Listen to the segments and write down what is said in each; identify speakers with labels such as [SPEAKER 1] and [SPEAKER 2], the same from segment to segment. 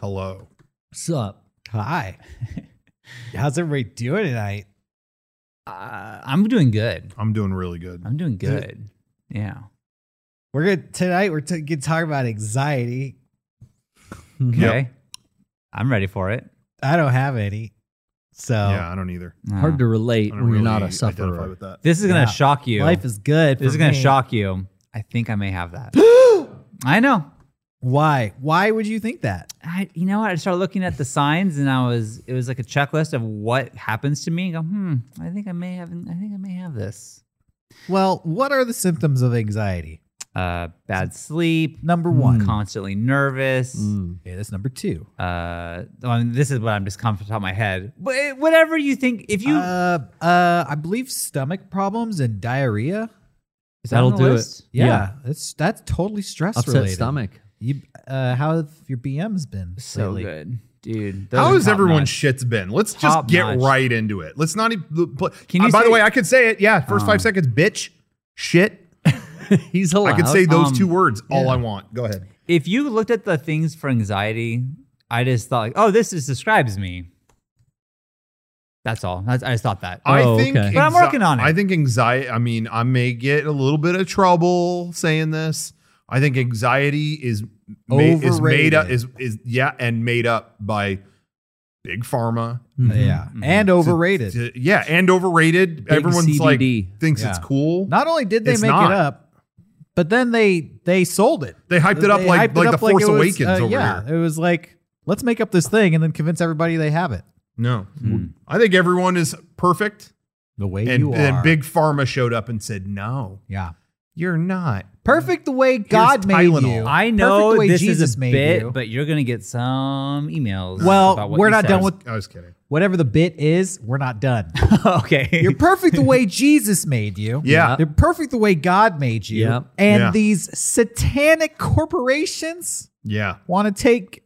[SPEAKER 1] Hello.
[SPEAKER 2] Sup?
[SPEAKER 3] Hi. How's everybody doing tonight?
[SPEAKER 2] Uh, I'm doing good.
[SPEAKER 1] I'm doing really good.
[SPEAKER 2] I'm doing
[SPEAKER 3] Good.
[SPEAKER 2] good. Yeah.
[SPEAKER 3] We're gonna tonight. We're t- gonna talk about anxiety.
[SPEAKER 2] Okay.
[SPEAKER 1] Yep.
[SPEAKER 2] I'm ready for it.
[SPEAKER 3] I don't have any, so
[SPEAKER 1] Yeah, I don't either.
[SPEAKER 2] Uh,
[SPEAKER 4] Hard to
[SPEAKER 1] I
[SPEAKER 4] relate
[SPEAKER 1] don't
[SPEAKER 4] when you're not
[SPEAKER 1] really
[SPEAKER 4] a
[SPEAKER 1] Identify
[SPEAKER 4] sufferer.
[SPEAKER 1] with that.
[SPEAKER 2] this is gonna
[SPEAKER 3] Yeah.
[SPEAKER 2] shock you.
[SPEAKER 3] life is good.
[SPEAKER 2] this is
[SPEAKER 3] for
[SPEAKER 2] gonna
[SPEAKER 3] me.
[SPEAKER 2] shock you. I think I may have that. I know.
[SPEAKER 3] Why? Why would you think that?
[SPEAKER 2] I, you know what? I started looking at the signs, and I was it was like a checklist of what happens to me. And go, hmm. I think I may have. I think I may have this.
[SPEAKER 3] Well, what are the symptoms of anxiety?
[SPEAKER 2] Uh, bad sleep. Mm.
[SPEAKER 3] Number one.
[SPEAKER 2] Constantly nervous.
[SPEAKER 4] Mm.
[SPEAKER 3] Okay, that's number two.
[SPEAKER 2] Uh, I mean, this is what I'm just coming off the top of my head. But eh, whatever you think, if you
[SPEAKER 3] uh, uh, I believe stomach problems and diarrhea.
[SPEAKER 2] Is that on
[SPEAKER 4] That'll
[SPEAKER 2] the
[SPEAKER 4] do it.
[SPEAKER 2] list?
[SPEAKER 3] Yeah,
[SPEAKER 4] Yeah.
[SPEAKER 3] that's that's totally stress
[SPEAKER 4] Upset
[SPEAKER 3] related.
[SPEAKER 4] stomach.
[SPEAKER 3] You, uh, how have your BMs been?
[SPEAKER 2] So
[SPEAKER 3] lately?
[SPEAKER 2] good, dude. Those
[SPEAKER 1] How
[SPEAKER 2] are
[SPEAKER 1] has
[SPEAKER 2] top
[SPEAKER 1] everyone
[SPEAKER 2] notch.
[SPEAKER 1] shit's been? Let's just
[SPEAKER 2] Top
[SPEAKER 1] get
[SPEAKER 2] notch.
[SPEAKER 1] right into it. Let's not e-, even.
[SPEAKER 2] Can you
[SPEAKER 1] uh, by
[SPEAKER 2] say- Oh.
[SPEAKER 1] the way, I could say it. Yeah, first five seconds, bitch, shit.
[SPEAKER 4] He's allowed.
[SPEAKER 1] I could say those
[SPEAKER 2] Um,
[SPEAKER 1] two words all I want. Go ahead.
[SPEAKER 2] if you looked at the things for anxiety, I just thought like, oh, this is, describes me. That's all. That's, I just thought that.
[SPEAKER 1] I
[SPEAKER 4] Oh,
[SPEAKER 1] think
[SPEAKER 4] okay.
[SPEAKER 2] But I'm
[SPEAKER 1] anxi-
[SPEAKER 2] working on it.
[SPEAKER 1] I think anxiety. I mean, I may get a little bit of trouble saying this. I think anxiety is ma- is made up
[SPEAKER 3] Overrated.
[SPEAKER 1] is is yeah, and made up by big pharma.
[SPEAKER 4] Mhm.
[SPEAKER 3] Uh, Yeah,
[SPEAKER 1] Mm-hmm.
[SPEAKER 3] and overrated.
[SPEAKER 1] To- Uh, yeah, and overrated. Everyone's
[SPEAKER 4] CBD.
[SPEAKER 1] like thinks it's
[SPEAKER 3] Yeah.
[SPEAKER 1] cool.
[SPEAKER 3] Not only did they
[SPEAKER 1] It's
[SPEAKER 3] make
[SPEAKER 1] not.
[SPEAKER 3] it up, but then they they sold it.
[SPEAKER 1] they hyped it up
[SPEAKER 3] They
[SPEAKER 1] like
[SPEAKER 3] hyped it
[SPEAKER 1] like
[SPEAKER 3] up
[SPEAKER 1] the Force
[SPEAKER 3] it was,
[SPEAKER 1] Awakens
[SPEAKER 3] uh,
[SPEAKER 1] over
[SPEAKER 3] yeah,
[SPEAKER 1] here.
[SPEAKER 3] it was like let's make up this thing and then convince everybody they have it.
[SPEAKER 1] No, I think everyone is perfect,
[SPEAKER 3] The way
[SPEAKER 1] and
[SPEAKER 3] you are.
[SPEAKER 1] then Big Pharma showed up and said, "No,
[SPEAKER 3] yeah,
[SPEAKER 1] you're not."
[SPEAKER 3] perfect the way God made
[SPEAKER 1] Tylenol.
[SPEAKER 3] you.
[SPEAKER 2] I
[SPEAKER 3] Perfect
[SPEAKER 2] know
[SPEAKER 3] the way
[SPEAKER 2] this
[SPEAKER 3] Jesus
[SPEAKER 2] is a
[SPEAKER 3] made
[SPEAKER 2] bit,
[SPEAKER 3] you.
[SPEAKER 2] but you're gonna get some emails.
[SPEAKER 3] well,
[SPEAKER 2] about what
[SPEAKER 3] we're
[SPEAKER 2] you
[SPEAKER 3] not
[SPEAKER 2] said.
[SPEAKER 3] done with
[SPEAKER 1] I was kidding.
[SPEAKER 3] whatever the bit is. We're not done.
[SPEAKER 2] okay.
[SPEAKER 3] You're perfect the way Jesus made you.
[SPEAKER 1] Yeah.
[SPEAKER 3] You're perfect the way God made you.
[SPEAKER 4] Yep.
[SPEAKER 3] And
[SPEAKER 1] Yeah.
[SPEAKER 3] these satanic corporations
[SPEAKER 1] Yeah,
[SPEAKER 3] want to take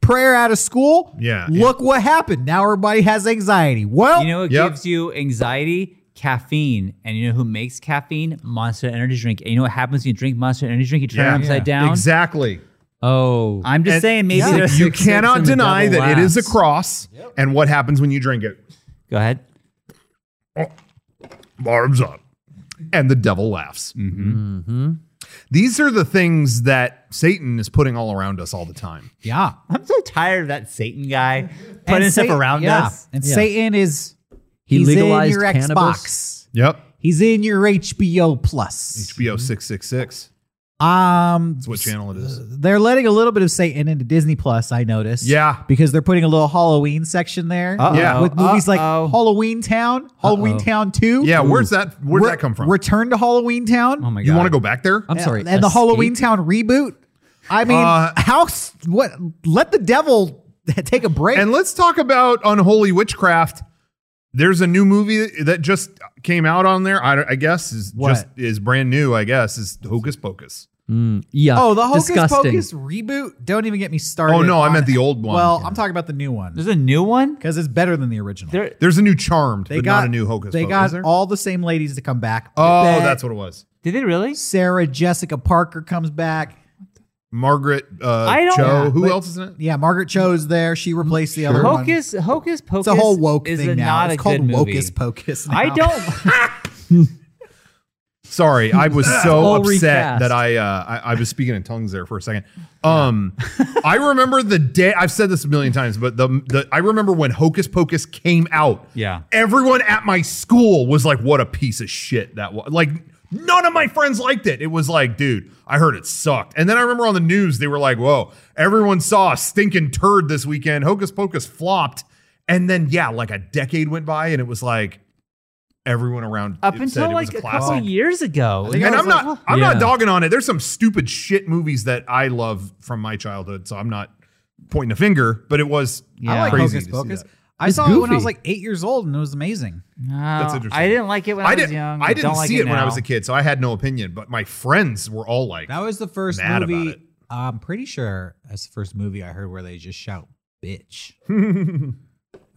[SPEAKER 3] prayer out of school.
[SPEAKER 1] Yeah.
[SPEAKER 3] Look what happened. Now everybody has anxiety. Well,
[SPEAKER 2] you know what
[SPEAKER 1] Yep.
[SPEAKER 2] gives you anxiety? Caffeine. And you know who makes caffeine? Monster Energy Drink. And you know what happens when you drink Monster Energy Drink? You turn
[SPEAKER 1] Yeah.
[SPEAKER 2] it upside down.
[SPEAKER 1] exactly.
[SPEAKER 4] Oh.
[SPEAKER 2] I'm just
[SPEAKER 1] And-
[SPEAKER 2] saying, maybe
[SPEAKER 1] Yeah.
[SPEAKER 2] there's
[SPEAKER 1] you
[SPEAKER 2] six
[SPEAKER 1] cannot
[SPEAKER 2] sips and a
[SPEAKER 1] deny
[SPEAKER 2] double
[SPEAKER 1] that it is a
[SPEAKER 2] lapse.
[SPEAKER 1] cross. And what happens when you drink it?
[SPEAKER 2] Go ahead.
[SPEAKER 1] Barbs up. And the devil laughs.
[SPEAKER 4] Mm-hmm.
[SPEAKER 1] These are the things that Satan is putting all around us all the time.
[SPEAKER 3] yeah.
[SPEAKER 2] I'm so tired of that Satan guy putting
[SPEAKER 3] And
[SPEAKER 2] himself
[SPEAKER 3] Sa-
[SPEAKER 2] around
[SPEAKER 3] yeah.
[SPEAKER 2] us.
[SPEAKER 3] And
[SPEAKER 4] Yeah.
[SPEAKER 3] Satan is
[SPEAKER 4] He
[SPEAKER 3] he's
[SPEAKER 4] legalized
[SPEAKER 3] in your
[SPEAKER 4] cannabis.
[SPEAKER 3] Xbox.
[SPEAKER 1] Yep.
[SPEAKER 3] He's in your HBO Plus.
[SPEAKER 1] HBO 666.
[SPEAKER 3] Um
[SPEAKER 1] That's what channel it is.
[SPEAKER 3] they're letting a little bit of Satan into Disney Plus, I noticed.
[SPEAKER 1] Yeah.
[SPEAKER 3] Because they're putting a little Halloween section there.
[SPEAKER 1] Yeah.
[SPEAKER 3] With movies like
[SPEAKER 2] Uh-oh.
[SPEAKER 3] Halloween Town, Halloween
[SPEAKER 4] Uh-oh.
[SPEAKER 3] Town 2.
[SPEAKER 1] Yeah. Where's that? Where'd
[SPEAKER 3] Re-
[SPEAKER 1] that come from?
[SPEAKER 3] Return to Halloween Town.
[SPEAKER 2] Oh my god.
[SPEAKER 1] You want to go back there?
[SPEAKER 4] I'm sorry.
[SPEAKER 3] And the
[SPEAKER 4] escape?
[SPEAKER 3] Halloween Town reboot. I mean,
[SPEAKER 1] Uh,
[SPEAKER 3] how, s- what, let the devil take a break.
[SPEAKER 1] And let's talk about unholy witchcraft. There's a new movie that just came out on there. I, I guess is
[SPEAKER 3] What?
[SPEAKER 1] just is brand new. I guess is Hocus Pocus.
[SPEAKER 4] Mm, yeah.
[SPEAKER 3] oh, the Hocus
[SPEAKER 4] Disgusting.
[SPEAKER 3] Pocus reboot? Don't even get me started.
[SPEAKER 1] Oh no, I
[SPEAKER 3] on
[SPEAKER 1] meant
[SPEAKER 3] it.
[SPEAKER 1] the old one.
[SPEAKER 3] Well, I'm talking about the new one
[SPEAKER 2] There's a new one.
[SPEAKER 3] because it's better than the original.
[SPEAKER 2] There.
[SPEAKER 1] there's a new Charmed,
[SPEAKER 3] they
[SPEAKER 1] but
[SPEAKER 3] got
[SPEAKER 1] not a new Hocus.
[SPEAKER 3] They
[SPEAKER 1] Pocus. Is
[SPEAKER 3] got
[SPEAKER 1] there?
[SPEAKER 3] all the same ladies to come back.
[SPEAKER 1] Oh,
[SPEAKER 3] Bet
[SPEAKER 1] that's what it was.
[SPEAKER 2] Did they really?
[SPEAKER 3] Sarah Jessica Parker comes back.
[SPEAKER 1] Margaret uh,
[SPEAKER 2] I don't-
[SPEAKER 1] Cho.
[SPEAKER 2] Yeah,
[SPEAKER 1] Who
[SPEAKER 3] but-
[SPEAKER 1] else is in it?
[SPEAKER 3] Yeah, Margaret Cho's there. She replaced the other one.
[SPEAKER 2] Hocus Hocus Pocus.
[SPEAKER 3] It's a whole woke
[SPEAKER 2] is
[SPEAKER 3] thing
[SPEAKER 2] a,
[SPEAKER 3] now.
[SPEAKER 2] Not
[SPEAKER 3] it's
[SPEAKER 2] a
[SPEAKER 3] called
[SPEAKER 2] good movie.
[SPEAKER 3] Hocus Pocus. Now.
[SPEAKER 2] I don't.
[SPEAKER 1] Sorry, I was so
[SPEAKER 4] All
[SPEAKER 1] upset
[SPEAKER 4] recast.
[SPEAKER 1] that I, uh, I I was speaking in tongues there for a second. Um, I remember the day I've said this a million times, but the the I remember when Hocus Pocus came out.
[SPEAKER 2] Yeah.
[SPEAKER 1] everyone at my school was like, "What a piece of shit that was!" Like. None of my friends liked it. It was like, dude, I heard it sucked. And then I remember on the news, they were like, whoa, everyone saw a stinking turd this weekend. Hocus Pocus flopped. And then, yeah, like a decade went by and it was like everyone around
[SPEAKER 2] Up
[SPEAKER 1] it said
[SPEAKER 2] until
[SPEAKER 1] it was
[SPEAKER 2] like a couple
[SPEAKER 1] classic.
[SPEAKER 2] years ago.
[SPEAKER 3] think
[SPEAKER 1] And
[SPEAKER 3] I
[SPEAKER 1] I'm
[SPEAKER 3] was like,
[SPEAKER 1] not I'm not
[SPEAKER 4] Yeah.
[SPEAKER 1] dogging on it. There's some stupid shit movies that I love from my childhood, so I'm not pointing a finger, but it was
[SPEAKER 2] Yeah.
[SPEAKER 3] I like
[SPEAKER 1] crazy
[SPEAKER 3] Hocus
[SPEAKER 1] to see
[SPEAKER 3] Pocus.
[SPEAKER 1] that.
[SPEAKER 3] I
[SPEAKER 4] It's
[SPEAKER 3] saw it when I was
[SPEAKER 4] goofy.
[SPEAKER 3] like eight years old, and it was amazing.
[SPEAKER 2] No,
[SPEAKER 1] interesting.
[SPEAKER 2] I didn't like it when I,
[SPEAKER 1] I
[SPEAKER 2] was
[SPEAKER 1] didn't
[SPEAKER 2] young.
[SPEAKER 1] I didn't
[SPEAKER 2] don't like
[SPEAKER 1] see it, when I
[SPEAKER 2] now.
[SPEAKER 1] was a kid, so I had no opinion, but my friends were all like
[SPEAKER 3] That was the first
[SPEAKER 1] Mad about
[SPEAKER 3] movie.
[SPEAKER 1] it.
[SPEAKER 3] I'm pretty sure that's the first movie I heard where they just shout "bitch." Don't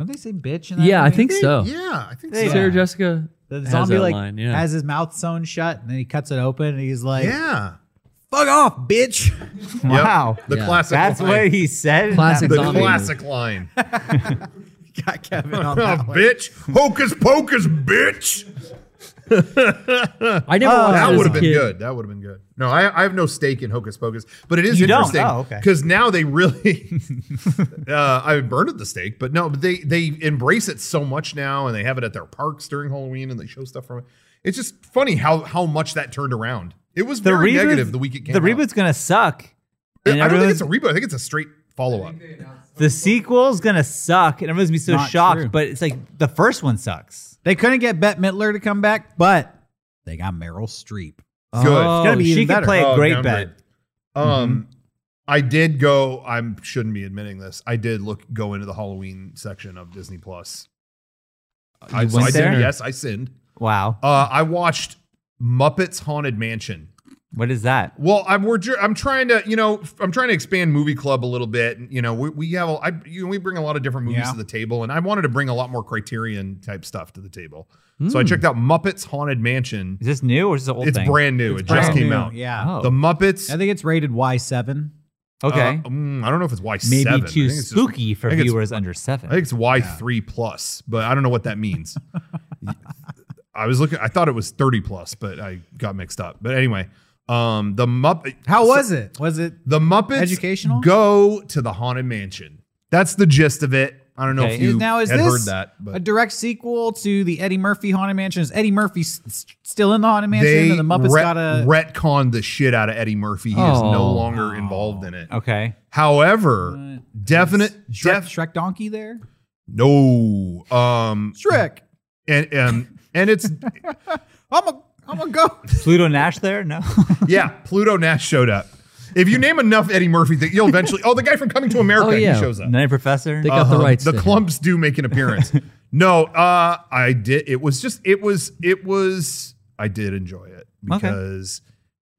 [SPEAKER 3] they say "bitch"? In that
[SPEAKER 4] Yeah, I
[SPEAKER 3] movie?
[SPEAKER 4] think so.
[SPEAKER 1] Yeah, I think
[SPEAKER 2] They-
[SPEAKER 1] so.
[SPEAKER 4] Sarah Jessica
[SPEAKER 3] The
[SPEAKER 4] has
[SPEAKER 3] zombie
[SPEAKER 4] that
[SPEAKER 3] like
[SPEAKER 4] line, yeah.
[SPEAKER 3] has his mouth sewn shut, and then he cuts it open, and he's like,
[SPEAKER 1] yeah.
[SPEAKER 3] Fuck off, bitch.
[SPEAKER 2] Wow.
[SPEAKER 1] The
[SPEAKER 4] Yeah.
[SPEAKER 1] classic
[SPEAKER 2] That's
[SPEAKER 1] line.
[SPEAKER 2] what he said.
[SPEAKER 4] Classic
[SPEAKER 1] the
[SPEAKER 4] Zombie.
[SPEAKER 1] classic line. oh,
[SPEAKER 3] Got Kevin on that one.
[SPEAKER 1] bitch. Hocus pocus, bitch.
[SPEAKER 4] I never watched
[SPEAKER 1] That
[SPEAKER 4] it
[SPEAKER 1] would
[SPEAKER 4] as a
[SPEAKER 1] have been
[SPEAKER 4] kid.
[SPEAKER 1] good. That would have been good. No, I, I have no stake in Hocus Pocus, but it is
[SPEAKER 2] You don't?
[SPEAKER 1] interesting
[SPEAKER 2] Oh, okay.
[SPEAKER 1] because now they really, uh, I burned at the stake, but no, but they they embrace it so much now, and they have it at their parks during Halloween, and they show stuff from it. It's just funny how how much that turned around. It was
[SPEAKER 2] the
[SPEAKER 1] very
[SPEAKER 2] reboot,
[SPEAKER 1] negative the week it came.
[SPEAKER 2] The
[SPEAKER 1] out.
[SPEAKER 2] reboot's gonna suck.
[SPEAKER 1] I
[SPEAKER 2] And
[SPEAKER 1] don't think
[SPEAKER 2] everyone's-
[SPEAKER 1] it's a reboot. I think it's a straight follow up.
[SPEAKER 2] the sequel's gonna suck, and everyone's gonna be so
[SPEAKER 3] Not
[SPEAKER 2] shocked.
[SPEAKER 3] true.
[SPEAKER 2] But it's like the first one sucks.
[SPEAKER 3] They couldn't get Bette Midler to come back, but they got Meryl Streep.
[SPEAKER 1] Good.
[SPEAKER 4] Oh,
[SPEAKER 2] Gonna be-
[SPEAKER 3] even
[SPEAKER 2] she could
[SPEAKER 3] better.
[SPEAKER 2] play a
[SPEAKER 1] Oh,
[SPEAKER 2] great
[SPEAKER 1] numbered.
[SPEAKER 2] bet.
[SPEAKER 1] Um, I did go. I shouldn't be admitting this. I did look go into the Halloween section of Disney Plus. I, so
[SPEAKER 4] went
[SPEAKER 1] I did.
[SPEAKER 4] there?
[SPEAKER 1] Yes, I sinned.
[SPEAKER 2] Wow,
[SPEAKER 1] Uh, I watched Muppets Haunted Mansion.
[SPEAKER 2] what is that?
[SPEAKER 1] Well, I'm we're ju- I'm trying to you know f- I'm trying to expand movie club a little bit. And, You know we we have a, I you know, we bring a lot of different movies
[SPEAKER 3] Yeah.
[SPEAKER 1] to the table, and I wanted to bring a lot more Criterion type stuff to the table. So I checked out Muppets Haunted Mansion.
[SPEAKER 2] Is this new or is this an old
[SPEAKER 1] It's
[SPEAKER 2] thing?
[SPEAKER 1] brand new. it just
[SPEAKER 3] brand
[SPEAKER 1] came
[SPEAKER 3] new,
[SPEAKER 1] out.
[SPEAKER 3] Yeah.
[SPEAKER 2] Oh,
[SPEAKER 1] The Muppets.
[SPEAKER 3] I think it's rated Y7.
[SPEAKER 2] okay.
[SPEAKER 1] Uh, mm, I don't know if it's Y
[SPEAKER 2] Maybe
[SPEAKER 1] seven. I
[SPEAKER 2] too
[SPEAKER 1] think it's just-
[SPEAKER 2] spooky for
[SPEAKER 1] I think it's-
[SPEAKER 2] viewers under seven.
[SPEAKER 1] I think it's Y three plus, but I don't know what that means. I was looking. I thought it was thirty plus, but I got mixed up. But anyway, um, the Muppet.
[SPEAKER 3] How was it? Was it
[SPEAKER 1] the Muppets?
[SPEAKER 3] Educational?
[SPEAKER 1] Go to the haunted mansion. That's the gist of it. I don't know if
[SPEAKER 2] Okay.
[SPEAKER 1] you
[SPEAKER 3] now is
[SPEAKER 1] had
[SPEAKER 3] this
[SPEAKER 1] heard that,
[SPEAKER 3] a
[SPEAKER 1] but
[SPEAKER 3] direct sequel to the Eddie Murphy Haunted Mansion? Is Eddie Murphy s- s- still in the Haunted Mansion?
[SPEAKER 1] they
[SPEAKER 3] and the Muppets
[SPEAKER 1] ret-
[SPEAKER 3] got a
[SPEAKER 1] retconned the shit out of Eddie Murphy. He is no
[SPEAKER 4] Oh.
[SPEAKER 1] longer involved in it.
[SPEAKER 3] Oh.
[SPEAKER 2] okay.
[SPEAKER 1] However, definite,
[SPEAKER 3] Shrek,
[SPEAKER 1] def-
[SPEAKER 3] Shrek donkey there.
[SPEAKER 1] no, um,
[SPEAKER 3] Shrek,
[SPEAKER 1] and um, and it's
[SPEAKER 3] I'm a I'm a go.
[SPEAKER 2] Pluto Nash there? No.
[SPEAKER 1] Yeah, Pluto Nash showed up. If you name enough Eddie Murphy, that you'll eventually. Oh, the guy from Coming to America,
[SPEAKER 4] Oh, yeah.
[SPEAKER 1] he shows up.
[SPEAKER 2] Night Professor.
[SPEAKER 4] They got the
[SPEAKER 1] Uh-huh.
[SPEAKER 4] rights.
[SPEAKER 1] The
[SPEAKER 4] to him.
[SPEAKER 1] clumps do make an appearance. no, uh, I did. It was just. It was. It was. I did enjoy it
[SPEAKER 2] Okay.
[SPEAKER 1] because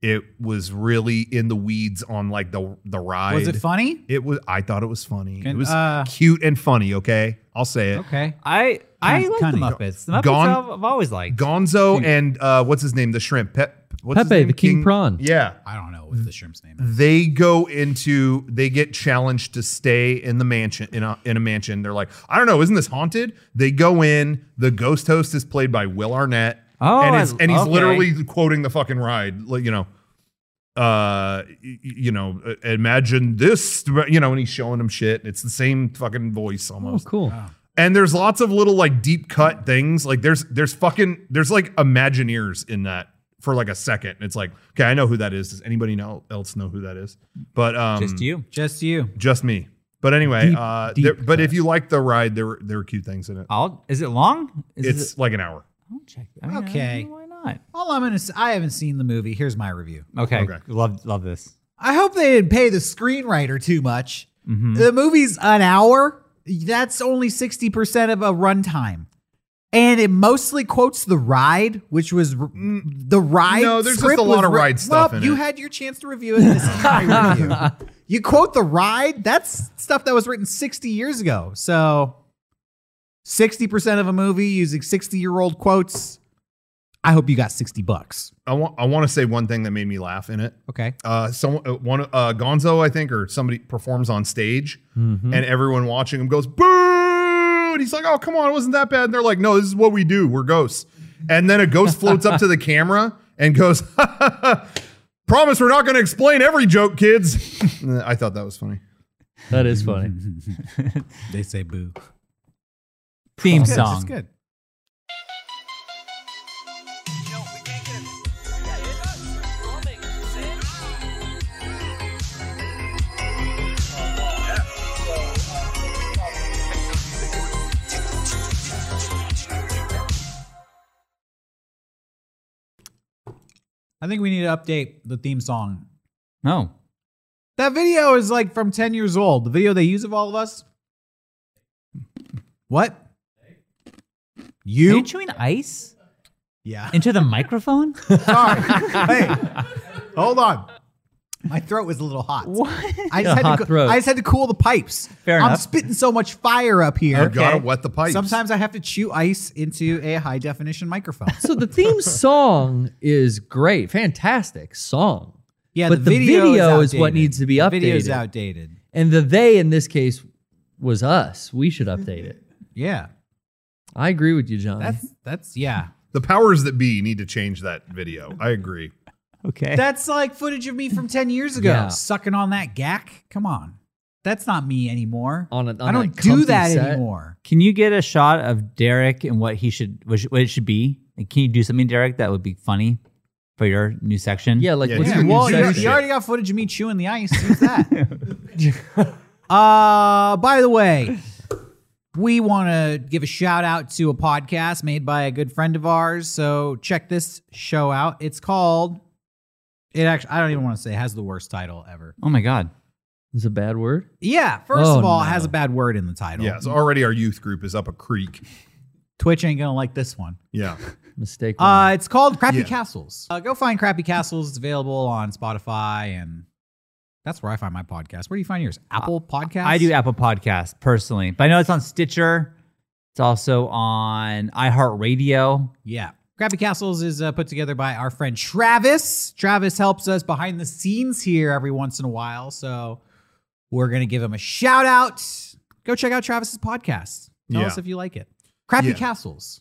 [SPEAKER 1] it was really in the weeds on like the the ride.
[SPEAKER 3] Was it funny?
[SPEAKER 1] It was. I thought it was funny.
[SPEAKER 3] Can-
[SPEAKER 1] it was
[SPEAKER 3] uh,
[SPEAKER 1] cute and funny. Okay, I'll say it.
[SPEAKER 3] Okay.
[SPEAKER 2] I I
[SPEAKER 3] Cunning-
[SPEAKER 2] like
[SPEAKER 3] cunning.
[SPEAKER 2] the Muppets. The Muppets
[SPEAKER 1] Oh. Gone-
[SPEAKER 2] I've, I've always liked.
[SPEAKER 1] Gonzo and uh, what's his name? The shrimp. Pep. What's his
[SPEAKER 4] Pepe,
[SPEAKER 1] name?
[SPEAKER 4] the king prawn.
[SPEAKER 1] Yeah.
[SPEAKER 3] I don't know what the shrimp's name. is.
[SPEAKER 1] they go into they get challenged to stay in the mansion in a, in a mansion they're like i don't know isn't this haunted they go in the ghost host is played by will arnett
[SPEAKER 2] Oh,
[SPEAKER 1] and,
[SPEAKER 2] I-
[SPEAKER 1] it's, and he's
[SPEAKER 2] okay.
[SPEAKER 1] literally quoting the fucking ride like, you know uh y- y- you know uh, imagine this you know and he's showing him shit it's the same fucking voice
[SPEAKER 4] Oh,
[SPEAKER 1] almost
[SPEAKER 4] cool.
[SPEAKER 1] and there's lots of little like deep cut things like there's there's fucking there's like imagineers in that for like a second and it's like okay i know who that is does anybody know, else know who that is but um
[SPEAKER 2] Just you.
[SPEAKER 3] Just you.
[SPEAKER 1] just me but anyway
[SPEAKER 4] Deep-
[SPEAKER 1] uh
[SPEAKER 4] deep
[SPEAKER 1] there, but
[SPEAKER 4] cut.
[SPEAKER 1] if you like the ride there were there were cute things in it
[SPEAKER 2] I'll, is it long? Is
[SPEAKER 1] it's
[SPEAKER 2] It,
[SPEAKER 1] like an hour
[SPEAKER 2] I'll check. I mean, I don't
[SPEAKER 3] Okay.
[SPEAKER 2] know Why not?
[SPEAKER 3] All I'm gonna. Say, I haven't seen the movie. Here's my review.
[SPEAKER 2] Okay.
[SPEAKER 1] Okay.
[SPEAKER 2] Love love this.
[SPEAKER 3] I hope they didn't pay the screenwriter too much.
[SPEAKER 1] Mm-hmm.
[SPEAKER 3] The movie's an hour. That's only 60% of a runtime. And it mostly quotes the ride, which was r- the ride.
[SPEAKER 1] Mm, No, there's just
[SPEAKER 3] script
[SPEAKER 1] a lot
[SPEAKER 3] was
[SPEAKER 1] of
[SPEAKER 3] writ-
[SPEAKER 1] ride stuff
[SPEAKER 3] Well,
[SPEAKER 1] in
[SPEAKER 3] you
[SPEAKER 1] it.
[SPEAKER 3] had your chance to review it. This is my review. You quote the ride. That's stuff that was written 60 years ago. So 60% of a movie using 60 year old quotes. I hope you got 60 bucks.
[SPEAKER 1] i want i want to say one thing that made me laugh in it
[SPEAKER 3] Okay.
[SPEAKER 1] uh someone uh, one uh gonzo i think or somebody performs on stage
[SPEAKER 3] Mm-hmm.
[SPEAKER 1] and everyone watching him goes boo and he's like oh come on it wasn't that bad and they're like no this is what we do we're ghosts and then a ghost floats up to the camera and goes promise we're not going to explain every joke kids i thought that was funny
[SPEAKER 4] That is funny.
[SPEAKER 3] They say boo.
[SPEAKER 2] Theme
[SPEAKER 3] Good,
[SPEAKER 2] song.
[SPEAKER 3] It's good. I think we need to update the theme song.
[SPEAKER 2] No.
[SPEAKER 3] That video is like from 10 years old. The video they use of all of us. What?
[SPEAKER 2] Are you
[SPEAKER 3] You?
[SPEAKER 2] chewing ice
[SPEAKER 3] Yeah.
[SPEAKER 2] into the microphone?
[SPEAKER 3] Sorry. hey, hold on. My throat was a little hot.
[SPEAKER 2] what?
[SPEAKER 3] I just,
[SPEAKER 4] A
[SPEAKER 3] had
[SPEAKER 4] hot
[SPEAKER 3] to co-
[SPEAKER 4] throat.
[SPEAKER 3] I just had to cool the pipes.
[SPEAKER 2] Fair
[SPEAKER 3] I'm
[SPEAKER 2] enough.
[SPEAKER 3] spitting so much fire up here.
[SPEAKER 4] Oh,
[SPEAKER 1] you gotta wet the pipes
[SPEAKER 3] Sometimes I have to chew ice into a high definition microphone.
[SPEAKER 4] So the theme song is great, fantastic song.
[SPEAKER 3] Yeah,
[SPEAKER 4] but the video, is, what
[SPEAKER 3] outdated.
[SPEAKER 4] needs to be
[SPEAKER 3] The
[SPEAKER 4] updated.
[SPEAKER 3] Video is outdated.
[SPEAKER 4] And the they in this case was us. We should update it.
[SPEAKER 3] Yeah,
[SPEAKER 4] I agree with you, John.
[SPEAKER 3] that's that's yeah.
[SPEAKER 1] The powers that be need to change that video. I agree.
[SPEAKER 2] Okay.
[SPEAKER 3] That's like footage of me from ten years ago
[SPEAKER 4] Yeah.
[SPEAKER 3] sucking on that gack. Come on, that's not me anymore.
[SPEAKER 4] On a- on
[SPEAKER 3] I don't
[SPEAKER 4] that
[SPEAKER 3] do
[SPEAKER 4] comfy
[SPEAKER 3] that
[SPEAKER 4] set.
[SPEAKER 3] anymore.
[SPEAKER 2] Can you get a shot of Derek and what he should what sh- what it should be? Like, can you do something, Derek, that would be funny for your new section?
[SPEAKER 4] yeah, like
[SPEAKER 1] Yeah,
[SPEAKER 4] what's
[SPEAKER 1] yeah.
[SPEAKER 4] your new
[SPEAKER 1] Well,
[SPEAKER 3] You, got-
[SPEAKER 4] section?
[SPEAKER 3] you already got footage of me chewing the ice. Who's that? uh, by the way, we want to give a shout out to a podcast made by a good friend of ours. So check this show out. It's called. It actually, I don't even want to say. It has the worst title ever.
[SPEAKER 2] Oh my god.
[SPEAKER 4] Is a bad word?
[SPEAKER 3] Yeah. First
[SPEAKER 4] Oh,
[SPEAKER 3] of all, it
[SPEAKER 4] no.
[SPEAKER 3] has a bad word in the title.
[SPEAKER 1] Yeah, so already our youth group is up a creek.
[SPEAKER 3] Twitch ain't gonna like this one.
[SPEAKER 1] Yeah.
[SPEAKER 4] Mistake.
[SPEAKER 3] Uh, it's called Crappy
[SPEAKER 1] Yeah.
[SPEAKER 3] Castles. Uh, go find Crappy Castles. It's available on Spotify, and that's where I find my podcast. Where do you find yours? Apple Podcasts.
[SPEAKER 2] I do Apple Podcasts personally, but I know it's on Stitcher. It's also on iHeartRadio.
[SPEAKER 3] Yeah. Crappy Castles is uh, put together by our friend Travis. Travis helps us behind the scenes here every once in a while. So we're going to give him a shout out. Go check out Travis's podcast. Tell
[SPEAKER 1] Yeah.
[SPEAKER 3] us if you like it. Crappy
[SPEAKER 1] Yeah.
[SPEAKER 3] Castles.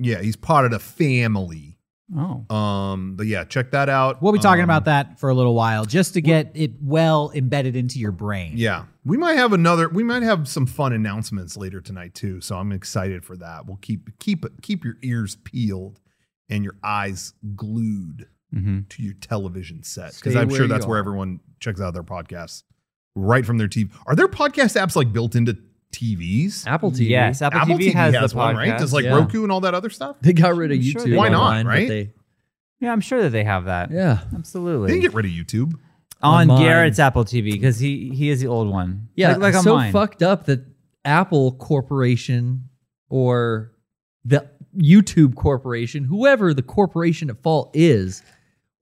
[SPEAKER 1] Yeah, he's potted a family.
[SPEAKER 2] Oh.
[SPEAKER 1] Um, but yeah, check that out.
[SPEAKER 3] We'll be talking
[SPEAKER 1] Um,
[SPEAKER 3] about that for a little while just to get it well embedded into your brain.
[SPEAKER 1] Yeah. We might have another we might have some fun announcements later tonight too. So I'm excited for that. We'll keep keep keep your ears peeled and your eyes glued
[SPEAKER 2] Mm-hmm.
[SPEAKER 1] to your television set because
[SPEAKER 4] Stay
[SPEAKER 1] I'm
[SPEAKER 4] where
[SPEAKER 1] sure
[SPEAKER 4] you
[SPEAKER 1] that's where
[SPEAKER 4] are.
[SPEAKER 1] everyone checks out their podcasts right from their TV. Are there podcast apps like built into TVs?
[SPEAKER 4] Apple TV.
[SPEAKER 2] Yes, Apple, TV, has, the podcast.
[SPEAKER 1] one, right? Does like
[SPEAKER 4] yeah.
[SPEAKER 1] Roku and all that other stuff?
[SPEAKER 4] They got rid of
[SPEAKER 2] I'm
[SPEAKER 4] YouTube.
[SPEAKER 2] sure they
[SPEAKER 1] Why not,
[SPEAKER 4] online, but
[SPEAKER 1] right?
[SPEAKER 4] they-
[SPEAKER 2] yeah, I'm sure that they have that.
[SPEAKER 4] yeah.
[SPEAKER 1] They
[SPEAKER 2] Absolutely.
[SPEAKER 1] didn't get rid of YouTube.
[SPEAKER 2] on
[SPEAKER 4] On mine.
[SPEAKER 2] Garrett's Apple TV because he he is the old one.
[SPEAKER 4] Yeah.
[SPEAKER 2] like, like on
[SPEAKER 4] so
[SPEAKER 2] mine.
[SPEAKER 4] fucked up that Apple Corporation or the YouTube Corporation, whoever the corporation at fault is,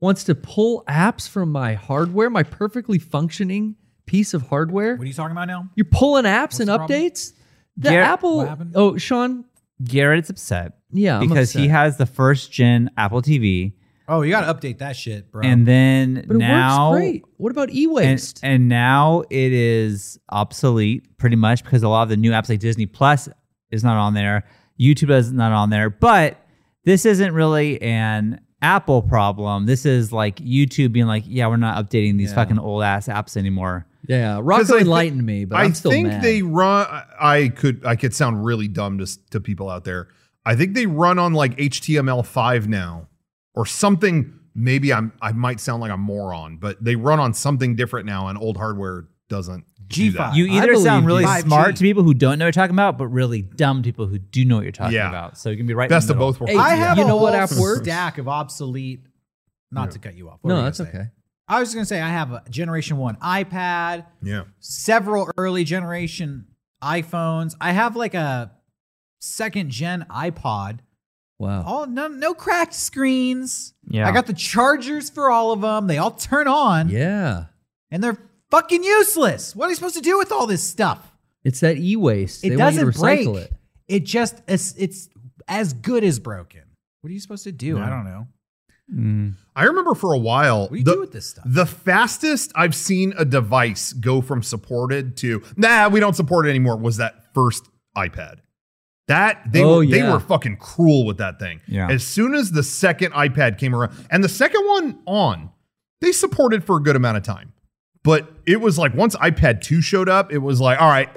[SPEAKER 4] wants to pull apps from my hardware, my perfectly functioning piece of hardware.
[SPEAKER 3] What are you talking about now?
[SPEAKER 4] You're pulling apps and
[SPEAKER 3] the problem?
[SPEAKER 4] updates. The
[SPEAKER 2] Garrett-
[SPEAKER 4] Apple.
[SPEAKER 3] What happened?
[SPEAKER 4] Oh, Sean.
[SPEAKER 2] Garrett's upset
[SPEAKER 4] Yeah, I'm
[SPEAKER 2] because he
[SPEAKER 4] upset.
[SPEAKER 2] has the first gen Apple TV,
[SPEAKER 3] Oh, you got to update that shit, bro.
[SPEAKER 2] and then
[SPEAKER 4] But it
[SPEAKER 2] now
[SPEAKER 4] works great. What about
[SPEAKER 2] and,
[SPEAKER 4] e-waste?
[SPEAKER 2] and now it is obsolete pretty much because a lot of the new apps like Disney Plus is not on there. YouTube is not on there. But this isn't really an Apple problem. This is like YouTube being like, yeah, we're not updating these
[SPEAKER 4] Yeah.
[SPEAKER 2] fucking old ass apps anymore.
[SPEAKER 4] yeah,
[SPEAKER 1] 'Cause
[SPEAKER 4] Rocco
[SPEAKER 1] I thi-
[SPEAKER 4] enlightened me, but
[SPEAKER 1] I
[SPEAKER 4] I'm still
[SPEAKER 1] think
[SPEAKER 4] mad.
[SPEAKER 1] they run. I- I could I could sound really dumb to s- to people out there. I think they run on like HTML5 now or something. Maybe I'm I might sound like a moron, but they run on something different now, and old hardware doesn't. do that.
[SPEAKER 3] G5.
[SPEAKER 2] You
[SPEAKER 4] I
[SPEAKER 2] either
[SPEAKER 4] believe
[SPEAKER 2] sound really
[SPEAKER 4] you.
[SPEAKER 3] 5G.
[SPEAKER 2] smart to people who don't know what you're talking about, but really dumb to people who do know what you're talking
[SPEAKER 1] Yeah.
[SPEAKER 2] about. So you can be right. in
[SPEAKER 1] Best
[SPEAKER 2] the
[SPEAKER 1] of
[SPEAKER 2] middle.
[SPEAKER 1] both worlds.
[SPEAKER 4] Hey,
[SPEAKER 3] I
[SPEAKER 4] Yeah.
[SPEAKER 3] have
[SPEAKER 4] You
[SPEAKER 3] a
[SPEAKER 4] know what
[SPEAKER 3] whole
[SPEAKER 4] app works?
[SPEAKER 3] stack of obsolete. Not to cut you off. What were
[SPEAKER 4] no,
[SPEAKER 3] you
[SPEAKER 4] that's
[SPEAKER 3] gonna say?
[SPEAKER 4] okay.
[SPEAKER 3] I was going to say I have a generation one iPad,
[SPEAKER 1] yeah,
[SPEAKER 3] several early generation iPhones. I have like a second gen iPod.
[SPEAKER 4] Wow.
[SPEAKER 3] All no, no cracked screens.
[SPEAKER 2] Yeah.
[SPEAKER 3] I got the chargers for all of them. They all turn on,
[SPEAKER 4] Yeah,
[SPEAKER 3] and they're fucking useless. What are you supposed to do with all this stuff?
[SPEAKER 4] it's that e-waste.
[SPEAKER 3] It
[SPEAKER 4] they
[SPEAKER 3] doesn't
[SPEAKER 4] want you to recycle
[SPEAKER 3] break.
[SPEAKER 4] it.
[SPEAKER 3] It just it's, it's as good as broken. What are you supposed to do? I don't know.
[SPEAKER 2] Mm.
[SPEAKER 1] I remember for a while.
[SPEAKER 3] What do you
[SPEAKER 1] the-
[SPEAKER 3] do with this stuff?
[SPEAKER 1] The fastest I've seen a device go from supported to nah, we don't support it anymore was that first iPad. That they
[SPEAKER 4] Oh,
[SPEAKER 1] were they
[SPEAKER 4] yeah.
[SPEAKER 1] were fucking cruel with that thing.
[SPEAKER 2] Yeah.
[SPEAKER 1] As soon as the second iPad came around, and the second one on, they supported for a good amount of time. But it was like once iPad 2 showed up, it was like, all right,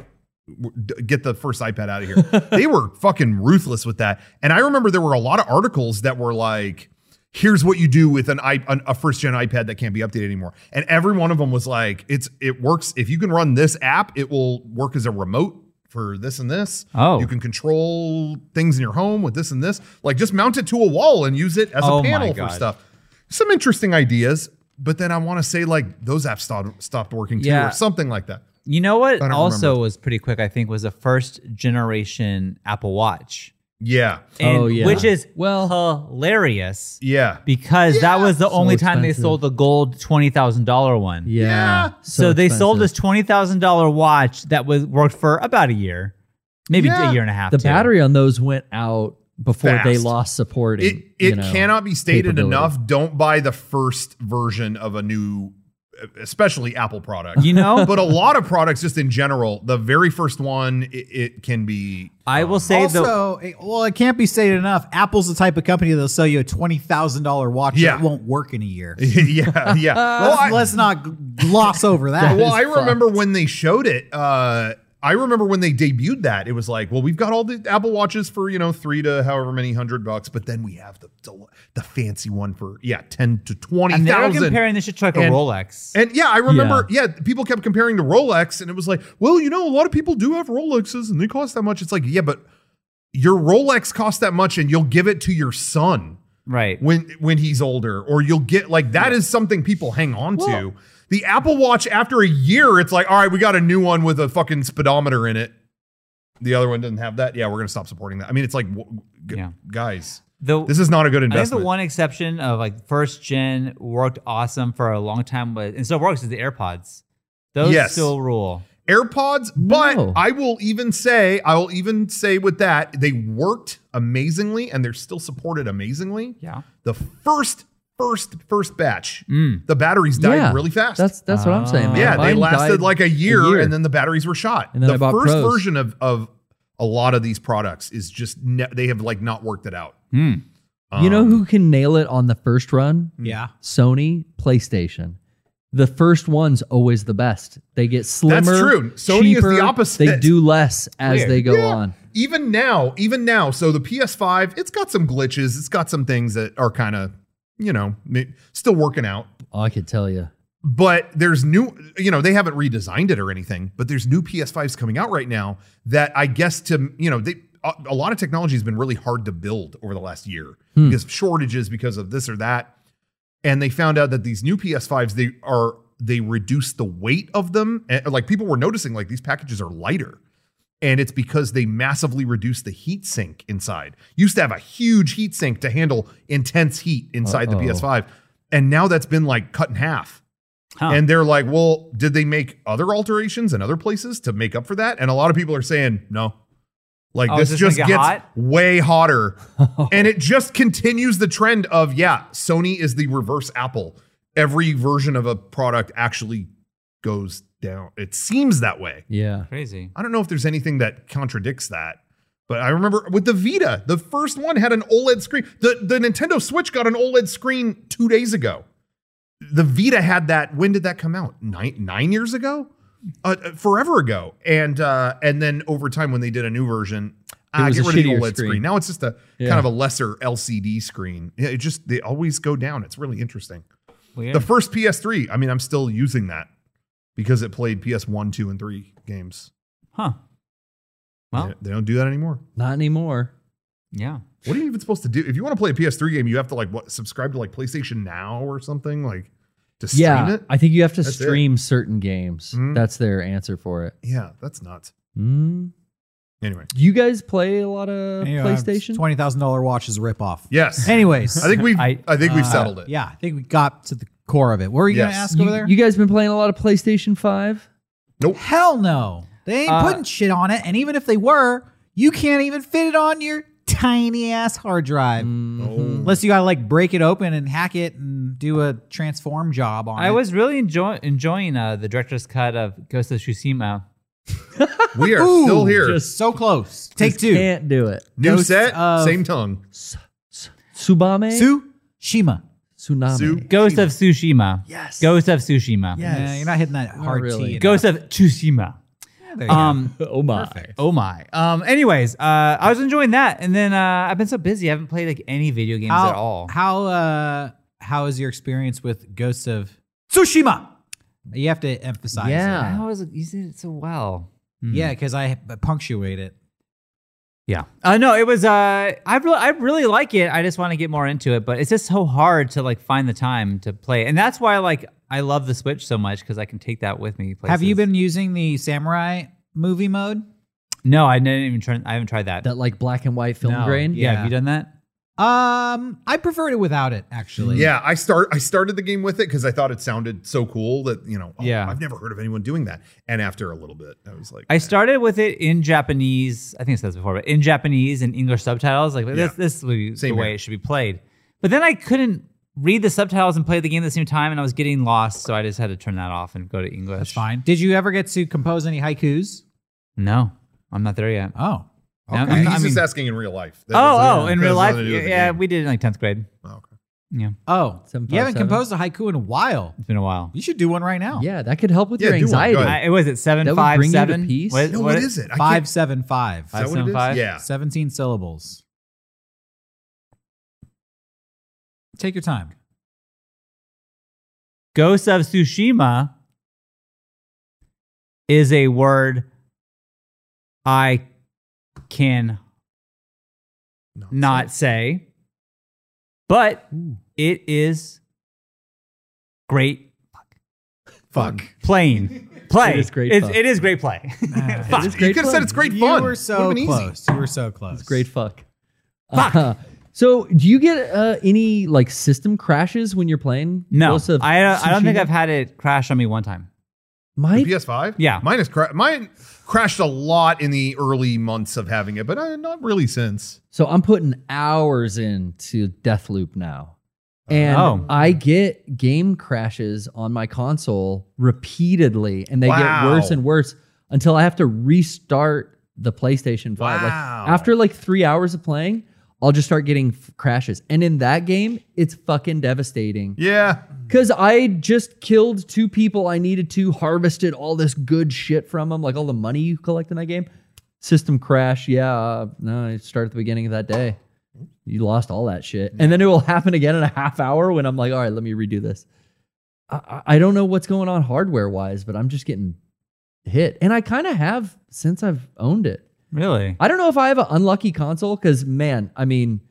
[SPEAKER 1] w- d- get the first iPad out of here. they were fucking ruthless with that. And I remember there were a lot of articles that were like, here's what you do with an, I, an a first gen iPad that can't be updated anymore. And every one of them was like, it's it works if you can run this app, it will work as a remote for this and this.
[SPEAKER 2] Oh.
[SPEAKER 1] You can control things in your home with this and this. Like just mount it to a wall and use it as
[SPEAKER 2] Oh
[SPEAKER 1] a
[SPEAKER 2] my
[SPEAKER 1] panel for
[SPEAKER 2] God.
[SPEAKER 1] stuff. Some interesting ideas, but then I want to say like those apps stopped stopped working too
[SPEAKER 2] Yeah.
[SPEAKER 1] or something like that.
[SPEAKER 2] You know what?
[SPEAKER 1] don't
[SPEAKER 2] Also,
[SPEAKER 1] remember.
[SPEAKER 2] was pretty quick. I think was the first generation Apple Watch.
[SPEAKER 1] Yeah.
[SPEAKER 2] And-
[SPEAKER 4] Oh, yeah.
[SPEAKER 2] which is
[SPEAKER 4] Well-
[SPEAKER 2] hilarious
[SPEAKER 1] Yeah.
[SPEAKER 2] because that was the only time they
[SPEAKER 4] expensive.
[SPEAKER 2] sold the gold twenty thousand dollar one.
[SPEAKER 4] Yeah.
[SPEAKER 1] Yeah.
[SPEAKER 2] So, they sold this
[SPEAKER 4] expensive.
[SPEAKER 2] twenty thousand dollar watch that was worked for about a year, maybe
[SPEAKER 1] Yeah.
[SPEAKER 2] a year and a half.
[SPEAKER 4] The
[SPEAKER 2] too.
[SPEAKER 4] battery on those went out before they
[SPEAKER 1] Fast.
[SPEAKER 4] lost support.
[SPEAKER 1] It
[SPEAKER 4] and,
[SPEAKER 1] it
[SPEAKER 4] you know,
[SPEAKER 1] cannot be stated
[SPEAKER 4] capability.
[SPEAKER 1] enough. Don't buy the first version of a new, especially Apple product.
[SPEAKER 2] You know,
[SPEAKER 1] but a lot of products, just in general, the very first one, it, it can be.
[SPEAKER 2] I will say the
[SPEAKER 3] also, it- well, it can't be stated enough. Apple's the type of company that'll sell you a twenty thousand dollar watch
[SPEAKER 1] Yeah.
[SPEAKER 3] that won't work in a year.
[SPEAKER 1] yeah, yeah. Uh, Well,
[SPEAKER 3] let's,
[SPEAKER 1] I-
[SPEAKER 3] let's not g- gloss over that.
[SPEAKER 1] well, I remember when they showed it. Uh, I remember when they debuted that. It was like, well, we've got all the Apple watches for you know three to however many hundred bucks, but then we have the the, the fancy one for yeah ten to twenty
[SPEAKER 2] and they're
[SPEAKER 1] thousand.
[SPEAKER 2] comparing this shit to like a
[SPEAKER 1] and-
[SPEAKER 2] Rolex.
[SPEAKER 1] And yeah, I remember. Yeah. people kept comparing to Rolex, and it was like, well, you know, a lot of people do have Rolexes, and they cost that much. It's like, yeah, but your Rolex costs that much, and you'll give it to your son
[SPEAKER 2] right.
[SPEAKER 1] when when he's older, or you'll get like that is something people hang on to. The Apple Watch after a year, it's like, all right, we got a new one with a fucking speedometer in it. The other one doesn't have that. Yeah, we're gonna stop supporting that. I mean, it's like, w- g-
[SPEAKER 2] Yeah.
[SPEAKER 1] guys,
[SPEAKER 2] The,
[SPEAKER 1] this is not a good
[SPEAKER 2] I think
[SPEAKER 1] investment.
[SPEAKER 2] the one exception of like first gen worked awesome for a long time, but and still works is the AirPods. Those
[SPEAKER 1] Yes.
[SPEAKER 2] still rule.
[SPEAKER 1] AirPods, but
[SPEAKER 4] No.
[SPEAKER 1] I will even say, I will even say with that, they worked amazingly and they're still supported amazingly.
[SPEAKER 2] Yeah.
[SPEAKER 1] The first, first, first batch,
[SPEAKER 2] Mm.
[SPEAKER 1] the batteries died
[SPEAKER 4] Yeah,
[SPEAKER 1] really fast.
[SPEAKER 4] That's that's what I'm saying.
[SPEAKER 2] Ah.
[SPEAKER 4] Man.
[SPEAKER 1] yeah, they
[SPEAKER 4] Uh, Mine died
[SPEAKER 1] lasted like a year,
[SPEAKER 4] year.
[SPEAKER 1] and then the batteries were shot.
[SPEAKER 4] And then
[SPEAKER 1] the
[SPEAKER 4] I bought
[SPEAKER 1] first
[SPEAKER 4] Pros.
[SPEAKER 1] version of of a lot of these products is just ne- they have like not worked it out.
[SPEAKER 2] Hmm.
[SPEAKER 4] you know
[SPEAKER 1] Um,
[SPEAKER 4] who can nail it on the first run?
[SPEAKER 3] Yeah.
[SPEAKER 4] Sony PlayStation. The first one's always the best. They get slimmer.
[SPEAKER 1] true. Sony is the
[SPEAKER 4] cheaper,
[SPEAKER 1] opposite.
[SPEAKER 4] They do less as
[SPEAKER 2] Weird.
[SPEAKER 4] they go
[SPEAKER 1] Yeah.
[SPEAKER 4] on.
[SPEAKER 1] even now, even now, so the PS5, it's got some glitches, it's got some things that are kind of, you know, ma- still working out.
[SPEAKER 4] Oh, I could tell you.
[SPEAKER 1] but there's new you know they haven't redesigned it or anything but there's new ps5s coming out right now that i guess to you know they a, a lot of technology has been really hard to build over the last year because of shortages because of this or that and they found out that these new ps5s they are they reduce the weight of them and, like people were noticing like these packages are lighter and it's because they massively reduced the heat sink inside. Used to have a huge heat sink to handle intense heat inside
[SPEAKER 4] Uh-oh.
[SPEAKER 1] the PS5, and now that's been like cut in half.
[SPEAKER 2] Huh.
[SPEAKER 1] And they're like, well, did they make other alterations in other places to make up for that? And a lot of people are saying, no. Like,
[SPEAKER 2] Oh,
[SPEAKER 1] this
[SPEAKER 2] is this gonna
[SPEAKER 1] just
[SPEAKER 2] get
[SPEAKER 1] gets
[SPEAKER 2] hot? Oh.
[SPEAKER 1] way hotter. and it just continues the trend of, yeah, Sony is the reverse Apple. Every version of a product actually goes down. It seems that way.
[SPEAKER 4] Yeah.
[SPEAKER 2] Crazy.
[SPEAKER 1] I don't know if there's anything that contradicts that. But I remember with the Vita, the first one had an OLED screen. The, the Nintendo Switch got an OLED screen two days ago. The Vita had that. When did that come out? Nine, nine years ago? Uh, uh, forever ago. And uh, and then over time, when they did a new version, I
[SPEAKER 4] was
[SPEAKER 1] get
[SPEAKER 4] a
[SPEAKER 1] rid of the
[SPEAKER 4] shittier
[SPEAKER 1] OLED screen.
[SPEAKER 4] screen.
[SPEAKER 1] Now it's just a
[SPEAKER 4] Yeah.
[SPEAKER 1] kind of a lesser LCD screen. Yeah, It just, they always go down. It's really interesting.
[SPEAKER 2] Weird.
[SPEAKER 1] The first PS3, I mean, I'm still using that because it played PS1, 2, and 3 games.
[SPEAKER 2] huh. Well,
[SPEAKER 1] They- they don't do that anymore.
[SPEAKER 4] Not anymore.
[SPEAKER 2] yeah.
[SPEAKER 1] What are you even supposed to do? If you want to play a PS3 game, you have to like what subscribe to like PlayStation Now or something like to stream
[SPEAKER 4] yeah.
[SPEAKER 1] it.
[SPEAKER 4] I think you have to
[SPEAKER 1] That's it.
[SPEAKER 4] stream certain games.
[SPEAKER 1] Mhm.
[SPEAKER 4] That's their answer for it.
[SPEAKER 1] Yeah, that's nuts.
[SPEAKER 4] Mm.
[SPEAKER 1] Anyway,
[SPEAKER 4] Do you guys play a lot of PlayStation?
[SPEAKER 3] uh, twenty thousand dollar watch is a ripoff.
[SPEAKER 1] yes,
[SPEAKER 3] Anyways,
[SPEAKER 1] I think we I,
[SPEAKER 2] I-
[SPEAKER 1] think we've
[SPEAKER 3] uh,
[SPEAKER 1] settled it.
[SPEAKER 3] Yeah, I think we got to the core of it. What were you
[SPEAKER 1] Yes.
[SPEAKER 3] gonna ask
[SPEAKER 4] you,
[SPEAKER 3] over there?
[SPEAKER 4] you guys been playing a lot of PlayStation 5?
[SPEAKER 3] Hell no, they ain't
[SPEAKER 2] Uh,
[SPEAKER 3] putting shit on it. And even if they were, you can't even fit it on your tiny ass hard drive.
[SPEAKER 2] Mm-hmm.
[SPEAKER 1] Oh.
[SPEAKER 3] Unless you gotta like break it open and hack it and do a transform job on it.
[SPEAKER 2] I was really enjoy- enjoying uh, the director's cut of Ghost of Tsushima.
[SPEAKER 1] we are
[SPEAKER 3] Ooh,
[SPEAKER 1] still here.
[SPEAKER 4] just-
[SPEAKER 3] so close. Take
[SPEAKER 4] Just
[SPEAKER 3] two.
[SPEAKER 4] Can't do it.
[SPEAKER 1] New
[SPEAKER 3] Ghosts
[SPEAKER 1] set,
[SPEAKER 3] of-
[SPEAKER 1] same tongue.
[SPEAKER 4] Subame?
[SPEAKER 3] Sue Shima.
[SPEAKER 4] Tsunami.
[SPEAKER 1] Su-
[SPEAKER 2] Ghost of Tsushima.
[SPEAKER 4] Yes.
[SPEAKER 2] Ghost of Tsushima.
[SPEAKER 3] Yeah, you're not hitting that hard
[SPEAKER 4] really.
[SPEAKER 3] T. enough.
[SPEAKER 2] Ghost of Tsushima.
[SPEAKER 3] There you
[SPEAKER 2] Um,
[SPEAKER 4] oh my.
[SPEAKER 2] oh my. Um, anyways, uh, I was enjoying that, and then uh, I've been so busy, I haven't played like any video games
[SPEAKER 3] how,
[SPEAKER 2] at all.
[SPEAKER 3] How uh how is your experience with Ghosts of Tsushima? You have to emphasize.
[SPEAKER 4] Yeah.
[SPEAKER 3] it.
[SPEAKER 2] I was you said it so well. Hmm.
[SPEAKER 3] yeah, because I punctuate it.
[SPEAKER 2] Yeah. Uh, no, it was. Uh, I really, I really like it. I just want to get more into it, but it's just so hard to like find the time to play, and that's why like I love the Switch so much because I can take that with me. Places.
[SPEAKER 3] Have you been using the samurai movie mode?
[SPEAKER 2] No, I didn't even try. I haven't tried that.
[SPEAKER 4] That like black and white film grain?
[SPEAKER 2] Yeah.
[SPEAKER 3] Yeah.
[SPEAKER 2] Have you done that?
[SPEAKER 3] Um, I preferred it without it actually.
[SPEAKER 1] Yeah, I start I started the game with it because I thought it sounded so cool that you know, oh,
[SPEAKER 2] Yeah.
[SPEAKER 1] I've never heard of anyone doing that. And after a little bit, I was like,
[SPEAKER 2] I started with it in Japanese. I think I said this before, but in Japanese and English subtitles, like
[SPEAKER 1] Yeah.
[SPEAKER 2] this, this would be
[SPEAKER 1] Same
[SPEAKER 2] the way
[SPEAKER 1] here.
[SPEAKER 2] it should be played. But then I couldn't read the subtitles and play the game at the same time, and I was getting lost, so I just had to turn that off and go to English.
[SPEAKER 3] That's fine. Did you ever get to compose any haikus?
[SPEAKER 2] No, I'm not there yet.
[SPEAKER 3] Oh.
[SPEAKER 2] No,
[SPEAKER 1] okay.
[SPEAKER 2] I'm
[SPEAKER 1] he's
[SPEAKER 2] not- I
[SPEAKER 1] just
[SPEAKER 2] mean-
[SPEAKER 1] asking in real life. That
[SPEAKER 2] oh,
[SPEAKER 1] doesn't-
[SPEAKER 2] oh, in
[SPEAKER 1] that
[SPEAKER 2] real
[SPEAKER 1] has
[SPEAKER 2] life,
[SPEAKER 1] nothing to do with the
[SPEAKER 2] yeah,
[SPEAKER 1] game.
[SPEAKER 2] we did it in like tenth grade.
[SPEAKER 1] Oh, okay.
[SPEAKER 2] Yeah,
[SPEAKER 3] Oh.
[SPEAKER 4] Seven,
[SPEAKER 3] you
[SPEAKER 4] five,
[SPEAKER 3] haven't
[SPEAKER 4] seven.
[SPEAKER 3] composed a haiku in a while.
[SPEAKER 2] it's been a while.
[SPEAKER 3] You should do one right now.
[SPEAKER 4] Yeah, that could help with
[SPEAKER 1] Yeah,
[SPEAKER 4] your
[SPEAKER 1] do one. Go
[SPEAKER 4] anxiety.
[SPEAKER 1] ahead.
[SPEAKER 2] I, it was it seven
[SPEAKER 4] That would
[SPEAKER 2] five
[SPEAKER 4] bring you to
[SPEAKER 2] seven.
[SPEAKER 4] peace?
[SPEAKER 2] What,
[SPEAKER 1] No,
[SPEAKER 2] what-
[SPEAKER 1] what is it? I
[SPEAKER 3] Five
[SPEAKER 1] can't-
[SPEAKER 3] seven five.
[SPEAKER 1] Is that what it is?
[SPEAKER 2] 575?
[SPEAKER 1] Yeah.
[SPEAKER 3] Seventeen syllables. Take your time.
[SPEAKER 2] Ghost of Tsushima is a word I can
[SPEAKER 1] No, it's
[SPEAKER 2] not say, but it is great
[SPEAKER 1] Fuck.
[SPEAKER 2] playing. Play.
[SPEAKER 4] It is great
[SPEAKER 2] It's,
[SPEAKER 4] fun.
[SPEAKER 2] it is great play.
[SPEAKER 4] It is
[SPEAKER 1] You
[SPEAKER 4] great
[SPEAKER 1] could have
[SPEAKER 4] fun.
[SPEAKER 1] said it's great
[SPEAKER 3] you
[SPEAKER 1] fun.
[SPEAKER 3] were so
[SPEAKER 1] Would've been easy.
[SPEAKER 3] close. You were so close.
[SPEAKER 4] It's great fuck. Uh, so, do you get uh, any like system crashes when you're playing?
[SPEAKER 2] No,
[SPEAKER 4] Ghost of
[SPEAKER 2] I don't, I don't think
[SPEAKER 4] Tsushima?
[SPEAKER 2] I've had it crash on me one time.
[SPEAKER 1] The
[SPEAKER 4] Mike.
[SPEAKER 1] PS5?
[SPEAKER 2] Yeah.
[SPEAKER 1] Mine, is cra- mine crashed a lot in the early months of having it, but uh, not really since.
[SPEAKER 4] So I'm putting hours into Deathloop now. And
[SPEAKER 2] Oh.
[SPEAKER 4] I get game crashes on my console repeatedly, and they
[SPEAKER 1] Wow.
[SPEAKER 4] get worse and worse until I have to restart the PlayStation 5. Like,
[SPEAKER 1] Wow.
[SPEAKER 4] after like three hours of playing, I'll just start getting f- crashes. And in that game, it's fucking devastating.
[SPEAKER 1] Yeah.
[SPEAKER 4] Because I just killed two people I needed to, harvested all this good shit from them, like all the money you collect in that game. System crash. Yeah. Uh, no, I start at the beginning of that day. You lost all that shit. And then it will happen again in a half hour when I'm like, all right, let me redo this. I, I- I don't know what's going on hardware wise, but I'm just getting hit. And I kind of have since I've owned it.
[SPEAKER 2] Really?
[SPEAKER 4] I don't know if I have an unlucky console because, man, I mean,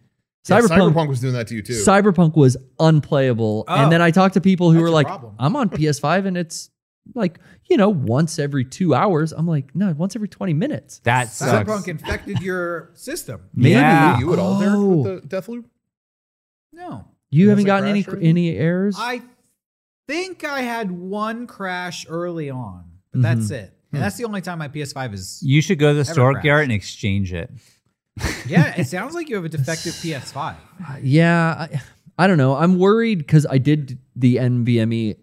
[SPEAKER 1] Yeah,
[SPEAKER 4] Cyberpunk
[SPEAKER 1] Cyberpunk was doing that to you too.
[SPEAKER 4] Cyberpunk was unplayable.
[SPEAKER 3] Oh.
[SPEAKER 4] and then I talked to people who
[SPEAKER 3] That's
[SPEAKER 4] were
[SPEAKER 3] your
[SPEAKER 4] like,
[SPEAKER 3] problem.
[SPEAKER 4] I'm on PS5 and it's like, you know, once every two hours. I'm like, no, once every 20 minutes.
[SPEAKER 2] That sucks.
[SPEAKER 3] Cyberpunk infected your system.
[SPEAKER 4] Maybe.
[SPEAKER 2] Yeah.
[SPEAKER 1] you at all there
[SPEAKER 4] Oh.
[SPEAKER 1] with the Deathloop?
[SPEAKER 3] No.
[SPEAKER 4] You
[SPEAKER 1] It
[SPEAKER 4] haven't
[SPEAKER 1] doesn't
[SPEAKER 4] gotten any
[SPEAKER 1] crash or
[SPEAKER 4] any errors?
[SPEAKER 3] I think I had one crash early on, but that's it. And that's the only time my PS5 is.
[SPEAKER 2] You should go to the store,
[SPEAKER 3] crashed.
[SPEAKER 2] Garrett, and exchange it.
[SPEAKER 3] Yeah, it sounds like you have a defective PS5.
[SPEAKER 4] yeah. I, I don't know. I'm worried because I did the NVMe E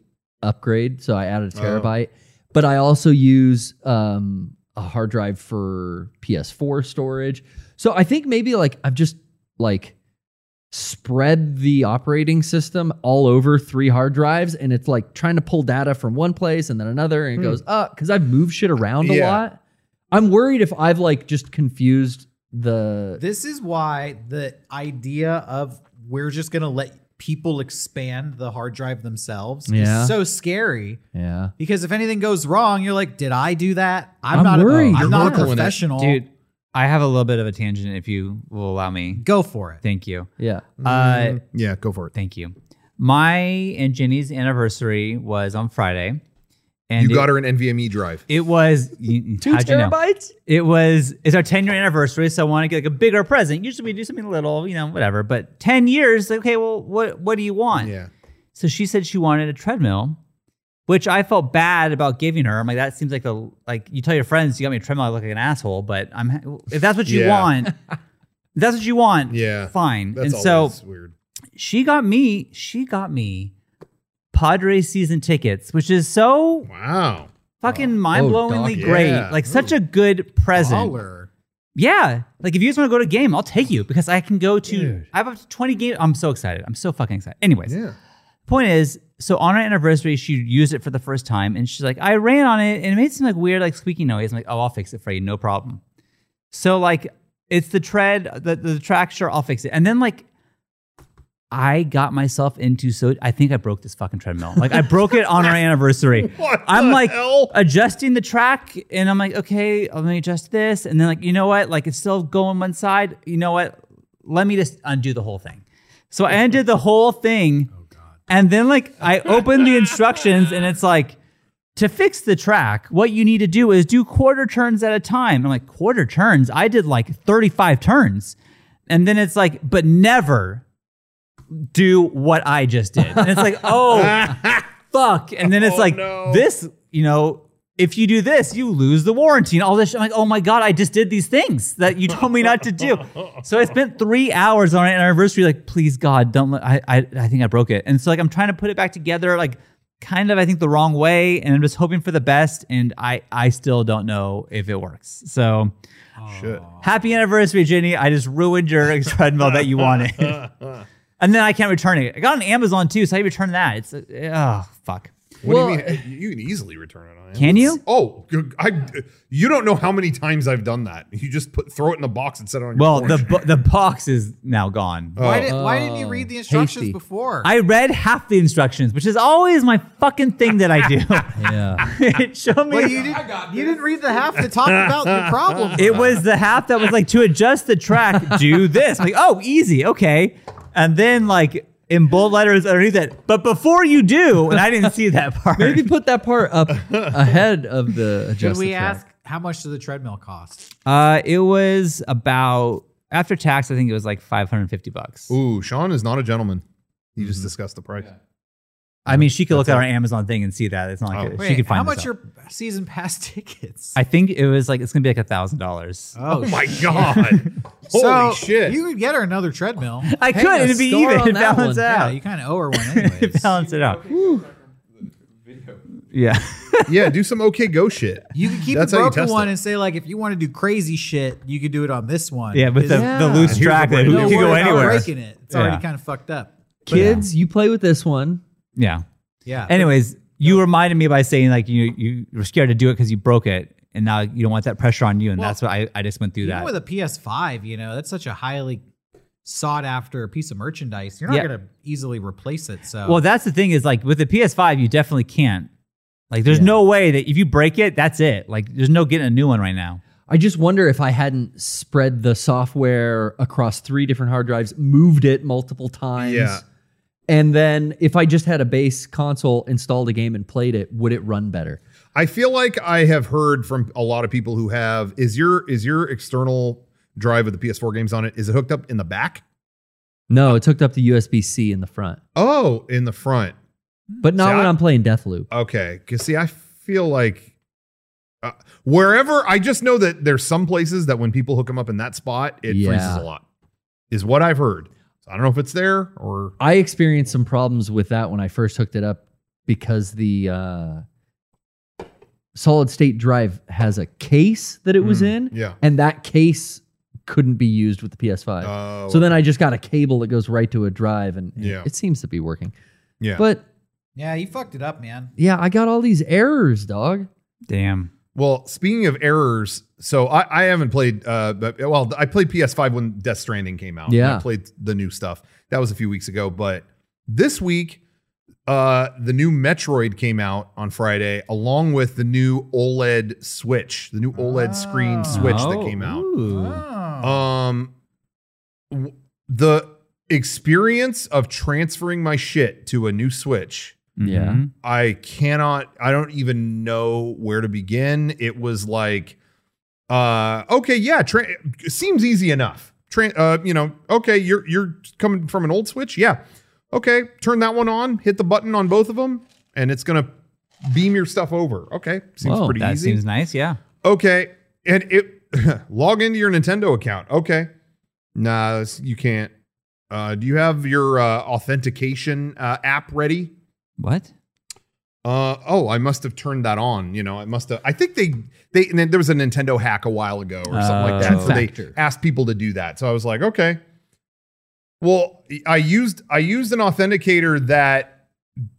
[SPEAKER 4] upgrade. So I added a
[SPEAKER 1] Oh.
[SPEAKER 4] terabyte, but I also use um, a hard drive for PS4 storage. So I think maybe like I've just like spread the operating system all over three hard drives and it's like trying to pull data from one place and then another and it goes up because I've moved shit around
[SPEAKER 1] Hmm.
[SPEAKER 4] a
[SPEAKER 1] Yeah.
[SPEAKER 4] lot. I'm worried if I've like just confused the
[SPEAKER 3] This is why the idea of we're just going to let people expand the hard drive themselves
[SPEAKER 4] Yeah.
[SPEAKER 3] is so scary.
[SPEAKER 4] yeah.
[SPEAKER 3] Because if anything goes wrong, you're like, did I do that? I'm,
[SPEAKER 4] I'm
[SPEAKER 3] not
[SPEAKER 4] worried.
[SPEAKER 3] A,
[SPEAKER 4] You're
[SPEAKER 3] I'm not a
[SPEAKER 1] working with it.
[SPEAKER 3] professional.
[SPEAKER 2] Dude, I have a little bit of a tangent if you will allow me.
[SPEAKER 3] Go for it.
[SPEAKER 2] Thank you.
[SPEAKER 4] Yeah.
[SPEAKER 2] Uh,
[SPEAKER 1] Yeah, go for it.
[SPEAKER 2] Thank you. My and Jenny's anniversary was on Friday, and
[SPEAKER 1] you
[SPEAKER 2] it,
[SPEAKER 1] got her an NVMe drive.
[SPEAKER 2] It was you-
[SPEAKER 4] Two
[SPEAKER 2] how'd you know?
[SPEAKER 4] terabytes?
[SPEAKER 2] It was it's our ten year anniversary, so I want to get like a bigger present. Usually we do something little, you know, whatever. But ten years, okay. Well, what what do you want?
[SPEAKER 1] Yeah.
[SPEAKER 2] So she said she wanted a treadmill, which I felt bad about giving her. I'm like, that seems like the like you tell your friends you got me a treadmill, I look like an asshole. But I'm if that's what you
[SPEAKER 1] Yeah.
[SPEAKER 2] want, if that's what you want.
[SPEAKER 1] Yeah.
[SPEAKER 2] fine.
[SPEAKER 1] That's
[SPEAKER 2] and so
[SPEAKER 1] always weird.
[SPEAKER 2] she got me she got me Padres season tickets, which is so
[SPEAKER 1] Wow.
[SPEAKER 2] fucking mind-blowingly
[SPEAKER 4] doc,
[SPEAKER 2] great.
[SPEAKER 1] Oh. yeah.
[SPEAKER 2] Like such a good present.
[SPEAKER 3] Baller.
[SPEAKER 2] Yeah. Like if you just want to go to a game, I'll take you because I can go to
[SPEAKER 4] Dude.
[SPEAKER 2] I have up to 20 games. I'm so excited. I'm so fucking excited. Anyways,
[SPEAKER 1] Yeah.
[SPEAKER 2] point is, so on our anniversary, she used it for the first time and she's like, I ran on it and it made some like weird, like squeaky noise. I'm like, oh, I'll fix it for you. No problem. So like it's the tread, the, the track, sure, I'll fix it. And then like I got myself into so I think I broke this fucking treadmill. Like I broke it on our anniversary.
[SPEAKER 1] What
[SPEAKER 2] I'm
[SPEAKER 1] the
[SPEAKER 2] like
[SPEAKER 1] hell?
[SPEAKER 2] adjusting the track and I'm like, okay, let me adjust this. And then like, you know what? Like it's still going one side. You know what? Let me just undo the whole thing. So I undid the whole thing.
[SPEAKER 1] Oh,
[SPEAKER 2] And then like I opened the instructions and it's like to fix the track, what you need to do is do quarter turns at a time. I'm like, quarter turns? I did like 35 turns. And then it's like, but never do what I just did. And it's like, oh, fuck. And then it's
[SPEAKER 1] Oh,
[SPEAKER 2] like,
[SPEAKER 1] no.
[SPEAKER 2] this, you know, if you do this, you lose the warranty and all this. Shit. I'm like, oh my God, I just did these things that you told me not to do. So I spent three hours on our anniversary, like, please God, don't let, I, I, I think I broke it. And so, like, I'm trying to put it back together, like, kind of, I think, the wrong way. And I'm just hoping for the best. And I, I still don't know if it works. So
[SPEAKER 1] Shit.
[SPEAKER 2] happy anniversary, Jenny. I just ruined your treadmill that you wanted. and then I can't return it. I got it on Amazon too, so I return that. It's, oh, fuck.
[SPEAKER 1] What
[SPEAKER 4] Well-
[SPEAKER 1] do you mean? You can easily return it on Amazon.
[SPEAKER 2] Can you?
[SPEAKER 1] Oh, g- I, you don't know how many times I've done that. You just put throw it in the box and set it on your
[SPEAKER 2] Well, the
[SPEAKER 1] porch.
[SPEAKER 2] bo- the box is now gone.
[SPEAKER 3] Why,
[SPEAKER 1] Oh.
[SPEAKER 3] did, why didn't you read the instructions
[SPEAKER 4] hasty.
[SPEAKER 3] before?
[SPEAKER 2] Uh, I read half the instructions, which is always my fucking thing that I do.
[SPEAKER 4] Yeah.
[SPEAKER 2] it showed me.
[SPEAKER 3] well, you, did, you didn't read the half that talked about your problem.
[SPEAKER 2] it was the half that was like to adjust the track, do this. like, oh, easy, okay. And then like in bold letters underneath that. But before you do, and I didn't see that part.
[SPEAKER 4] Maybe put that part up ahead of the
[SPEAKER 3] Should
[SPEAKER 4] adjustment.
[SPEAKER 3] we ask how much does the treadmill cost?
[SPEAKER 2] Uh, it was about after tax. I think it was like five hundred fifty bucks.
[SPEAKER 1] Ooh, Sean is not a gentleman. He just
[SPEAKER 4] Mm-hmm.
[SPEAKER 1] discussed the price.
[SPEAKER 2] I mean, she could look at our Amazon thing and see that. It's not like
[SPEAKER 1] Oh.
[SPEAKER 2] it-
[SPEAKER 3] Wait,
[SPEAKER 2] she could find
[SPEAKER 3] how
[SPEAKER 2] this
[SPEAKER 3] much
[SPEAKER 2] out.
[SPEAKER 3] are season pass tickets?
[SPEAKER 2] I think it was like it's gonna be like a thousand dollars.
[SPEAKER 1] Oh, my god! Holy
[SPEAKER 3] so
[SPEAKER 1] shit!
[SPEAKER 3] You could get her another treadmill.
[SPEAKER 2] I
[SPEAKER 4] Hey,
[SPEAKER 2] could.
[SPEAKER 4] a
[SPEAKER 2] It'd be
[SPEAKER 4] star
[SPEAKER 2] even.
[SPEAKER 4] on
[SPEAKER 2] It
[SPEAKER 4] that
[SPEAKER 2] balance
[SPEAKER 4] one.
[SPEAKER 2] out.
[SPEAKER 3] Yeah, you kind of owe her one anyways.
[SPEAKER 2] balance it out. Yeah.
[SPEAKER 1] yeah, do some okay go shit.
[SPEAKER 3] You can keep
[SPEAKER 1] That's
[SPEAKER 3] a
[SPEAKER 1] how you
[SPEAKER 3] broken
[SPEAKER 1] test
[SPEAKER 3] one
[SPEAKER 1] it.
[SPEAKER 3] and say like, if you want to do crazy shit, you could do it on this one.
[SPEAKER 2] Yeah, with the,
[SPEAKER 3] There's
[SPEAKER 2] the loose
[SPEAKER 1] Here's
[SPEAKER 2] track
[SPEAKER 1] the
[SPEAKER 2] that
[SPEAKER 1] way
[SPEAKER 2] you
[SPEAKER 1] to
[SPEAKER 3] no
[SPEAKER 1] do
[SPEAKER 2] could
[SPEAKER 1] it.
[SPEAKER 2] go
[SPEAKER 3] worry about
[SPEAKER 2] anywhere.
[SPEAKER 3] Breaking it, it's
[SPEAKER 2] Yeah.
[SPEAKER 3] already kind of fucked up.
[SPEAKER 4] Kids, you play with this one.
[SPEAKER 2] Yeah.
[SPEAKER 3] Yeah.
[SPEAKER 2] Anyways, you reminded me by saying like you you were scared to do it because you broke it, and now you don't want that pressure on you, and
[SPEAKER 3] Well,
[SPEAKER 2] that's what I, I just went through
[SPEAKER 3] even
[SPEAKER 2] that.
[SPEAKER 3] with a PS5, you know that's such a highly sought after piece of merchandise. You're not
[SPEAKER 2] Yeah.
[SPEAKER 3] gonna easily replace it. So
[SPEAKER 2] Well, that's the thing is like with the PS5, you definitely can't. Like, there's no way that if you break it, that's it. Like, there's no getting a new one right now.
[SPEAKER 4] I just wonder if I hadn't spread the software across three different hard drives, moved it multiple times.
[SPEAKER 1] Yeah.
[SPEAKER 4] And then if I just had a base console, installed a game and played it, would it run better?
[SPEAKER 1] I feel like I have heard from a lot of people who have is your is your external drive with the PS4 games on it is it hooked up in the back?
[SPEAKER 4] No, it's hooked up to USB C in the front,
[SPEAKER 1] Oh, in the front.
[SPEAKER 4] but not
[SPEAKER 1] See,
[SPEAKER 4] when
[SPEAKER 1] I-
[SPEAKER 4] I'm playing Deathloop.
[SPEAKER 1] Okay, cuz see I feel like uh, wherever I just know that there's some places that when people hook them up in that spot, it
[SPEAKER 4] Yeah.
[SPEAKER 1] freezes a lot. Is what I've heard. So I don't know if it's there or
[SPEAKER 4] I experienced some problems with that when I first hooked it up because the uh, solid state drive has a case that it was
[SPEAKER 3] Hmm.
[SPEAKER 4] in,
[SPEAKER 1] yeah.
[SPEAKER 4] and that case couldn't be used with the PS5.
[SPEAKER 1] Oh,
[SPEAKER 4] so then I just got a cable that goes right to a drive, and
[SPEAKER 1] Yeah.
[SPEAKER 4] it seems to be working.
[SPEAKER 1] yeah.
[SPEAKER 4] But
[SPEAKER 3] yeah, you fucked it up, man.
[SPEAKER 4] yeah, I got all these errors, dog.
[SPEAKER 2] Damn.
[SPEAKER 1] Well, speaking of errors, so I, I haven't played. Uh, but, well, I played PS5 when Death Stranding came out. and
[SPEAKER 4] Yeah.
[SPEAKER 1] I played the new stuff. That was a few weeks ago. But this week, uh, the new Metroid came out on Friday, along with the new OLED Switch, the new OLED screen Switch
[SPEAKER 2] Oh.
[SPEAKER 1] that came out.
[SPEAKER 3] Oh.
[SPEAKER 1] Um, w- the experience of transferring my shit to a new Switch
[SPEAKER 4] Yeah.
[SPEAKER 2] Mhm.
[SPEAKER 1] I cannot, I don't even know where to begin. It was like, uh, okay, yeah, tra- seems easy enough. Tran uh, you know, okay, you're you're coming from an old switch, yeah. Okay, turn that one on, hit the button on both of them, and it's gonna beam your stuff over. Okay, seems
[SPEAKER 4] Whoa,
[SPEAKER 1] pretty
[SPEAKER 2] That
[SPEAKER 1] easy.
[SPEAKER 2] seems nice. Yeah.
[SPEAKER 1] okay, and it log into your Nintendo account. Okay, nah, this- you can't. Uh, do you have your uh, authentication uh, app ready?
[SPEAKER 2] What?
[SPEAKER 1] Uh oh, I must have turned that on. You know, I must have. I think they they and then there was a Nintendo hack a while ago or something like that.
[SPEAKER 2] Oh.
[SPEAKER 1] So they
[SPEAKER 4] Factor.
[SPEAKER 1] asked people to do that. So I was like, okay. Well, I used I used an authenticator that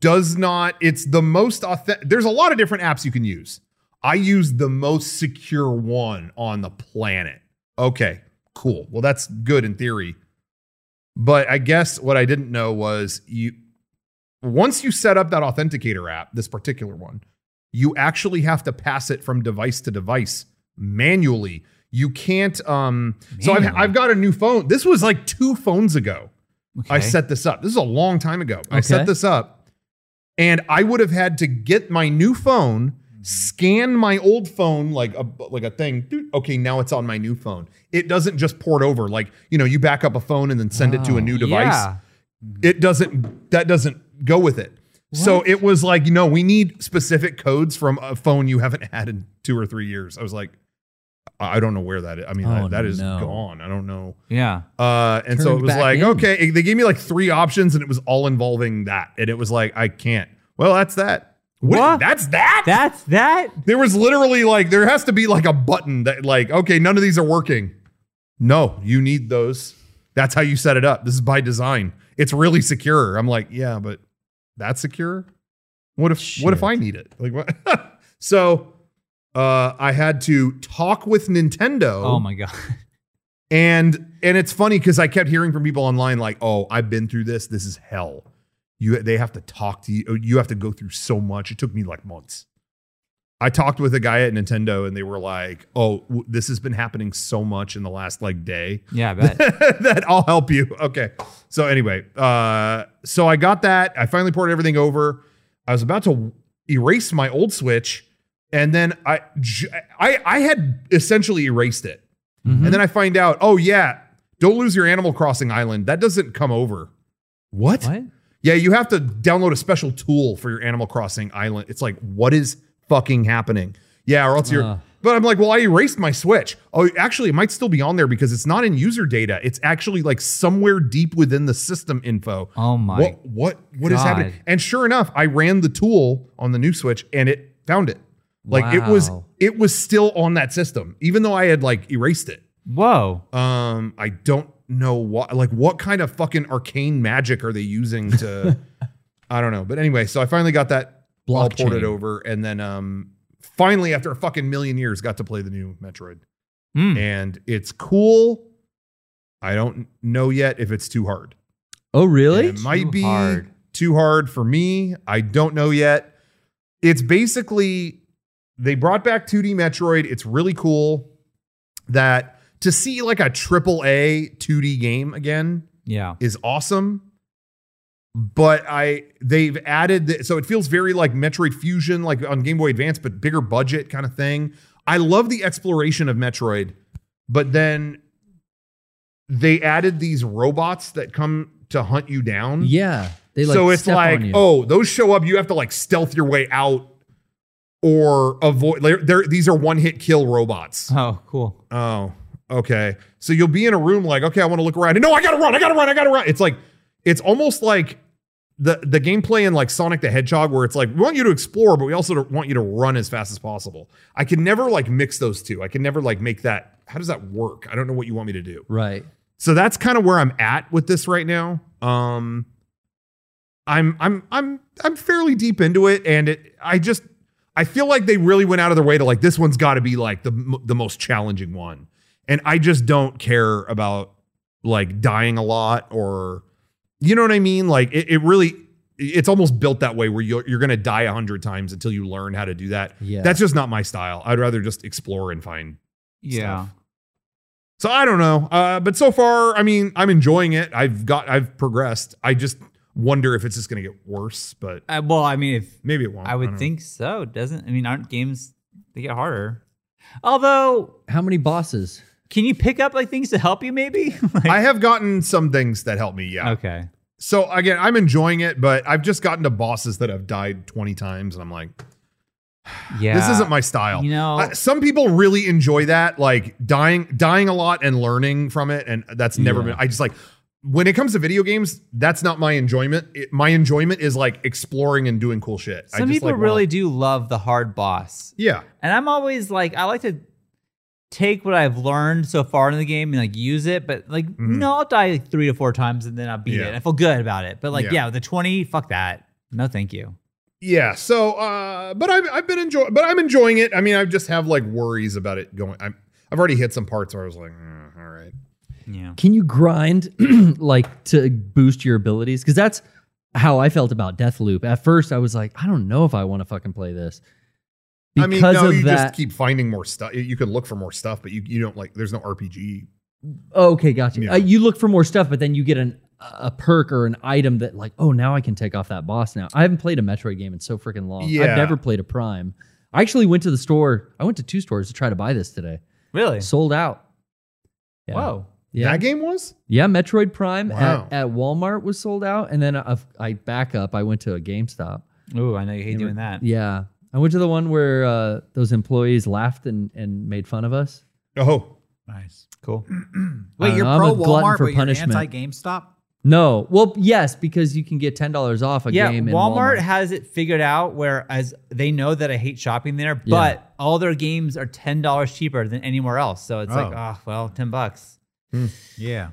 [SPEAKER 1] does not. It's the most authentic. There's a lot of different apps you can use. I used the most secure one on the planet. Okay, cool. Well, that's good in theory. But I guess what I didn't know was you once you set up that authenticator app, this particular one, you actually have to pass it from device to device manually. You can't um so I've
[SPEAKER 2] Manually?
[SPEAKER 1] I've got a new phone. This was like two phones ago. I
[SPEAKER 2] Okay.
[SPEAKER 1] set this up. This is a long time ago. I
[SPEAKER 4] Okay.
[SPEAKER 1] set this up and I would have had to get my new phone, scan my old phone like a like a thing. Doot. Okay, now it's on my new phone. It doesn't just port over like you know you back up a phone and then send it to a
[SPEAKER 2] Oh,
[SPEAKER 1] new device.
[SPEAKER 2] yeah.
[SPEAKER 1] It doesn't. That doesn't go with it. So it was like you know we need specific codes from a phone you haven't had in two or three years. I was like, I I don't know where that is. I mean,
[SPEAKER 2] Oh,
[SPEAKER 1] that is
[SPEAKER 2] no.
[SPEAKER 1] gone. I don't know.
[SPEAKER 2] Yeah.
[SPEAKER 1] Uh, and so
[SPEAKER 4] Turned
[SPEAKER 1] it was
[SPEAKER 4] back
[SPEAKER 1] like,
[SPEAKER 4] in.
[SPEAKER 1] okay, it- they gave me like three options and it was all involving that. And it was like, I can't. Well, that's that. What?
[SPEAKER 2] What?
[SPEAKER 1] That's that?
[SPEAKER 2] That's that.
[SPEAKER 1] There was literally like, there has to be like a button that, like, okay, none of these are working. No, you need those. That's how you set it up. This is by design. It's really secure. I'm like, yeah, but that's secure. What if what if
[SPEAKER 4] Shit.
[SPEAKER 1] I need it? Like what? so uh I had to talk with Nintendo
[SPEAKER 2] Oh my god.
[SPEAKER 1] and and it's funny because I kept hearing from people online like, "Oh, I've been through this. This is hell. You they have to talk to you. You have to go through so much. It took me like months. I talked with a guy at Nintendo, and they were like, "Oh, w- this has been happening so much in the last like day
[SPEAKER 2] Yeah, I bet.
[SPEAKER 1] that I'll help you." Okay. So anyway, uh, so I got that. I finally poured everything over. I was about to erase my old Switch, and then I j- I I had essentially erased it. And
[SPEAKER 2] Mm-hmm.
[SPEAKER 1] then I find out, oh yeah, don't lose your Animal Crossing island. That doesn't come over. What?
[SPEAKER 2] what?
[SPEAKER 1] Yeah, you have to download a special tool for your Animal Crossing island. It's like, what is fucking happening? Yeah, or else you're.
[SPEAKER 4] Uh.
[SPEAKER 1] But I'm like, well, I erased my Switch. Oh, actually, it might still be on there because it's not in user data. It's actually like somewhere deep within the system info.
[SPEAKER 2] Oh my.
[SPEAKER 1] What what what is happening?
[SPEAKER 2] God.
[SPEAKER 1] And sure enough, I ran the tool on the new Switch and it found it. Like it was
[SPEAKER 4] Wow.
[SPEAKER 1] it was still on that system, even though I had like erased it.
[SPEAKER 2] Whoa.
[SPEAKER 1] Um, I don't know what like what kind of fucking arcane magic are they using to I don't know. But anyway, so I finally got that all ported
[SPEAKER 4] Blockchain.
[SPEAKER 1] over and then um finally after a fucking million years got to play the new Metroid.
[SPEAKER 2] Hmm.
[SPEAKER 1] And it's cool. I don't know yet if it's too hard.
[SPEAKER 4] Oh, really?
[SPEAKER 1] It might
[SPEAKER 2] Too
[SPEAKER 1] be
[SPEAKER 2] hard.
[SPEAKER 1] too hard for me. I don't know yet. It's basically they brought back 2D Metroid. It's really cool that to see like a triple A 2D game again
[SPEAKER 2] Yeah.
[SPEAKER 1] is awesome. But I they've added the, so it feels very like Metroid Fusion, like on Game Boy Advance, but bigger budget kind of thing. I love the exploration of Metroid, but then they added these robots that come to hunt you down
[SPEAKER 4] Yeah. They like
[SPEAKER 1] so it's
[SPEAKER 4] step
[SPEAKER 1] like,
[SPEAKER 4] on you.
[SPEAKER 1] oh, those show up. You have to like stealth your way out or avoid. They're, they're- these are one hit kill robots.
[SPEAKER 2] Oh, cool.
[SPEAKER 1] Oh, okay. So you'll be in a room like, okay, I want to look around. And no, I gotta run. I gotta run. I gotta run. It's like, it's almost like the the gameplay in like Sonic the Hedgehog, where it's like we want you to explore, but we also don't want you to run as fast as possible. I can never like mix those two. I can never like make that. How does that work? I don't know what you want me to do
[SPEAKER 4] right.
[SPEAKER 1] so that's kind of where I'm at with this right now. Um, I'm I'm I'm I'm fairly deep into it, and it I just I feel like they really went out of their way to like this one's got to be like the m- the most challenging one, and I just don't care about like dying a lot or you know what I mean. Like it, it really it's almost built that way where you're you're gonna die a hundred times until you learn how to do that.
[SPEAKER 4] Yeah.
[SPEAKER 1] That's just not my style. I'd rather just explore and find
[SPEAKER 2] Yeah.
[SPEAKER 1] so I don't know. Uh, but so far, I mean, I'm enjoying it. I've got, I've progressed. I just wonder if it's just going to get worse, but
[SPEAKER 2] Uh, well, I mean, if
[SPEAKER 1] maybe it won't.
[SPEAKER 2] I
[SPEAKER 1] don't
[SPEAKER 2] would
[SPEAKER 1] know.
[SPEAKER 2] think so. Doesn't I mean? Aren't games they get harder? Although,
[SPEAKER 4] How many bosses?
[SPEAKER 2] can you pick up like things to help you? Maybe. Like-
[SPEAKER 1] I have gotten some things that help me. Yeah.
[SPEAKER 2] okay.
[SPEAKER 1] So again, I'm enjoying it, but I've just gotten to bosses that have died 20 times, and I'm like,
[SPEAKER 2] Yeah.
[SPEAKER 1] this isn't my style.
[SPEAKER 2] You know-
[SPEAKER 1] Uh, some people really enjoy that, like dying, dying a lot and learning from it, and that's never
[SPEAKER 4] Yeah.
[SPEAKER 1] been. I just like when it comes to video games, that's not my enjoyment. It, my enjoyment is like exploring and doing cool shit. I
[SPEAKER 2] Some
[SPEAKER 1] just,
[SPEAKER 2] people
[SPEAKER 1] like, wanna-
[SPEAKER 2] really do love the hard boss,
[SPEAKER 1] yeah.
[SPEAKER 2] and I'm always like, I like to take what I've learned so far in the game and like use it, but like, no, I'll die like three to four times and then I'll beat
[SPEAKER 1] Yeah.
[SPEAKER 2] it. I feel good about it, but like,
[SPEAKER 1] Yeah.
[SPEAKER 2] yeah, with the twenty, fuck that. No, thank you.
[SPEAKER 1] yeah so uh but i've, I've been enjoying but i'm enjoying it i mean i just have like worries about it going i'm i've already hit some parts where i was like "Eh, all right
[SPEAKER 2] Yeah.
[SPEAKER 4] Can you grind like to boost your abilities? Because that's how I felt about Deathloop. At first, I was like, I don't know if I want to fucking play this.
[SPEAKER 1] i mean no you
[SPEAKER 4] that,
[SPEAKER 1] just keep finding more stuff you can look for more stuff but you, you don't like there's no rpg
[SPEAKER 4] Okay, gotcha.
[SPEAKER 1] Yeah.
[SPEAKER 4] Uh, you look for more stuff, but then you get an a perk or an item that like, oh, now I can take off that boss. Now I haven't played a Metroid game in so freaking long.
[SPEAKER 1] Yeah.
[SPEAKER 4] I've never played a Prime. I actually went to the store. I went to two stores to try to buy this today.
[SPEAKER 2] Really?
[SPEAKER 4] Sold out. Yeah.
[SPEAKER 2] Whoa.
[SPEAKER 4] Yeah.
[SPEAKER 1] That game was?
[SPEAKER 4] Yeah, Metroid Prime
[SPEAKER 1] Wow.
[SPEAKER 4] at, at Walmart was sold out, and then I, I back up. I went to a GameStop.
[SPEAKER 2] Ooh, I know you hate doing that.
[SPEAKER 4] Yeah, I went to the one where uh, those employees laughed and, and made fun of us.
[SPEAKER 1] Oh.
[SPEAKER 2] Nice. Cool.
[SPEAKER 4] I
[SPEAKER 3] Wait,
[SPEAKER 4] don't
[SPEAKER 3] you're
[SPEAKER 4] know, Uh, I'm
[SPEAKER 3] pro
[SPEAKER 4] a glutton
[SPEAKER 3] Walmart,
[SPEAKER 4] for
[SPEAKER 3] but
[SPEAKER 4] punishment.
[SPEAKER 3] you're anti GameStop.
[SPEAKER 4] No, well, yes, because you can get ten dollars off a
[SPEAKER 2] yeah,
[SPEAKER 4] game. in
[SPEAKER 2] Walmart,
[SPEAKER 4] Walmart.
[SPEAKER 2] has it figured out where as they know that I hate shopping there,
[SPEAKER 4] Yeah.
[SPEAKER 2] but all their games are ten dollars cheaper than anywhere else. So it's like,
[SPEAKER 3] Oh.
[SPEAKER 2] oh well, ten bucks.
[SPEAKER 3] Yeah,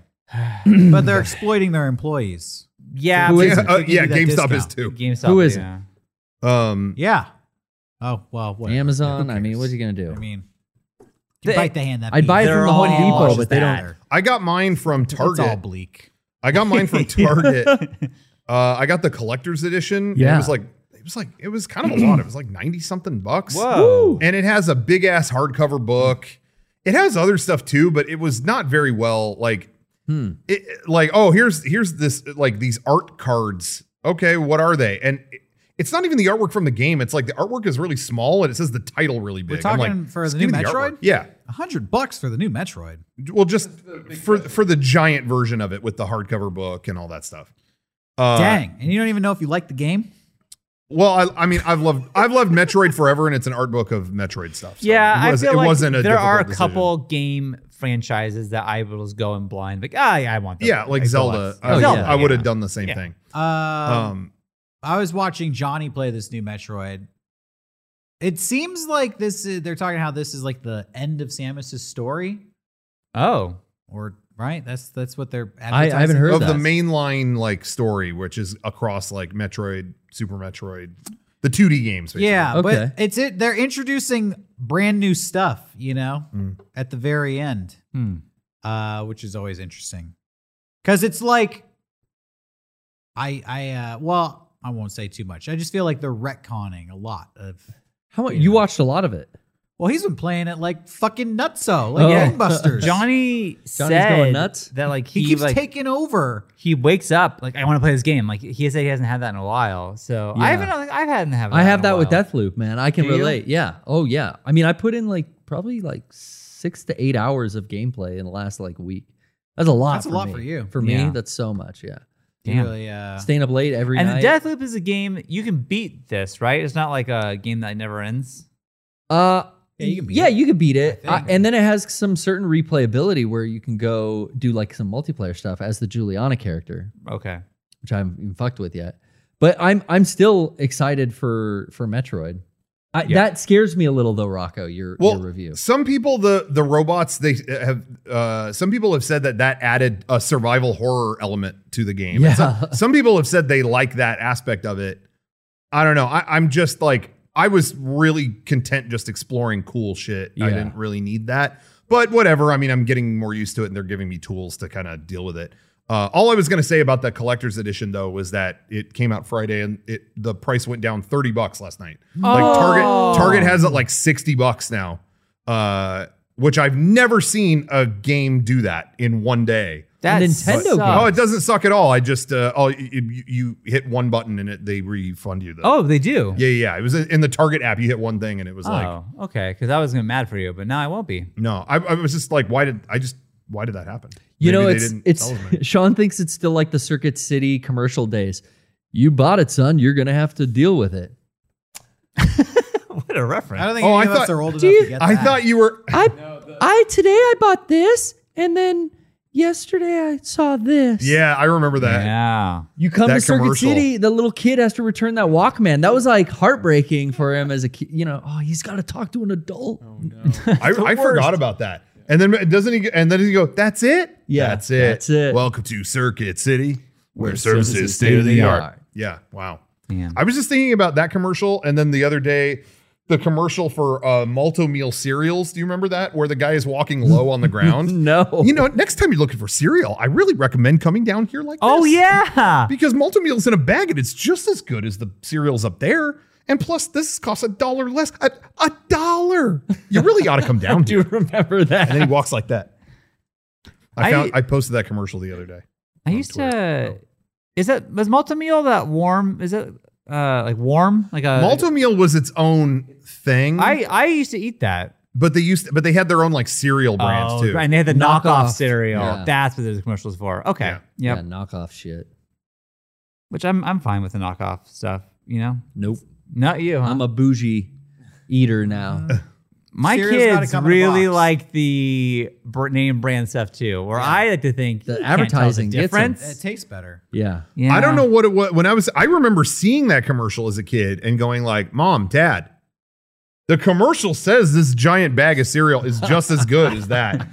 [SPEAKER 3] but they're exploiting their employees.
[SPEAKER 2] Yeah,
[SPEAKER 4] Who
[SPEAKER 2] but
[SPEAKER 4] isn't?
[SPEAKER 2] they
[SPEAKER 1] Uh,
[SPEAKER 2] give you
[SPEAKER 1] yeah,
[SPEAKER 2] that
[SPEAKER 1] GameStop is
[SPEAKER 2] discount.
[SPEAKER 1] too.
[SPEAKER 2] GameStop.
[SPEAKER 4] Who isn't?
[SPEAKER 2] yeah.
[SPEAKER 1] Um,
[SPEAKER 3] Yeah. Oh well, whatever.
[SPEAKER 4] Amazon.
[SPEAKER 3] Who
[SPEAKER 4] I mean,
[SPEAKER 3] cares?
[SPEAKER 4] what are you gonna do?
[SPEAKER 3] I mean, you
[SPEAKER 2] They-
[SPEAKER 3] bite the hand that
[SPEAKER 4] I'd buy it
[SPEAKER 3] feeds.
[SPEAKER 4] from
[SPEAKER 2] They're
[SPEAKER 4] the Home
[SPEAKER 2] all
[SPEAKER 4] Depot, but they
[SPEAKER 2] bad.
[SPEAKER 4] don't.
[SPEAKER 1] I got mine from
[SPEAKER 3] It's all
[SPEAKER 1] Target.
[SPEAKER 3] bleak.
[SPEAKER 1] I got mine from Target. uh, I got the collector's edition. and
[SPEAKER 4] Yeah.
[SPEAKER 1] It was like it was like it was kind of a lot. It was like 90 something bucks.
[SPEAKER 2] Whoa.
[SPEAKER 1] And it has a big ass hardcover book. It has other stuff too, but it was not very well like
[SPEAKER 4] Hmm.
[SPEAKER 1] it, like oh here's here's this like these art cards. Okay, what are they? And it- it's not even the artwork from the game. It's like the artwork is really small and it says the title really big.
[SPEAKER 3] We're
[SPEAKER 1] I'm like,
[SPEAKER 3] talking for the
[SPEAKER 1] "Just
[SPEAKER 3] new
[SPEAKER 1] give me
[SPEAKER 3] Metroid?
[SPEAKER 1] artwork." yeah.
[SPEAKER 3] A hundred bucks for the new Metroid.
[SPEAKER 1] Well, just for for the giant version of it with the hardcover book and all that stuff. Uh,
[SPEAKER 3] Dang, and you don't even know if you like the game.
[SPEAKER 1] Well, I, I mean, I've loved I've loved Metroid forever, and it's an art book of Metroid stuff. so
[SPEAKER 2] Yeah,
[SPEAKER 1] it, was,
[SPEAKER 2] I feel
[SPEAKER 1] it
[SPEAKER 2] like
[SPEAKER 1] wasn't a
[SPEAKER 2] there are a
[SPEAKER 1] difficult decision.
[SPEAKER 2] couple game franchises that I was going blind. Like, ah, yeah, I want that.
[SPEAKER 1] Yeah, like
[SPEAKER 2] I feel
[SPEAKER 1] Zelda.
[SPEAKER 2] like-
[SPEAKER 1] I,
[SPEAKER 4] Oh, Zelda,
[SPEAKER 1] I would have
[SPEAKER 2] yeah.
[SPEAKER 1] done the same
[SPEAKER 2] Yeah.
[SPEAKER 1] thing.
[SPEAKER 3] Um,
[SPEAKER 4] oh.
[SPEAKER 1] Um,
[SPEAKER 3] I was watching Johnny play this new Metroid. It seems like this. Is, they're talking how this is like the end of Samus's story,
[SPEAKER 2] Oh,
[SPEAKER 3] or right? That's that's what they're.
[SPEAKER 4] I haven't
[SPEAKER 3] advertising.
[SPEAKER 4] heard
[SPEAKER 1] of the
[SPEAKER 4] that.
[SPEAKER 1] mainline like story, which is across like Metroid, Super Metroid, the 2D games. basically.
[SPEAKER 3] Yeah,
[SPEAKER 4] Okay.
[SPEAKER 3] but it's it. They're introducing brand new stuff, you know,
[SPEAKER 4] Hmm.
[SPEAKER 1] Mm.
[SPEAKER 3] at the very end,
[SPEAKER 2] hmm.
[SPEAKER 3] uh, which is always interesting because it's like, I I uh, well, I won't say too much. I just feel like they're retconning a lot of.
[SPEAKER 4] How much? You watched a lot of it.
[SPEAKER 3] Well, he's been playing it like fucking nutso, like
[SPEAKER 4] Oh.
[SPEAKER 3] gangbusters.
[SPEAKER 2] Johnny
[SPEAKER 4] going
[SPEAKER 2] said
[SPEAKER 4] nuts?
[SPEAKER 2] that like he,
[SPEAKER 3] he keeps
[SPEAKER 2] like
[SPEAKER 3] taking over.
[SPEAKER 2] he wakes up like I want to play this game. Like he said, he hasn't had that in a while. So
[SPEAKER 4] Yeah.
[SPEAKER 2] I haven't. Like, I haven't had.
[SPEAKER 4] I have
[SPEAKER 2] in a
[SPEAKER 4] that with
[SPEAKER 2] while.
[SPEAKER 4] Deathloop, man. I can
[SPEAKER 2] Do you?
[SPEAKER 4] relate. Yeah. Oh yeah. I mean, I put in like probably like six to eight hours of gameplay in the last like week. That's a lot.
[SPEAKER 3] That's a
[SPEAKER 4] for
[SPEAKER 3] lot
[SPEAKER 4] me.
[SPEAKER 3] for you.
[SPEAKER 4] For me,
[SPEAKER 2] Yeah.
[SPEAKER 4] that's so much. Yeah.
[SPEAKER 3] He
[SPEAKER 2] Damn.
[SPEAKER 3] Really, uh,
[SPEAKER 4] Staying up late every
[SPEAKER 2] And
[SPEAKER 4] night.
[SPEAKER 2] the Deathloop is a game you can beat. This right? It's not like a game that never ends.
[SPEAKER 4] Uh,
[SPEAKER 3] Yeah, you can beat
[SPEAKER 4] yeah,
[SPEAKER 3] it,
[SPEAKER 4] you can beat it.
[SPEAKER 3] I
[SPEAKER 4] Uh,
[SPEAKER 3] think.
[SPEAKER 4] and then it has some certain replayability where you can go do like some multiplayer stuff as the Juliana character,
[SPEAKER 2] Okay.
[SPEAKER 4] which I haven't even fucked with yet. But I'm I'm still excited for for Metroid. I,
[SPEAKER 2] Yeah.
[SPEAKER 4] That scares me a little though, Rocco. Your
[SPEAKER 1] Well,
[SPEAKER 4] your review.
[SPEAKER 1] Some people, the the robots, they have. Uh, some people have said that that added a survival horror element to the game. And
[SPEAKER 4] Yeah.
[SPEAKER 1] Some, some people have said they like that aspect of it. I don't know. I, I'm just like I was really content just exploring cool shit. I
[SPEAKER 4] Yeah.
[SPEAKER 1] didn't really need that, but whatever. I mean, I'm getting more used to it, and they're giving me tools to kind of deal with it. Uh, all I was going to say about the collector's edition though was that it came out Friday and it the price went down 30 bucks last night. Like Target Target has it like 60 bucks now. Uh which I've never seen a game do that in one day.
[SPEAKER 2] That
[SPEAKER 4] Nintendo
[SPEAKER 2] sucks.
[SPEAKER 4] game.
[SPEAKER 1] Oh, it doesn't suck at all. I just uh oh y- y- you, you hit one button and it they refund you though.
[SPEAKER 2] Oh, they do.
[SPEAKER 1] Yeah, yeah. yeah. It was in the Target app. You hit one thing and it was like
[SPEAKER 2] oh, okay. Because I was gonna be mad for you, but now I won't be.
[SPEAKER 1] no. I, I was just like why did I just why did that happen?
[SPEAKER 4] You
[SPEAKER 1] Maybe
[SPEAKER 4] know,
[SPEAKER 1] they
[SPEAKER 4] it's
[SPEAKER 1] didn't
[SPEAKER 4] it's
[SPEAKER 1] tell us, man.
[SPEAKER 4] Sean thinks it's still like the Circuit City commercial days. You bought it, son. You're gonna have to deal with it.
[SPEAKER 2] what a reference.
[SPEAKER 3] I don't think
[SPEAKER 1] Oh,
[SPEAKER 3] any
[SPEAKER 1] I
[SPEAKER 3] of us
[SPEAKER 1] thought-
[SPEAKER 3] are old enough
[SPEAKER 4] Do you-
[SPEAKER 3] to get that.
[SPEAKER 1] I thought you were
[SPEAKER 4] I I today I bought this, and then yesterday I saw this.
[SPEAKER 1] Yeah, I remember that.
[SPEAKER 2] yeah.
[SPEAKER 4] You come
[SPEAKER 1] That
[SPEAKER 4] to Circuit
[SPEAKER 1] commercial.
[SPEAKER 4] City, the little kid has to return that Walkman. That was like heartbreaking for him as a kid. You know, oh, he's got to talk to an adult.
[SPEAKER 1] Oh, I, I forgot about that. And then doesn't he? go- And then he go. That's it.
[SPEAKER 4] Yeah,
[SPEAKER 1] that's it.
[SPEAKER 4] that's it.
[SPEAKER 1] Welcome to Circuit City, where,
[SPEAKER 4] Where
[SPEAKER 1] services,
[SPEAKER 4] services
[SPEAKER 1] state of the art.
[SPEAKER 4] state-of-the-art.
[SPEAKER 1] Yeah. Wow.
[SPEAKER 2] Yeah.
[SPEAKER 1] I was just thinking about that commercial, and then the other day, the commercial for uh, Malto Meal cereals. Do you remember that? Where the guy is walking low on the ground.
[SPEAKER 4] No,
[SPEAKER 1] You know, next time you're looking for cereal, I really recommend coming down here like
[SPEAKER 2] Oh
[SPEAKER 1] this.
[SPEAKER 2] yeah.
[SPEAKER 1] Because Malto Meal's in a bag, and it's just as good as the cereals up there. And plus, this costs a dollar less. A, a dollar. You really ought to come down,
[SPEAKER 4] do
[SPEAKER 1] dude.
[SPEAKER 4] you remember
[SPEAKER 1] And
[SPEAKER 4] that?
[SPEAKER 1] then he walks like that. I
[SPEAKER 2] I-
[SPEAKER 1] found I, posted that commercial the other day.
[SPEAKER 2] I
[SPEAKER 1] on
[SPEAKER 2] used
[SPEAKER 1] Twitter.
[SPEAKER 2] to. Is that was Multimeal that warm? Is it? Uh, uh, like warm, like a
[SPEAKER 1] Malto meal was its own thing.
[SPEAKER 2] I I used to eat that.
[SPEAKER 1] but they used, but they had their own like cereal brands
[SPEAKER 2] Oh,
[SPEAKER 1] too.
[SPEAKER 2] right, and they had the knockoff,
[SPEAKER 4] Knockoff.
[SPEAKER 2] cereal.
[SPEAKER 4] Yeah.
[SPEAKER 2] That's what the commercials for. Okay,
[SPEAKER 1] Yeah.
[SPEAKER 2] yep.
[SPEAKER 4] Yeah, knockoff shit.
[SPEAKER 2] Which I'm I'm fine with the knockoff stuff. You know,
[SPEAKER 4] Nope.
[SPEAKER 2] not you.
[SPEAKER 1] Uh-huh.
[SPEAKER 2] Huh?
[SPEAKER 4] I'm a bougie eater now.
[SPEAKER 2] My
[SPEAKER 3] Cereal's gotta
[SPEAKER 2] kids
[SPEAKER 3] come in a
[SPEAKER 2] really
[SPEAKER 3] box.
[SPEAKER 2] like the br- name brand stuff too. Where I like to think
[SPEAKER 4] The
[SPEAKER 2] you can't tell
[SPEAKER 4] advertising gets 'em.
[SPEAKER 2] difference.
[SPEAKER 3] It tastes better.
[SPEAKER 4] yeah.
[SPEAKER 2] Yeah.
[SPEAKER 1] I don't know what it was when I was. I remember seeing that commercial as a kid and going like, "Mom, Dad, the commercial says this giant bag of cereal is just as good as that.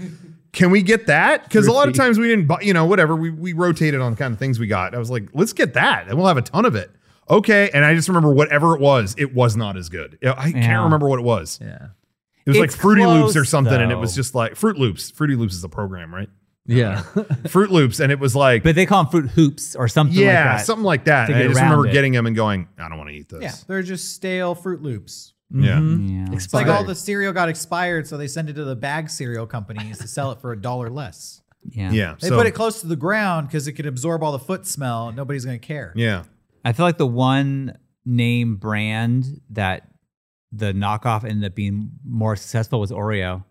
[SPEAKER 1] Can we get that? Because a lot of
[SPEAKER 4] Thrifty.
[SPEAKER 1] times we didn't, buy, you know, whatever. We we rotated on the kind of things we got. I was like, let's get that, and we'll have a ton of it. Okay, and I just remember whatever it was, it was not as good. I- I
[SPEAKER 2] Yeah.
[SPEAKER 1] can't remember what it was.
[SPEAKER 4] Yeah.
[SPEAKER 1] It was
[SPEAKER 2] It's
[SPEAKER 1] like Fruity Loops or
[SPEAKER 2] close,
[SPEAKER 1] something, and it was
[SPEAKER 2] though.
[SPEAKER 1] just like Fruit Loops. Fruity Loops is the program, right?
[SPEAKER 4] Yeah.
[SPEAKER 1] Fruit Loops, and it was like
[SPEAKER 2] But they call them fruit hoops or something
[SPEAKER 1] yeah,
[SPEAKER 2] like that.
[SPEAKER 1] something like that.
[SPEAKER 2] To
[SPEAKER 1] And I
[SPEAKER 2] get
[SPEAKER 1] just
[SPEAKER 2] around
[SPEAKER 1] remember
[SPEAKER 2] it.
[SPEAKER 1] getting them and going, I don't want to eat this.
[SPEAKER 3] Yeah, they're just stale Fruit Loops.
[SPEAKER 1] Yeah.
[SPEAKER 4] Mm-hmm.
[SPEAKER 2] Yeah.
[SPEAKER 3] It's like
[SPEAKER 4] Expired.
[SPEAKER 3] all the cereal got expired, so they send it to the bag cereal companies to sell it for a dollar less.
[SPEAKER 2] yeah.
[SPEAKER 1] Yeah.
[SPEAKER 3] They
[SPEAKER 1] so-
[SPEAKER 3] put it close to the ground because it could absorb all the foot smell. And nobody's going to care.
[SPEAKER 1] Yeah.
[SPEAKER 2] I feel like the one name brand that the knockoff ended up being more successful was Oreo.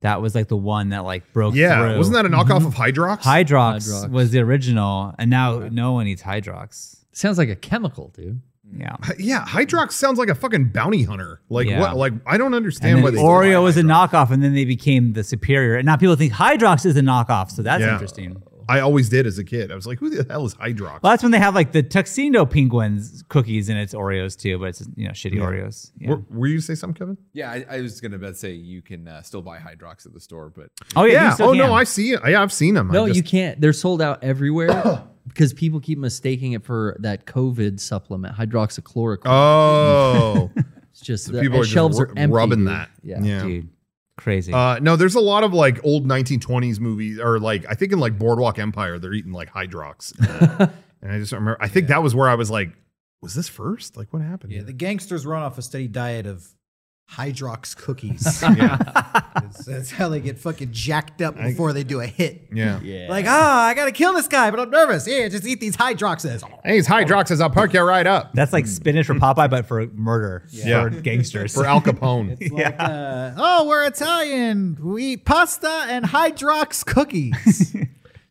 [SPEAKER 2] That was like the one that like broke
[SPEAKER 1] Yeah.
[SPEAKER 2] through.
[SPEAKER 1] Wasn't that a knockoff
[SPEAKER 2] Mm-hmm.
[SPEAKER 1] of Hydrox?
[SPEAKER 2] Hydrox,
[SPEAKER 4] Hydrox.
[SPEAKER 2] was the original, and now no one eats Hydrox.
[SPEAKER 4] Sounds like a chemical, dude.
[SPEAKER 2] Yeah.
[SPEAKER 1] yeah. Hydrox sounds like a fucking bounty hunter. Like
[SPEAKER 2] Yeah.
[SPEAKER 1] what? Like I don't understand
[SPEAKER 2] And
[SPEAKER 1] why
[SPEAKER 2] then
[SPEAKER 1] they
[SPEAKER 2] Oreo was a
[SPEAKER 1] Hydrox.
[SPEAKER 2] knockoff, and then they became the superior. And now people think Hydrox is a knockoff, so that's
[SPEAKER 1] Yeah.
[SPEAKER 2] interesting.
[SPEAKER 1] I always did as a kid. I was like, who the hell is Hydrox?
[SPEAKER 2] Well, that's when they have like the tuxedo penguins cookies, and it's Oreos too, but it's you know shitty Oreos. Yeah.
[SPEAKER 1] Were, were you gonna say something, Kevin?
[SPEAKER 5] Yeah, I, I was gonna about to say you can uh, still buy Hydrox at the store, but
[SPEAKER 2] Oh yeah. you
[SPEAKER 1] Yeah.
[SPEAKER 2] still
[SPEAKER 1] Oh
[SPEAKER 2] can.
[SPEAKER 1] no, I see it. Yeah, I've seen them.
[SPEAKER 4] No,
[SPEAKER 1] I just-
[SPEAKER 4] you can't. They're sold out everywhere because people keep mistaking it for that COVID supplement, hydroxychloroquine.
[SPEAKER 1] Oh.
[SPEAKER 4] it's just the
[SPEAKER 1] people are just
[SPEAKER 4] shelves
[SPEAKER 1] ru-
[SPEAKER 4] are empty,
[SPEAKER 1] rubbing
[SPEAKER 4] dude.
[SPEAKER 1] that.
[SPEAKER 4] Yeah.
[SPEAKER 1] Yeah.
[SPEAKER 2] dude. Crazy.
[SPEAKER 1] Uh, no, there's a lot of like old 1920s movies, or like I think in like Boardwalk Empire, they're eating like Hydrox, and I just remember. I think that was where I was like, "Was this first? Like, what happened?"
[SPEAKER 3] Yeah,
[SPEAKER 1] here?
[SPEAKER 3] the gangsters run off a steady diet of Hydrox cookies. That's- That's how they get fucking jacked up before they do a hit.
[SPEAKER 1] yeah.
[SPEAKER 3] Like, ah, I gotta kill this guy, but I'm nervous. Here, just eat these Hydroxes.
[SPEAKER 1] Hey, it's Hydrox says I'll perk you right up
[SPEAKER 2] That's like spinach for Popeye, but for murder
[SPEAKER 1] Yeah.
[SPEAKER 2] for gangsters.
[SPEAKER 1] for Al Capone.
[SPEAKER 3] Like, uh, oh, we're Italian. We eat pasta and Hydrox cookies.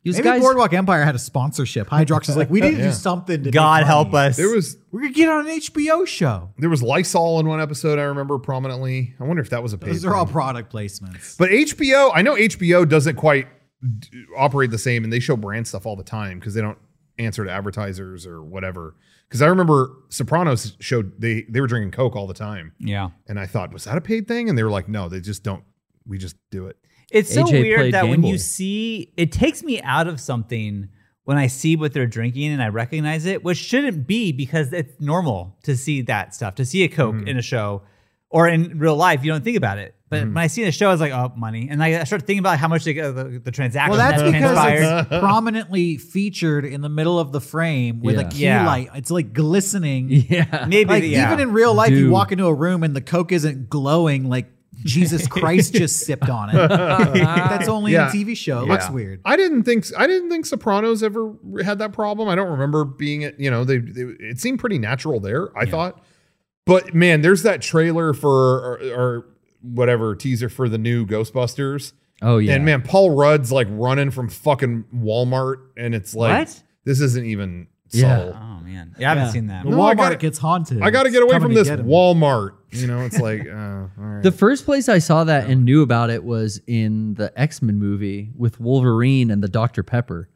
[SPEAKER 4] You
[SPEAKER 3] Maybe
[SPEAKER 4] guys,
[SPEAKER 3] Boardwalk Empire had a sponsorship. Hydrox is like, we need to do something. To
[SPEAKER 2] God
[SPEAKER 3] make
[SPEAKER 2] help
[SPEAKER 3] money.
[SPEAKER 2] us.
[SPEAKER 1] there was
[SPEAKER 3] We're gonna get on an HBO show.
[SPEAKER 1] there was Lysol in one episode I remember prominently. I wonder if that was a paid.
[SPEAKER 3] Those are all
[SPEAKER 1] thing.
[SPEAKER 3] product placements.
[SPEAKER 1] but HBO, I know HBO doesn't quite d- operate the same, and they show brand stuff all the time because they don't answer to advertisers or whatever. Because I remember Sopranos showed they they were drinking Coke all the time.
[SPEAKER 2] yeah.
[SPEAKER 1] And I thought, was that a paid thing? And they were like, no, they just don't. We just do it.
[SPEAKER 2] It's so
[SPEAKER 4] AJ
[SPEAKER 2] weird
[SPEAKER 4] played
[SPEAKER 2] that
[SPEAKER 4] Game
[SPEAKER 2] when
[SPEAKER 4] Boy.
[SPEAKER 2] you see it takes me out of something when I see what they're drinking and I recognize it, which shouldn't be because it's normal to see that stuff, to see a Coke
[SPEAKER 3] Mm-hmm.
[SPEAKER 2] in a show or in real life, you don't think about it. But
[SPEAKER 3] Mm-hmm.
[SPEAKER 2] when I see it in a show, I was like, oh, money. And I I start thinking about how much they, uh, the, the transaction
[SPEAKER 3] Well, that's
[SPEAKER 2] that
[SPEAKER 3] because
[SPEAKER 2] transpired.
[SPEAKER 3] it's prominently featured in the middle of the frame with a
[SPEAKER 4] Yeah.
[SPEAKER 3] key
[SPEAKER 2] Yeah.
[SPEAKER 3] light. It's like glistening.
[SPEAKER 4] yeah,
[SPEAKER 2] Maybe
[SPEAKER 3] Like
[SPEAKER 2] yeah.
[SPEAKER 3] even in real life, you
[SPEAKER 4] Dude.
[SPEAKER 3] walk into a room and the Coke isn't glowing like Jesus Christ just sipped on it. that's only
[SPEAKER 1] Yeah.
[SPEAKER 3] in a TV show. It looks weird.
[SPEAKER 1] I didn't think I didn't think Sopranos ever had that problem. I don't remember being it. You know, they, they it seemed pretty natural there. I thought, but man, there's that trailer for or, or whatever teaser for the new Ghostbusters.
[SPEAKER 4] Oh yeah.
[SPEAKER 1] And man, Paul Rudd's like running from fucking Walmart, and it's like
[SPEAKER 2] What?
[SPEAKER 1] this isn't even
[SPEAKER 4] Yeah.
[SPEAKER 1] subtle.
[SPEAKER 2] oh man. Yeah, I haven't
[SPEAKER 3] Yeah.
[SPEAKER 2] seen that.
[SPEAKER 3] The
[SPEAKER 1] No, Oh, I
[SPEAKER 3] Walmart
[SPEAKER 1] gotta-
[SPEAKER 3] gets haunted.
[SPEAKER 1] I got to
[SPEAKER 3] It's
[SPEAKER 1] get away
[SPEAKER 3] coming
[SPEAKER 1] from
[SPEAKER 3] to
[SPEAKER 1] this
[SPEAKER 3] get 'em.
[SPEAKER 1] Walmart. You know, it's like uh, all right.
[SPEAKER 4] The first place I saw that and knew about it was in the X Men movie with Wolverine and the Dr. Pepper.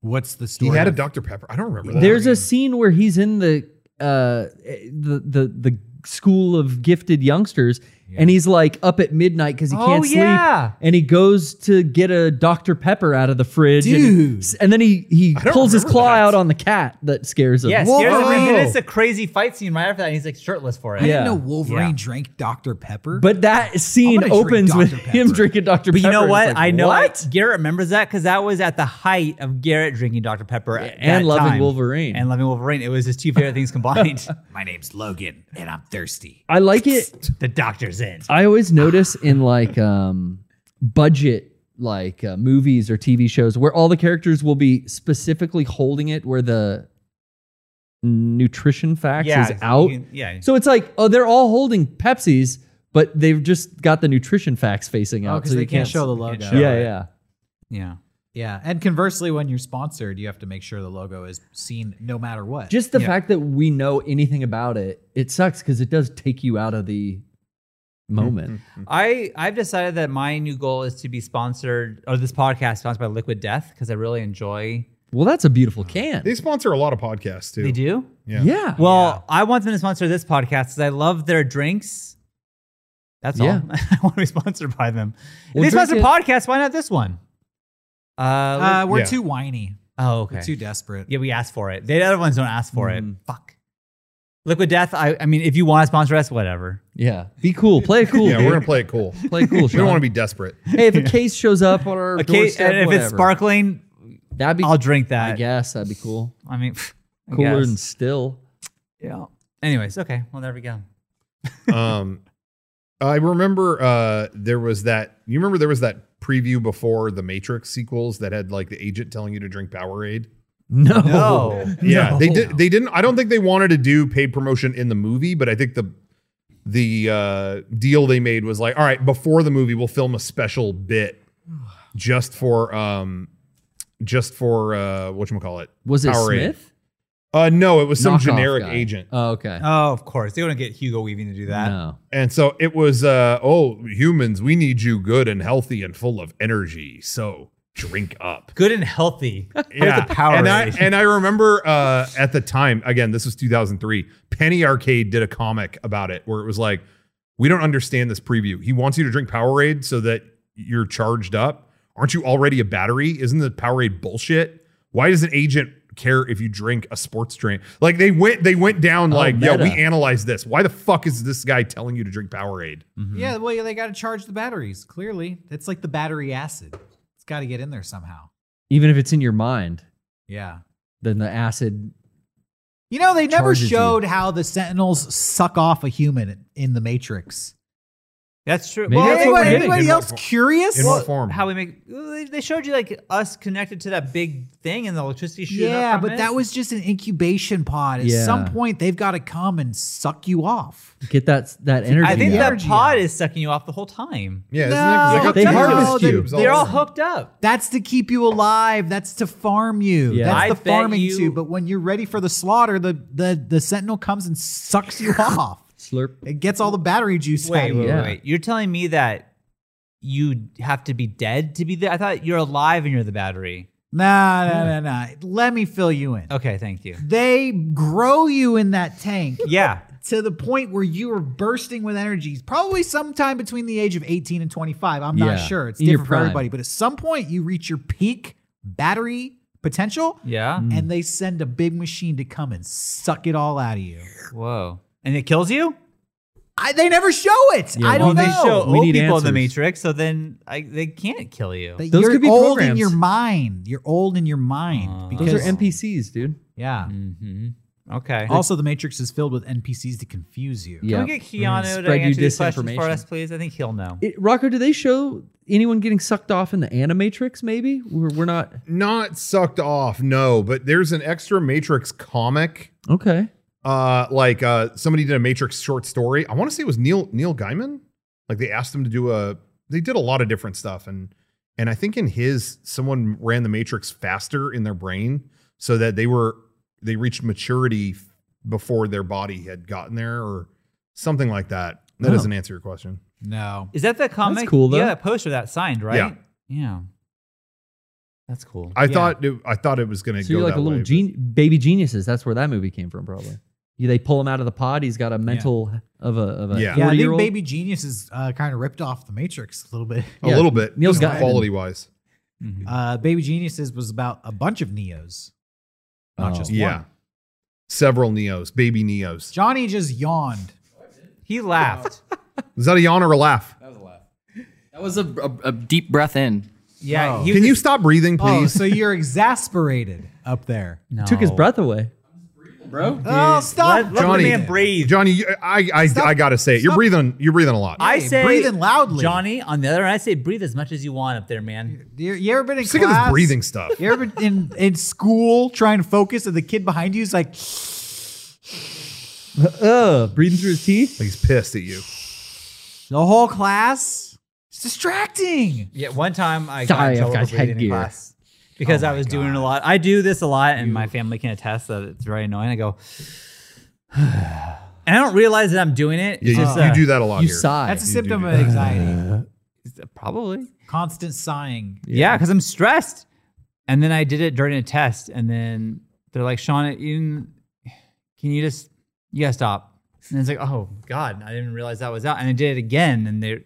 [SPEAKER 3] What's the
[SPEAKER 1] he
[SPEAKER 3] story?
[SPEAKER 1] had a
[SPEAKER 3] of-
[SPEAKER 1] Dr Pepper. I don't remember. that.
[SPEAKER 4] There's a scene where he's in the uh, the the the school of gifted youngsters, and he's like up at midnight because he
[SPEAKER 2] Oh,
[SPEAKER 4] can't sleep.
[SPEAKER 2] yeah.
[SPEAKER 4] And he goes to get a Dr. Pepper out of the fridge, and-
[SPEAKER 3] Dude.
[SPEAKER 4] And, then he he
[SPEAKER 1] don't
[SPEAKER 4] pulls his
[SPEAKER 1] remember
[SPEAKER 4] claw
[SPEAKER 1] that.
[SPEAKER 4] out on the cat that scares him.
[SPEAKER 2] Yes,
[SPEAKER 3] Whoa.
[SPEAKER 2] here's a, and then it's a crazy fight scene right after that, and he's like shirtless for it.
[SPEAKER 3] I didn't
[SPEAKER 4] Yeah.
[SPEAKER 3] know Wolverine
[SPEAKER 2] Yeah.
[SPEAKER 3] drank Dr. Pepper.
[SPEAKER 4] But that
[SPEAKER 3] I'm
[SPEAKER 4] scene
[SPEAKER 3] gonna drink
[SPEAKER 4] opens
[SPEAKER 3] Dr.
[SPEAKER 4] with
[SPEAKER 3] Pepper.
[SPEAKER 4] him drinking Dr.
[SPEAKER 2] But
[SPEAKER 4] Pepper.
[SPEAKER 2] you know
[SPEAKER 4] and it's
[SPEAKER 2] what?
[SPEAKER 4] like,
[SPEAKER 2] I know
[SPEAKER 4] what?
[SPEAKER 2] Garrett remembers that because that was at the height of Garrett drinking Dr. Pepper at
[SPEAKER 4] and
[SPEAKER 2] that
[SPEAKER 4] loving
[SPEAKER 2] time.
[SPEAKER 4] Wolverine.
[SPEAKER 2] and loving Wolverine. It was his two favorite things combined.
[SPEAKER 3] my name's Logan and I'm thirsty.
[SPEAKER 4] I like it.
[SPEAKER 2] the doctor's in.
[SPEAKER 4] I always notice in like um budget like uh, movies or TV shows where all the characters will be specifically holding it where the nutrition facts
[SPEAKER 2] Yeah,
[SPEAKER 4] is out.
[SPEAKER 2] you can- yeah.
[SPEAKER 4] So it's like, oh, they're all holding Pepsis, but they've just got the nutrition facts facing
[SPEAKER 3] Oh,
[SPEAKER 4] out.
[SPEAKER 3] because
[SPEAKER 4] so
[SPEAKER 3] they
[SPEAKER 4] you
[SPEAKER 3] can't,
[SPEAKER 4] can't
[SPEAKER 3] show the
[SPEAKER 2] can't
[SPEAKER 3] logo.
[SPEAKER 2] show
[SPEAKER 4] Yeah,
[SPEAKER 2] it.
[SPEAKER 4] yeah.
[SPEAKER 2] Yeah.
[SPEAKER 3] Yeah, and conversely, when you're sponsored, you have to make sure the logo is seen no matter what.
[SPEAKER 4] Just the
[SPEAKER 2] Yeah.
[SPEAKER 4] fact that we know anything about it, it sucks because it does take you out of the moment.
[SPEAKER 2] I I've decided that my new goal is to be sponsored or this podcast sponsored by Liquid Death because I really enjoy.
[SPEAKER 1] Mm-hmm.
[SPEAKER 4] Well, that's a beautiful can.
[SPEAKER 1] They sponsor a lot of podcasts too.
[SPEAKER 2] They do.
[SPEAKER 1] Yeah.
[SPEAKER 4] yeah.
[SPEAKER 2] Well, I want them to sponsor this podcast because I love their drinks. That's
[SPEAKER 4] Yeah.
[SPEAKER 2] all. I want to be sponsored by them. If
[SPEAKER 4] Well,
[SPEAKER 2] they
[SPEAKER 4] drink
[SPEAKER 2] sponsor
[SPEAKER 4] it.
[SPEAKER 2] podcasts. Why not this one? Uh,
[SPEAKER 3] uh, we're
[SPEAKER 1] Yeah.
[SPEAKER 3] too whiny.
[SPEAKER 2] oh, okay.
[SPEAKER 3] We're too desperate.
[SPEAKER 2] Yeah, we asked for it. The other ones don't ask for
[SPEAKER 4] Mm.
[SPEAKER 2] it. Fuck. Liquid Death. I, I mean, if you want to sponsor us, whatever.
[SPEAKER 4] yeah. Be cool. Play it cool.
[SPEAKER 1] Yeah,
[SPEAKER 4] dude.
[SPEAKER 1] we're gonna play it cool.
[SPEAKER 4] play it cool.
[SPEAKER 1] We don't want to be desperate.
[SPEAKER 4] hey, if a case shows up on our
[SPEAKER 2] Okay,
[SPEAKER 4] doorstep,
[SPEAKER 2] and if
[SPEAKER 4] whatever,
[SPEAKER 2] it's sparkling,
[SPEAKER 4] that'd be.
[SPEAKER 2] I'll drink that.
[SPEAKER 4] I guess that'd be cool.
[SPEAKER 2] I mean, I
[SPEAKER 4] Cooler
[SPEAKER 2] guess.
[SPEAKER 4] than still.
[SPEAKER 2] yeah. Anyways, okay. Well, there we go.
[SPEAKER 1] um i remember uh there was that you remember there was that preview before the matrix sequels that had like the agent telling you to drink powerade
[SPEAKER 4] No. Oh.
[SPEAKER 2] No.
[SPEAKER 1] yeah
[SPEAKER 4] No.
[SPEAKER 1] they did they didn't i don't think they wanted to do paid promotion in the movie but i think the the uh deal they made was like all right before the movie we'll film a special bit just for um just for uh whatchamacallit
[SPEAKER 4] Was it
[SPEAKER 1] Powerade.
[SPEAKER 4] Smith?
[SPEAKER 1] uh no it was some
[SPEAKER 4] Knockoff
[SPEAKER 1] generic
[SPEAKER 4] guy.
[SPEAKER 1] agent Uh,
[SPEAKER 4] Oh, okay.
[SPEAKER 2] Oh, of course. They wouldn't get Hugo Weaving to do that.
[SPEAKER 4] no.
[SPEAKER 1] And so it was, uh, oh, humans, we need you good and healthy and full of energy. So drink up.
[SPEAKER 2] Good and healthy.
[SPEAKER 1] Yeah.
[SPEAKER 2] the power
[SPEAKER 1] and, I,
[SPEAKER 2] rating?
[SPEAKER 1] and I remember uh, at the time, again, this was 2003, Penny Arcade did a comic about it where it was like, we don't understand this preview. He wants you to drink Powerade so that you're charged up. Aren't you already a battery? Isn't the Powerade bullshit? Why does an agent care if you drink a sports drink? Like they went, they went down
[SPEAKER 4] Oh,
[SPEAKER 1] like, yeah, we
[SPEAKER 4] meta.
[SPEAKER 1] analyzed this. Why the fuck is this guy telling you to drink Powerade?
[SPEAKER 4] Mm-hmm.
[SPEAKER 3] Yeah, well, yeah, they got to charge the batteries. Clearly, it's like the battery acid. It's got to get in there somehow.
[SPEAKER 4] Even if it's in your mind,
[SPEAKER 3] Yeah.
[SPEAKER 4] then the acid.
[SPEAKER 3] You know, they never
[SPEAKER 4] Charges you.
[SPEAKER 3] showed how the Sentinels suck off a human in the Matrix.
[SPEAKER 2] That's true.
[SPEAKER 4] Maybe
[SPEAKER 2] Well,
[SPEAKER 4] that's
[SPEAKER 2] that's
[SPEAKER 4] what
[SPEAKER 2] what
[SPEAKER 4] we're
[SPEAKER 3] anybody
[SPEAKER 2] we're
[SPEAKER 4] getting.
[SPEAKER 3] anybody
[SPEAKER 1] In
[SPEAKER 3] else
[SPEAKER 1] what-
[SPEAKER 3] curious?
[SPEAKER 1] in what form?
[SPEAKER 2] How we make they- they showed you like us connected to that big thing and the electricity shooting up
[SPEAKER 3] yeah,
[SPEAKER 2] from
[SPEAKER 3] but
[SPEAKER 2] it.
[SPEAKER 3] that was just an incubation pod. At
[SPEAKER 4] Yeah.
[SPEAKER 3] some point, they've got to come and suck you off.
[SPEAKER 4] Get that that energy.
[SPEAKER 2] I think
[SPEAKER 4] out.
[SPEAKER 2] that
[SPEAKER 3] energy
[SPEAKER 2] pod
[SPEAKER 3] out.
[SPEAKER 2] is sucking you off the whole time.
[SPEAKER 1] Yeah,
[SPEAKER 3] No,
[SPEAKER 2] Oh,
[SPEAKER 1] isn't it? 'Cause
[SPEAKER 4] they
[SPEAKER 1] got
[SPEAKER 4] harvest
[SPEAKER 1] Tetris
[SPEAKER 4] you.
[SPEAKER 1] cubes
[SPEAKER 2] They're all
[SPEAKER 1] over.
[SPEAKER 2] hooked up.
[SPEAKER 3] That's to keep you alive. That's to farm you.
[SPEAKER 4] Yeah.
[SPEAKER 3] That's
[SPEAKER 2] I
[SPEAKER 3] the
[SPEAKER 2] bet
[SPEAKER 3] farming
[SPEAKER 2] you-
[SPEAKER 3] too. But when you're ready for the slaughter, the the the sentinel comes and sucks you off.
[SPEAKER 4] slurp.
[SPEAKER 3] It gets all the battery juice out
[SPEAKER 2] Wait,
[SPEAKER 3] of you.
[SPEAKER 2] wait,
[SPEAKER 4] Yeah.
[SPEAKER 2] wait. You're telling me that you have to be dead to be there? I thought you're alive and you're the battery.
[SPEAKER 3] Nah, nah, nah, nah. Let me fill you in.
[SPEAKER 2] Okay, thank you.
[SPEAKER 3] They grow you in that tank
[SPEAKER 2] Yeah.
[SPEAKER 3] to the point where you are bursting with energies. Probably sometime between the age of 18 and 25. I'm
[SPEAKER 4] Yeah,
[SPEAKER 3] not sure. It's
[SPEAKER 4] in your
[SPEAKER 3] different for
[SPEAKER 4] prime.
[SPEAKER 3] everybody. But at some point, you reach your peak battery potential,
[SPEAKER 2] Yeah.
[SPEAKER 4] Mm.
[SPEAKER 3] and they send a big machine to come and suck it all out of you.
[SPEAKER 2] Whoa. And it kills you? Oh,
[SPEAKER 3] I, they never show it.
[SPEAKER 4] Yeah,
[SPEAKER 3] I
[SPEAKER 4] well,
[SPEAKER 3] don't
[SPEAKER 2] they
[SPEAKER 3] know.
[SPEAKER 2] show
[SPEAKER 4] We
[SPEAKER 2] old
[SPEAKER 4] need
[SPEAKER 2] people in the
[SPEAKER 4] answers.
[SPEAKER 2] Matrix, so then I, they can't kill you.
[SPEAKER 3] That
[SPEAKER 4] Those
[SPEAKER 3] you're
[SPEAKER 4] could be
[SPEAKER 3] old in
[SPEAKER 4] programs.
[SPEAKER 3] your mind. You're old in your mind.
[SPEAKER 2] Uh,
[SPEAKER 3] because,
[SPEAKER 4] Those are Mm. NPCs, dude.
[SPEAKER 3] Yeah.
[SPEAKER 2] hmm Okay.
[SPEAKER 3] Also, the Matrix is filled with NPCs to confuse you.
[SPEAKER 4] Yeah. Mm-hmm.
[SPEAKER 2] Can we get Keanu to
[SPEAKER 4] Spread you
[SPEAKER 2] answer these questions for
[SPEAKER 4] disinformation.
[SPEAKER 2] us, please? I think he'll know.
[SPEAKER 4] It, Rocco, do they show anyone getting sucked off in the Animatrix? Maybe we're, we're not
[SPEAKER 1] Not sucked off, no. But there's an extra Matrix comic.
[SPEAKER 4] okay.
[SPEAKER 1] Uh, like uh, somebody did a Matrix short story. I want to say it was Neil Neil Gaiman. Like they asked him to do a. They did a lot of different stuff, and and I think in his someone ran the Matrix faster in their brain so that they were they reached maturity before their body had gotten there or something like that. That
[SPEAKER 4] Oh.
[SPEAKER 1] doesn't answer your question.
[SPEAKER 3] No.
[SPEAKER 2] Is that the comic?
[SPEAKER 4] cool, though.
[SPEAKER 2] Yeah, that poster that signed, right?
[SPEAKER 1] Yeah.
[SPEAKER 2] Yeah. That's cool.
[SPEAKER 1] I
[SPEAKER 3] Yeah.
[SPEAKER 1] thought it, I thought it was going to
[SPEAKER 4] So
[SPEAKER 1] go
[SPEAKER 4] you're like
[SPEAKER 1] that
[SPEAKER 4] a little
[SPEAKER 1] way, but-
[SPEAKER 4] gen- baby geniuses. That's where that movie came from, probably. You, they pull him out of the pod. He's got a mental of a of a
[SPEAKER 1] Yeah.
[SPEAKER 3] Yeah, I think
[SPEAKER 4] 40-year-old.
[SPEAKER 3] Baby Genius is uh, kind of ripped off the Matrix a little bit.
[SPEAKER 1] A
[SPEAKER 4] Yeah.
[SPEAKER 1] little bit.
[SPEAKER 4] Neil
[SPEAKER 1] just
[SPEAKER 4] Gaiman.
[SPEAKER 1] quality wise.
[SPEAKER 3] Uh, Baby Geniuses was about a bunch of Neos, not
[SPEAKER 4] Oh.
[SPEAKER 3] just
[SPEAKER 1] Yeah.
[SPEAKER 3] one.
[SPEAKER 1] Several Neos, baby Neos.
[SPEAKER 3] Johnny just yawned.
[SPEAKER 2] He laughed.
[SPEAKER 1] Is that a yawn or a laugh?
[SPEAKER 5] That was a laugh.
[SPEAKER 6] That was a, a, a deep breath in.
[SPEAKER 2] yeah.
[SPEAKER 3] Oh.
[SPEAKER 2] He
[SPEAKER 1] Can
[SPEAKER 2] was-
[SPEAKER 1] you stop breathing,
[SPEAKER 3] Oh,
[SPEAKER 1] please?
[SPEAKER 3] so you're exasperated up there.
[SPEAKER 2] No.
[SPEAKER 4] Took
[SPEAKER 1] Oh.
[SPEAKER 4] his breath away.
[SPEAKER 5] Bro,
[SPEAKER 3] Oh, stop.
[SPEAKER 2] Let, let
[SPEAKER 1] Johnny.
[SPEAKER 2] the man breathe.
[SPEAKER 1] Johnny, you- I I, I gotta say it. You're
[SPEAKER 3] Stop.
[SPEAKER 1] breathing you're breathing a lot.
[SPEAKER 2] I
[SPEAKER 3] Hey,
[SPEAKER 2] say
[SPEAKER 3] breathing loudly.
[SPEAKER 2] Johnny, on the other hand, I say breathe as much as you want up there, man.
[SPEAKER 3] you, you ever been in
[SPEAKER 1] I'm sick of
[SPEAKER 3] class?
[SPEAKER 1] this breathing stuff.
[SPEAKER 3] You ever been in, in school trying to focus and the kid behind you is like,
[SPEAKER 4] Ugh, breathing through his teeth.
[SPEAKER 1] Like he's pissed at you.
[SPEAKER 3] The whole class. It's distracting.
[SPEAKER 2] Yeah, one time I
[SPEAKER 4] Sorry, I've
[SPEAKER 2] got in trouble
[SPEAKER 4] got
[SPEAKER 2] for reading in
[SPEAKER 4] headgear. Oh
[SPEAKER 2] class because I was doing a lot. I do this a lot, and my family can attest that it's very annoying. I go, and I don't realize that I'm doing it.
[SPEAKER 1] Yeah,
[SPEAKER 2] It's
[SPEAKER 1] you,
[SPEAKER 2] just,
[SPEAKER 1] you
[SPEAKER 2] uh,
[SPEAKER 1] do that a lot
[SPEAKER 4] You
[SPEAKER 1] here.
[SPEAKER 4] sigh.
[SPEAKER 3] That's a
[SPEAKER 1] You
[SPEAKER 3] symptom
[SPEAKER 1] do
[SPEAKER 3] of
[SPEAKER 1] that.
[SPEAKER 3] anxiety.
[SPEAKER 2] probably.
[SPEAKER 3] Constant sighing.
[SPEAKER 2] Yeah, because I'm stressed. And then I did it during a test, and then they're like, Sean, it- you didn't- can you just, you gotta stop. And it's like, oh God, I didn't realize that was out. And I did it again, and they,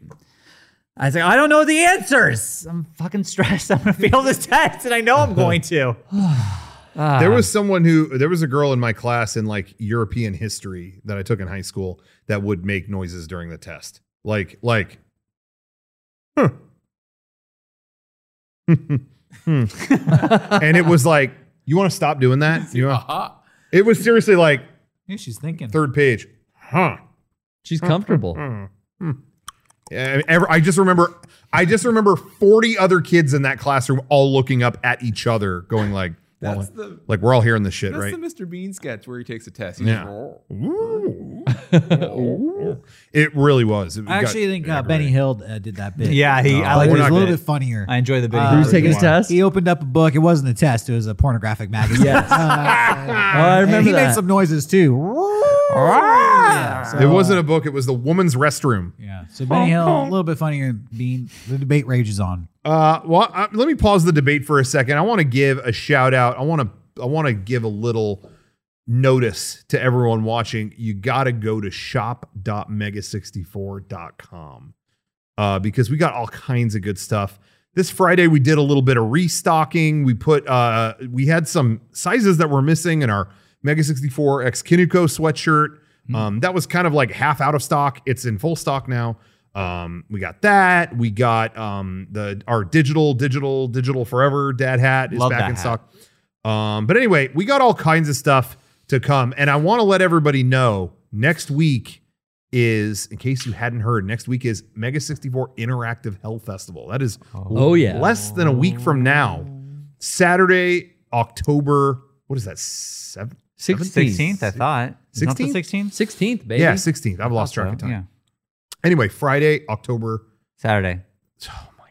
[SPEAKER 2] I was like, I don't know the answers. I'm fucking stressed. I'm gonna fail this test, and I know I'm going to.
[SPEAKER 1] There was someone who there was a girl in my class in like European history that I took in high school that would make noises during the test. Like like huh. Hmm. and it was like, you want to stop doing that? You wanna-"
[SPEAKER 5] Aha.
[SPEAKER 1] It was seriously like
[SPEAKER 3] Yeah, she's thinking.
[SPEAKER 1] third page. Huh.
[SPEAKER 4] She's comfortable.
[SPEAKER 1] Yeah, Eh, ever- I just remember I just remember 40 other kids in that classroom all looking up at each other going like well,
[SPEAKER 5] That's the
[SPEAKER 1] like we're all hearing this shit,
[SPEAKER 5] that's
[SPEAKER 1] right?
[SPEAKER 5] the Mr. Bean sketch where he takes a test. He's
[SPEAKER 1] Yeah.
[SPEAKER 5] just-
[SPEAKER 1] Ooh. Ooh. it really was. It
[SPEAKER 3] I
[SPEAKER 1] got
[SPEAKER 3] actually think uh, Benny
[SPEAKER 1] aggravating.
[SPEAKER 3] Hill uh, did that bit.
[SPEAKER 2] Yeah, he. I like.
[SPEAKER 3] Like, it
[SPEAKER 1] we're
[SPEAKER 3] was
[SPEAKER 1] not
[SPEAKER 3] a little
[SPEAKER 1] gonna-
[SPEAKER 3] bit funnier.
[SPEAKER 2] I enjoy the video.
[SPEAKER 3] Uh,
[SPEAKER 4] Who's taking his
[SPEAKER 1] Wow.
[SPEAKER 4] test?
[SPEAKER 3] He opened up a book. It wasn't a test. It was a pornographic magazine.
[SPEAKER 4] Yes.
[SPEAKER 3] Uh,
[SPEAKER 4] I
[SPEAKER 3] and
[SPEAKER 4] remember
[SPEAKER 3] he made
[SPEAKER 4] that.
[SPEAKER 3] some noises too. Yeah, so,
[SPEAKER 1] It wasn't a book. It was the woman's restroom.
[SPEAKER 3] Yeah. So Benny Hill, a little bit funnier. Being the debate rages on.
[SPEAKER 1] Uh, well, I, let me pause the debate for a second. I want to give a shout out. I want to. I want to give a little notice to everyone watching. You got to go to shop.mega64.com uh, because we got all kinds of good stuff. This Friday we did a little bit of restocking. We put uh, we had some sizes that were missing in our Mega 64 X Kinuko sweatshirt.
[SPEAKER 2] Mm-hmm.
[SPEAKER 1] Um, that was kind of like half out of stock. It's in full stock now. Um, we got that. We got um, the our digital, digital, digital forever dad hat is
[SPEAKER 2] Love
[SPEAKER 1] back
[SPEAKER 2] that
[SPEAKER 1] in
[SPEAKER 2] hat.
[SPEAKER 1] stock. Um, but anyway, we got all kinds of stuff to come, and I want to let everybody know next week is, in case you hadn't heard, next week is Mega 64 Interactive Hell Festival. That is
[SPEAKER 4] Oh, yeah.
[SPEAKER 1] less than a week from now, Saturday, October. What is that? Seventh,
[SPEAKER 2] 16th, I thought. Is it not the
[SPEAKER 1] 16th?
[SPEAKER 2] 16th?
[SPEAKER 4] 16th, baby.
[SPEAKER 1] yeah, sixteenth. I've lost track of time.
[SPEAKER 2] Yeah.
[SPEAKER 1] Anyway, Friday, October.
[SPEAKER 2] Saturday.
[SPEAKER 1] Oh my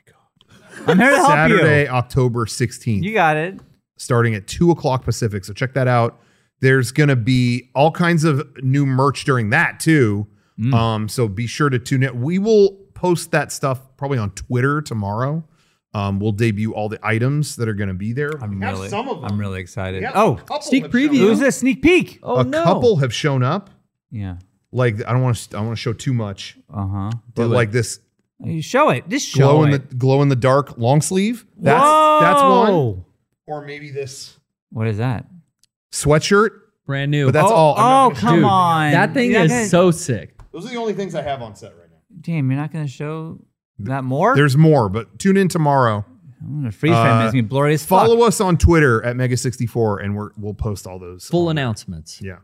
[SPEAKER 1] god!
[SPEAKER 2] I'm here to help
[SPEAKER 1] Saturday, October sixteenth.
[SPEAKER 2] you. You got it.
[SPEAKER 1] starting at two o'clock Pacific. So check that out. There's going to be all kinds of new merch during that too.
[SPEAKER 2] Mm.
[SPEAKER 1] Um, so be sure to tune in. We will post that stuff probably on Twitter tomorrow. Um, we'll debut all the items that are going to be there.
[SPEAKER 2] I'm
[SPEAKER 1] We have
[SPEAKER 2] really,
[SPEAKER 1] some of them.
[SPEAKER 2] I'm really excited.
[SPEAKER 1] We have a
[SPEAKER 2] Oh,
[SPEAKER 1] couple
[SPEAKER 4] sneak
[SPEAKER 1] have shown
[SPEAKER 4] preview.
[SPEAKER 1] up.
[SPEAKER 2] it was a sneak peek.
[SPEAKER 4] Oh,
[SPEAKER 1] a
[SPEAKER 4] no.
[SPEAKER 1] couple have shown up.
[SPEAKER 2] Yeah.
[SPEAKER 1] Like I don't want to. I want to show too much,
[SPEAKER 2] Uh huh.
[SPEAKER 1] but like this
[SPEAKER 2] You show it. Just show
[SPEAKER 1] glow in
[SPEAKER 2] it.
[SPEAKER 1] the glow in the dark long sleeve. That's that's one.
[SPEAKER 2] Whoa.
[SPEAKER 1] Or maybe this
[SPEAKER 2] What is that?
[SPEAKER 1] sweatshirt.
[SPEAKER 4] Brand new.
[SPEAKER 1] But that's
[SPEAKER 2] oh,
[SPEAKER 1] all. I'm not
[SPEAKER 2] Oh,
[SPEAKER 1] gonna show
[SPEAKER 2] come
[SPEAKER 1] you.
[SPEAKER 2] on.
[SPEAKER 4] that thing
[SPEAKER 2] You're
[SPEAKER 4] is
[SPEAKER 2] not gonna-
[SPEAKER 4] so sick.
[SPEAKER 1] Those are the only things I have on set right now.
[SPEAKER 2] Damn, you're not going to show that more?
[SPEAKER 1] There's more, but tune in tomorrow.
[SPEAKER 2] I'm going to freeze frame
[SPEAKER 1] Uh,
[SPEAKER 2] it. It's going to be blurry as fuck.
[SPEAKER 1] Follow us on Twitter at Mega64, and we're, we'll post all those.
[SPEAKER 4] Full
[SPEAKER 1] on-
[SPEAKER 4] announcements.
[SPEAKER 1] Yeah.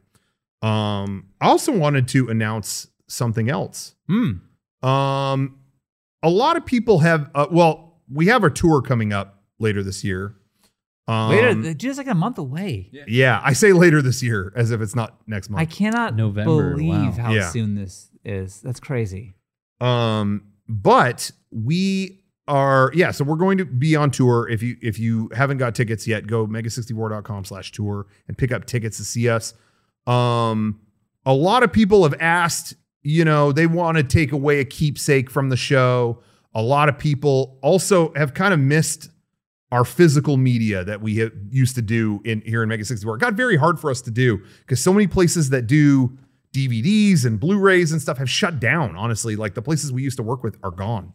[SPEAKER 1] Um, I also wanted to announce something else.
[SPEAKER 2] Hmm.
[SPEAKER 1] Um, a lot of people have, uh, well, we have our tour coming up later this year. Um,
[SPEAKER 2] Later, they're just like a month away.
[SPEAKER 1] yeah, I say later this year as if it's not next
[SPEAKER 2] I
[SPEAKER 1] month.
[SPEAKER 2] cannot
[SPEAKER 4] November,
[SPEAKER 2] believe
[SPEAKER 4] wow.
[SPEAKER 2] how
[SPEAKER 1] Yeah.
[SPEAKER 2] soon this is. That's crazy.
[SPEAKER 1] Um, but we are yeah, so we're going to be on tour. If you if you haven't got tickets yet, go mega64.com slash tour and pick up tickets to see us. Um a lot of people have asked, you know, they want to take away a keepsake from the show. A lot of people also have kind of missed our physical media that we have, used to do in here in Mega 64. It got very hard for us to do because so many places that do DVDs and Blu-rays and stuff have shut down. Honestly, like the places we used to work with are gone.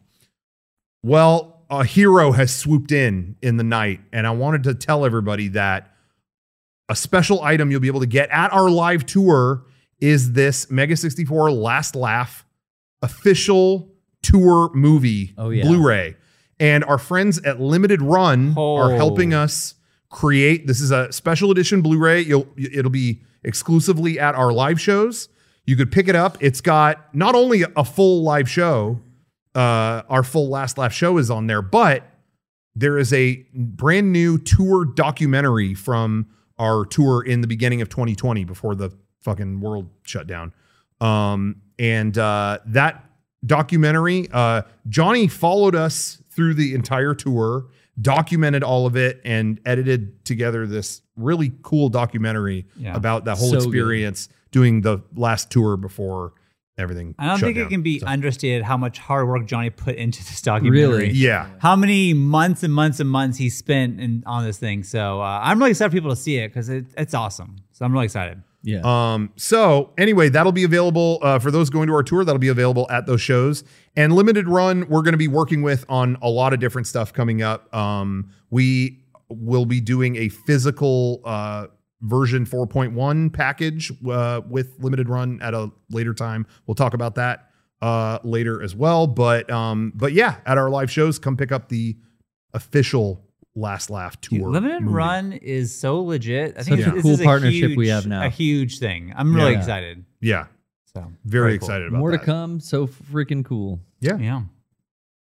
[SPEAKER 1] Well, a hero has swooped in in the night, and I wanted to tell everybody that a special item you'll be able to get at our live tour is this Mega 64 Last Laugh official tour movie
[SPEAKER 4] Oh, yeah.
[SPEAKER 1] Blu-ray. And our friends at Limited Run are
[SPEAKER 2] Oh.
[SPEAKER 1] helping us create this is a special edition Blu-ray. You'll it'll be exclusively at our live shows. You could pick it up. It's got not only a full live show, uh, our full Last Laugh show is on there, but there is a brand new tour documentary from our tour in the beginning of 2020 before the fucking world shut down. Um, and uh, that documentary, uh, Johnny followed us through the entire tour, documented all of it, and edited together this really cool documentary
[SPEAKER 2] Yeah.
[SPEAKER 1] about that whole
[SPEAKER 4] So good.
[SPEAKER 1] experience doing the last tour before everything.
[SPEAKER 2] I don't
[SPEAKER 1] shut
[SPEAKER 2] think
[SPEAKER 1] down.
[SPEAKER 2] it can be
[SPEAKER 1] So-
[SPEAKER 2] understated how much hard work Johnny put into this documentary.
[SPEAKER 4] Really?
[SPEAKER 1] yeah.
[SPEAKER 2] How many months and months and months he spent in, on this thing. So uh, I'm really excited for people to see it because it, it's awesome. So I'm really excited.
[SPEAKER 4] Yeah.
[SPEAKER 1] Um, so anyway, that'll be available uh, for those going to our tour. That'll be available at those shows. And limited run, we're going to be working with on a lot of different stuff coming up. Um, we will be doing a physical uh, version 4.1 package uh, with limited run at a later time. We'll talk about that uh, later as well. But um, but yeah, at our live shows, come pick up the official Last Laugh tour.
[SPEAKER 2] Dude, Limited
[SPEAKER 1] movie.
[SPEAKER 2] Run is so legit. I
[SPEAKER 4] Such
[SPEAKER 2] think
[SPEAKER 4] a
[SPEAKER 2] this
[SPEAKER 4] cool
[SPEAKER 2] is
[SPEAKER 4] partnership we
[SPEAKER 2] huge-
[SPEAKER 4] have now.
[SPEAKER 2] A huge thing. I'm really
[SPEAKER 4] Yeah.
[SPEAKER 2] excited.
[SPEAKER 1] Yeah,
[SPEAKER 2] So
[SPEAKER 1] very,
[SPEAKER 2] cool.
[SPEAKER 1] excited about
[SPEAKER 4] More
[SPEAKER 1] that.
[SPEAKER 4] to come. So freaking cool.
[SPEAKER 2] Yeah.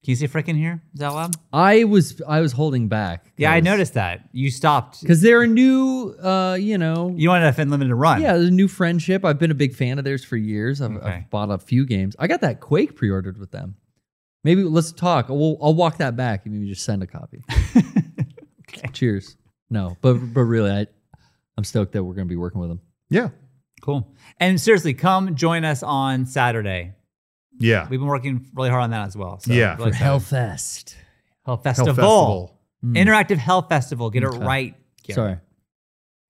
[SPEAKER 2] Can you say frickin' here? Is that loud?
[SPEAKER 4] I was I was holding back.
[SPEAKER 2] Yeah, I noticed that. You stopped.
[SPEAKER 4] because they're a new, uh, you know,
[SPEAKER 2] You wanted to offend Limited Run.
[SPEAKER 4] yeah, there's a new friendship. I've been a big fan of theirs for years. I've,
[SPEAKER 2] Okay.
[SPEAKER 4] I've bought a few games. I got that Quake pre-ordered with them. Maybe let's talk. I'll, I'll walk that back and maybe just send a copy. Cheers. No, but but really, I I'm stoked that we're gonna be working with them.
[SPEAKER 1] Yeah,
[SPEAKER 2] Cool. And seriously, come join us on Saturday.
[SPEAKER 1] yeah,
[SPEAKER 2] We've been working really hard on that as well. So
[SPEAKER 1] Yeah.
[SPEAKER 2] really
[SPEAKER 1] For
[SPEAKER 2] excited.
[SPEAKER 4] Hellfest.
[SPEAKER 2] Hell
[SPEAKER 1] Hell
[SPEAKER 2] Festival.
[SPEAKER 1] Festival.
[SPEAKER 2] Interactive Hell Festival. Get it right. Garrett.
[SPEAKER 4] Hmm. Sorry.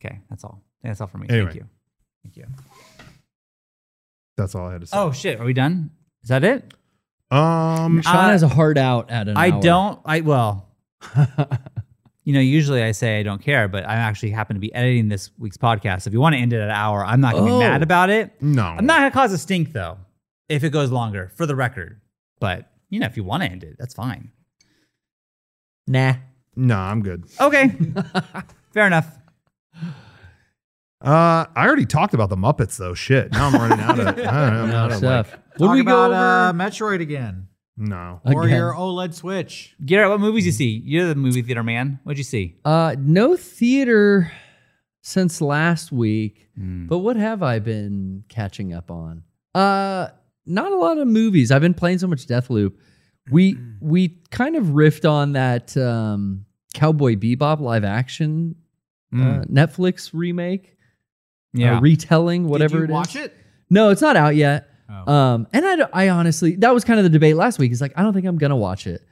[SPEAKER 2] Okay, that's all. That's all for me.
[SPEAKER 1] Anyway.
[SPEAKER 2] Thank you. Thank you.
[SPEAKER 1] That's all I had to say.
[SPEAKER 2] Oh shit, are we done? Is that it? Oh.
[SPEAKER 1] Um,
[SPEAKER 4] Sean has a hard out at an
[SPEAKER 2] Uh, I
[SPEAKER 4] hour.
[SPEAKER 2] don't. I well, you know, usually I say I don't care, but I actually happen to be editing this week's podcast. If you want to end it at an hour, I'm not gonna
[SPEAKER 4] Oh.
[SPEAKER 2] be mad about it.
[SPEAKER 1] no,
[SPEAKER 2] I'm not gonna cause a stink though, if it goes longer, for the record. But you know, if you want to end it, that's fine.
[SPEAKER 4] Nah.
[SPEAKER 1] No, I'm good.
[SPEAKER 2] Okay, fair enough.
[SPEAKER 1] Uh, I already talked about the Muppets though. Shit, now I'm running out of. I don't know,
[SPEAKER 4] Oh,
[SPEAKER 1] I'm out of, like,
[SPEAKER 4] stuff. What do
[SPEAKER 3] Talk
[SPEAKER 4] we
[SPEAKER 3] about
[SPEAKER 4] go
[SPEAKER 3] uh,
[SPEAKER 4] over?
[SPEAKER 3] Metroid again,
[SPEAKER 1] no.
[SPEAKER 2] uh,
[SPEAKER 3] or
[SPEAKER 4] Again.
[SPEAKER 3] your OLED Switch?
[SPEAKER 2] Garrett, what movies you see? You're the movie theater man. What'd you see?
[SPEAKER 4] Uh, no theater since last week. But what have I been catching up on? Uh, not a lot of movies. I've been playing so much Deathloop. We we kind of riffed on that um, Cowboy Bebop live action uh, Netflix remake,
[SPEAKER 2] Yeah.
[SPEAKER 4] uh, retelling, whatever
[SPEAKER 3] Did you
[SPEAKER 4] it is.
[SPEAKER 3] watch it?
[SPEAKER 4] No, it's not out yet.
[SPEAKER 3] Oh.
[SPEAKER 4] Um, and I, don't- I honestly, that was kind of the debate last week. Is like, I don't think I'm gonna watch it.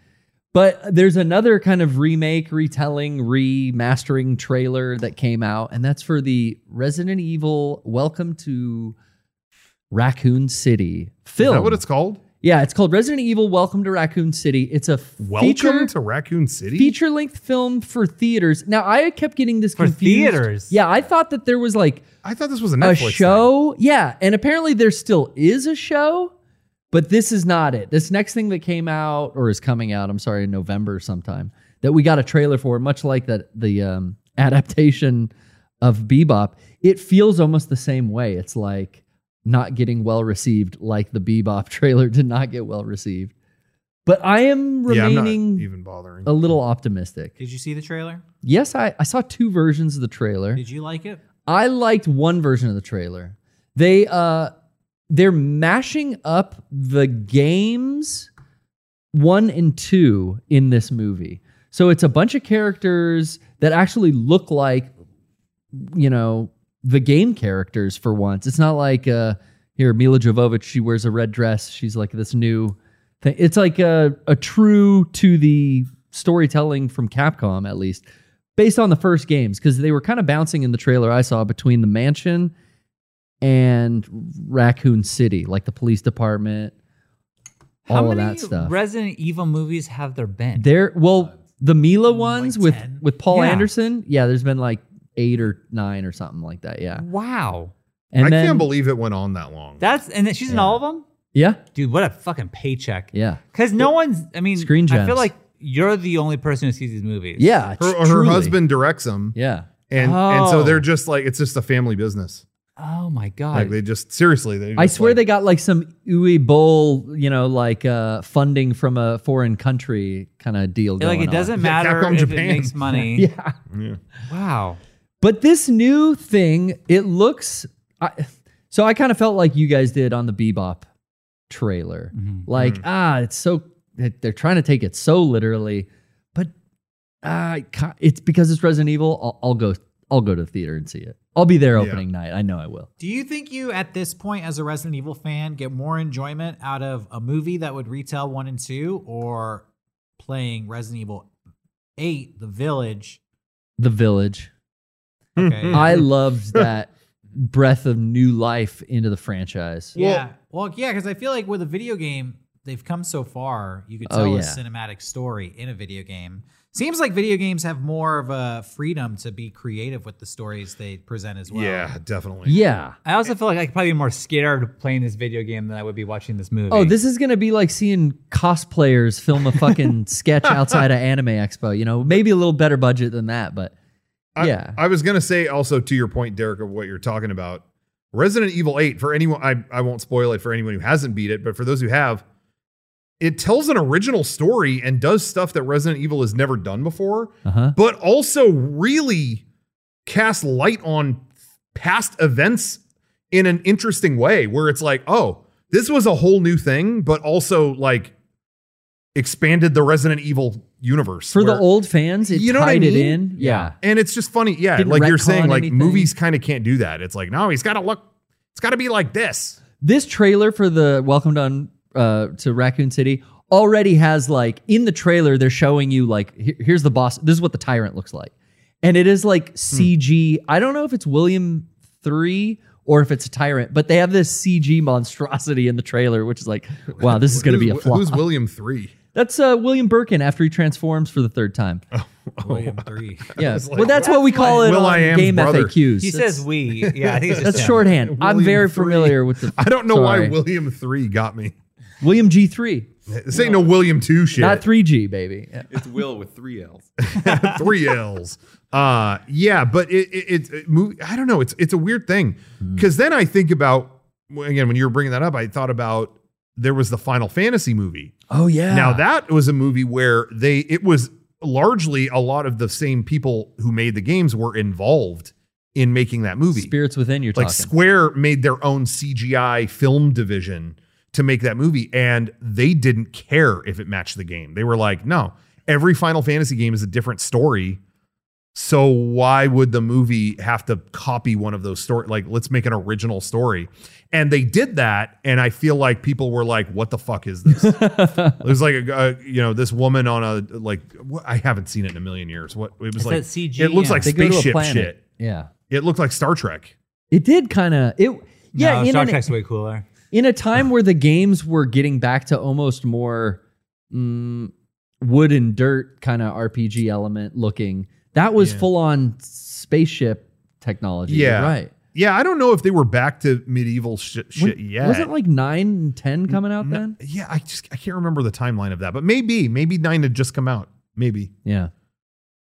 [SPEAKER 4] But there's another kind of remake, retelling, remastering trailer that came out, and that's for the Resident Evil Welcome to Raccoon City
[SPEAKER 1] Is
[SPEAKER 4] film.
[SPEAKER 1] that what it's called?
[SPEAKER 4] yeah, it's called Resident Evil Welcome to Raccoon City. It's a
[SPEAKER 1] Welcome
[SPEAKER 4] feature
[SPEAKER 1] to Raccoon City.
[SPEAKER 4] feature length film for theaters. Now I kept getting this
[SPEAKER 2] For
[SPEAKER 4] confused.
[SPEAKER 2] theaters?
[SPEAKER 4] Yeah, I thought that there was like
[SPEAKER 1] I thought this was a
[SPEAKER 4] a
[SPEAKER 1] Netflix
[SPEAKER 4] show. Yeah, and apparently there still is a show, but this is not it. This next thing that came out or is coming out, I'm sorry, in November sometime that we got a trailer for, much like that the um, adaptation of Bebop. It feels almost the same way. It's like not getting well received, like the Bebop trailer did not get well received. But I am
[SPEAKER 1] Thing. Yeah, I'm not
[SPEAKER 4] remaining
[SPEAKER 1] even bothering.
[SPEAKER 4] a little optimistic.
[SPEAKER 3] Did you see the trailer?
[SPEAKER 4] Yes, I, I saw two versions of the trailer.
[SPEAKER 3] you like it?
[SPEAKER 4] I liked one version of the trailer. They uh they're mashing up the games 1 and 2 in this movie. So it's a bunch of characters that actually look like you know the game characters for once. It's not like uh here Mila Jovovich she wears a red dress. She's like this new thing. It's like a a true to the storytelling from Capcom at least based on the first games because they were kind of bouncing in the trailer I saw between the mansion and Raccoon City, like the police department,
[SPEAKER 2] How
[SPEAKER 4] all of
[SPEAKER 2] many
[SPEAKER 4] that stuff.
[SPEAKER 2] Resident Evil movies have there been?
[SPEAKER 4] there, well, the Mila ones with
[SPEAKER 3] 10.
[SPEAKER 4] with Paul
[SPEAKER 2] Yeah.
[SPEAKER 4] Anderson, yeah, there's been like eight or nine or something like that, yeah.
[SPEAKER 2] wow.
[SPEAKER 4] And
[SPEAKER 1] I
[SPEAKER 4] then,
[SPEAKER 1] can't believe it went on that long.
[SPEAKER 2] That's and that she's in
[SPEAKER 4] Yeah.
[SPEAKER 2] all of them?
[SPEAKER 4] yeah,
[SPEAKER 2] Dude, what a fucking paycheck.
[SPEAKER 4] yeah,
[SPEAKER 2] Because no one's I mean
[SPEAKER 4] Screen
[SPEAKER 2] I feel
[SPEAKER 4] gems.
[SPEAKER 2] like you're the only person who sees these movies.
[SPEAKER 4] yeah.
[SPEAKER 1] her, her
[SPEAKER 4] truly.
[SPEAKER 1] husband directs them,
[SPEAKER 4] yeah.
[SPEAKER 1] and and so
[SPEAKER 2] Oh.
[SPEAKER 1] they're just like it's just a family business.
[SPEAKER 2] Oh my
[SPEAKER 1] Like
[SPEAKER 2] god.
[SPEAKER 1] they just seriously, they.
[SPEAKER 4] I swear they got like some Uwe Bowl, you know, like uh, funding from a foreign country kind of deal.
[SPEAKER 2] like
[SPEAKER 4] going
[SPEAKER 2] it
[SPEAKER 4] on.
[SPEAKER 2] doesn't
[SPEAKER 1] Yeah,
[SPEAKER 2] matter
[SPEAKER 1] Capcom
[SPEAKER 2] if
[SPEAKER 1] Japan.
[SPEAKER 2] it makes money.
[SPEAKER 4] Yeah.
[SPEAKER 1] they. Yeah.
[SPEAKER 2] Wow.
[SPEAKER 4] But this new thing, it looks. I, So I kind of felt like you guys did on the Bebop trailer. Like,
[SPEAKER 1] Mm.
[SPEAKER 4] ah, it's so they're trying to take it so literally, but uh, it's because it's Resident Evil. I'll, I'll go. I'll go to the theater and see it. I'll be there opening night. I know I will.
[SPEAKER 3] Do you think you, at this point, as a Resident Evil fan, get more enjoyment out of a movie that would retail one and two, or playing Resident Evil Eight, The Village?
[SPEAKER 4] The Village.
[SPEAKER 3] Okay.
[SPEAKER 4] I loved that breath of new life into the franchise.
[SPEAKER 3] yeah. Well, yeah, because I feel like with a video game, they've come so far. You could
[SPEAKER 4] Oh,
[SPEAKER 3] tell a
[SPEAKER 4] yeah.
[SPEAKER 3] cinematic story in a video game. Seems like video games have more of a freedom to be creative with the stories they present as well.
[SPEAKER 1] yeah, definitely.
[SPEAKER 4] Yeah.
[SPEAKER 2] I also feel like I could probably be more scared of playing this video game than I would be watching this movie.
[SPEAKER 4] Oh, this is gonna be like seeing cosplayers film a fucking sketch outside of Anime Expo. You know, maybe a little better budget than that, but
[SPEAKER 1] I-
[SPEAKER 4] yeah.
[SPEAKER 1] I was gonna say also to your point, Derek, of what you're talking about, Resident Evil 8, for anyone I, I won't spoil it for anyone who hasn't beat it, but for those who have, it tells an original story and does stuff that Resident Evil has never done before,
[SPEAKER 4] Uh huh.
[SPEAKER 1] but also really casts light on past events in an interesting way where it's like, oh, this was a whole new thing, but also like expanded the Resident Evil universe.
[SPEAKER 4] For
[SPEAKER 1] where-
[SPEAKER 4] the old fans, it
[SPEAKER 1] You know what I
[SPEAKER 4] tied it
[SPEAKER 1] mean?
[SPEAKER 4] in. Yeah.
[SPEAKER 1] and it's just funny. Yeah,
[SPEAKER 4] Didn't
[SPEAKER 1] like you're
[SPEAKER 4] retcon
[SPEAKER 1] saying, like
[SPEAKER 4] anything.
[SPEAKER 1] movies kind of can't do that. It's like, no, he's got to look. It's got to be like this.
[SPEAKER 4] This trailer for the Welcome to Un- uh, to Raccoon City already has like in the trailer they're showing you like here- here's the boss. This is what the tyrant looks like, and it is
[SPEAKER 1] Hmm.
[SPEAKER 4] like CG. I don't know if it's William three or if it's a tyrant, but they have this CG monstrosity in the trailer, which is like, wow, this is going to be a
[SPEAKER 1] Who's-
[SPEAKER 4] flop.
[SPEAKER 1] Who's William Three?
[SPEAKER 4] That's uh, William Birkin after he transforms for the third time.
[SPEAKER 3] William Three.
[SPEAKER 4] yes, well, that's what we call it
[SPEAKER 1] Will
[SPEAKER 4] on
[SPEAKER 1] I Am's
[SPEAKER 4] game
[SPEAKER 1] brother.
[SPEAKER 4] FAQs.
[SPEAKER 2] he
[SPEAKER 4] That's-
[SPEAKER 2] says we. Yeah, I think it's just
[SPEAKER 4] that's
[SPEAKER 2] him.
[SPEAKER 4] shorthand. I'm
[SPEAKER 1] William
[SPEAKER 4] very
[SPEAKER 1] III.
[SPEAKER 4] familiar with the.
[SPEAKER 1] I don't know why
[SPEAKER 4] Sorry.
[SPEAKER 1] William Three got me.
[SPEAKER 4] William G three,
[SPEAKER 1] This ain't no William Two shit.
[SPEAKER 4] not three G, baby. Yeah.
[SPEAKER 5] It's Will with three L's.
[SPEAKER 1] three L's. Uh, yeah, but it it, it, it mov- I don't know. It's it's a weird thing
[SPEAKER 4] Hmm.
[SPEAKER 1] because then I think about well, again when you were bringing that up, I thought about there was the Final Fantasy movie.
[SPEAKER 4] Oh yeah.
[SPEAKER 1] Now that was a movie where they it was largely a lot of the same people who made the games were involved in making that movie.
[SPEAKER 4] spirits within you're
[SPEAKER 1] like
[SPEAKER 4] talking.
[SPEAKER 1] Square made their own CGI film division to make that movie and they didn't care if it matched the game. They were like, "No, every Final Fantasy game is a different story." So why would the movie have to copy one of those story? Like, let's make an original story. And they did that, and I feel like people were like, "What the fuck is this?" it was like a, a you know this woman on a like wh- I haven't seen it in a million years. What it was
[SPEAKER 2] It's
[SPEAKER 1] like
[SPEAKER 2] that CG,
[SPEAKER 1] It looks
[SPEAKER 2] yeah.
[SPEAKER 1] like
[SPEAKER 4] They go to a
[SPEAKER 1] spaceship
[SPEAKER 4] planet.
[SPEAKER 1] shit.
[SPEAKER 4] Yeah.
[SPEAKER 1] It looked like Star Trek.
[SPEAKER 4] It did kind of it. Yeah.
[SPEAKER 2] No,
[SPEAKER 4] in,
[SPEAKER 2] Star
[SPEAKER 4] an-
[SPEAKER 2] Trek's way cooler.
[SPEAKER 4] in a time where the games were getting back to almost more mm, wood and dirt kind of RPG element looking, that was full on spaceship technology. You're
[SPEAKER 1] Yeah.
[SPEAKER 4] Right.
[SPEAKER 1] Yeah, I don't know if they were back to medieval sh- shit
[SPEAKER 4] When-
[SPEAKER 1] yet.
[SPEAKER 4] Wasn't like nine and ten coming out
[SPEAKER 1] No-
[SPEAKER 4] then?
[SPEAKER 1] yeah, I just I can't remember the timeline of that, but maybe maybe nine had just come out. Maybe
[SPEAKER 4] Yeah. Hmm.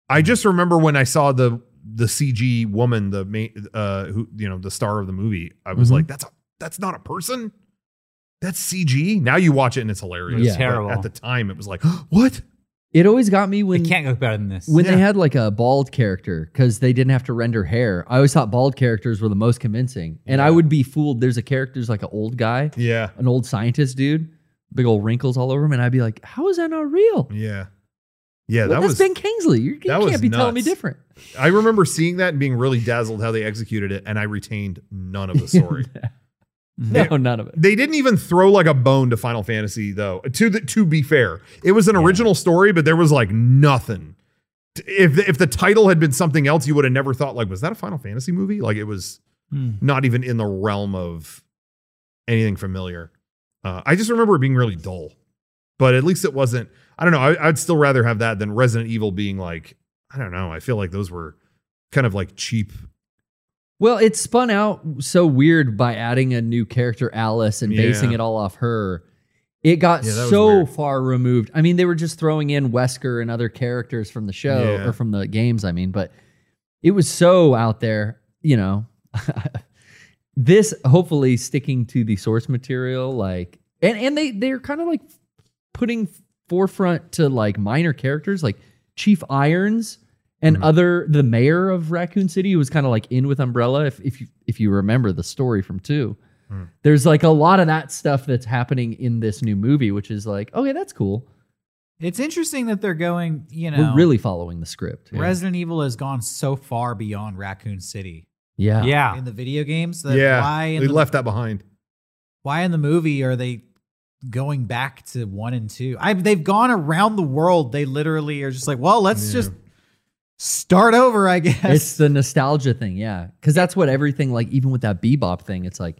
[SPEAKER 1] I just remember when I saw the the CG woman, the main, uh, who you know, the star of the movie. I was
[SPEAKER 4] Mhm.
[SPEAKER 1] like, that's a, that's not a person. That's CG. Now you watch it and it's hilarious.
[SPEAKER 4] It's
[SPEAKER 1] But
[SPEAKER 2] terrible.
[SPEAKER 1] At the time, it was like, what?
[SPEAKER 4] It always got me
[SPEAKER 2] It
[SPEAKER 4] when
[SPEAKER 2] can't look better than this.
[SPEAKER 4] when
[SPEAKER 1] Yeah.
[SPEAKER 4] they had like a bald character because they didn't have to render hair. I always thought bald characters were the most convincing, and I would be fooled. There's a character who's like an old guy,
[SPEAKER 1] Yeah,
[SPEAKER 4] an old scientist dude, big old wrinkles all over him, and I'd be like, "How is that not real?"
[SPEAKER 1] yeah, yeah.
[SPEAKER 4] Well,
[SPEAKER 1] that
[SPEAKER 4] that's
[SPEAKER 1] was.
[SPEAKER 4] Ben Kingsley. You're, you
[SPEAKER 1] that was
[SPEAKER 4] can't be telling me
[SPEAKER 1] nuts.
[SPEAKER 4] different.
[SPEAKER 1] I remember seeing that and being really dazzled how they executed it, and I retained none of the story.
[SPEAKER 4] No, none of it.
[SPEAKER 1] They didn't even throw like a bone to Final Fantasy though. To the, to be fair, it was an original story, but there was like nothing. T- If the, if the title had been something else, you would have never thought like was that a Final Fantasy movie? Like it was
[SPEAKER 2] Hmm.
[SPEAKER 1] not even in the realm of anything familiar. Uh, I just remember it being really dull, but at least it wasn't. I don't know. I, I'd still rather have that than Resident Evil being like I don't know. I feel like those were kind of like cheap.
[SPEAKER 4] Well, it spun out so weird by adding a new character, Alice, and basing
[SPEAKER 1] Yeah.
[SPEAKER 4] it all off her. It got
[SPEAKER 1] Yeah, that was
[SPEAKER 4] so
[SPEAKER 1] weird.
[SPEAKER 4] far removed. I mean, they were just throwing in Wesker and other characters from the show
[SPEAKER 1] Yeah.
[SPEAKER 4] or from the games, I mean, but it was so out there, you know. this hopefully sticking to the source material, like and, and they they're kind of like putting forefront to like minor characters like Chief Irons and other the mayor of Raccoon City who was kind of like in with Umbrella. If if you if you remember the story from two, there's like a lot of that stuff that's happening in this new movie, which is like, okay, that's cool.
[SPEAKER 3] It's interesting that they're going, you know,
[SPEAKER 4] We're really following the script.
[SPEAKER 3] Resident Evil has gone so far beyond Raccoon City
[SPEAKER 4] yeah.
[SPEAKER 3] in the video games that
[SPEAKER 1] yeah,
[SPEAKER 3] why in
[SPEAKER 1] they
[SPEAKER 3] the,
[SPEAKER 1] left that behind.
[SPEAKER 3] why in the movie are they going back to 1 and 2? I they've gone around the world. They literally are just like, well, let's just start over, I guess.
[SPEAKER 4] It's the nostalgia thing, yeah. Because that's what everything like, even with that bebop thing, it's like,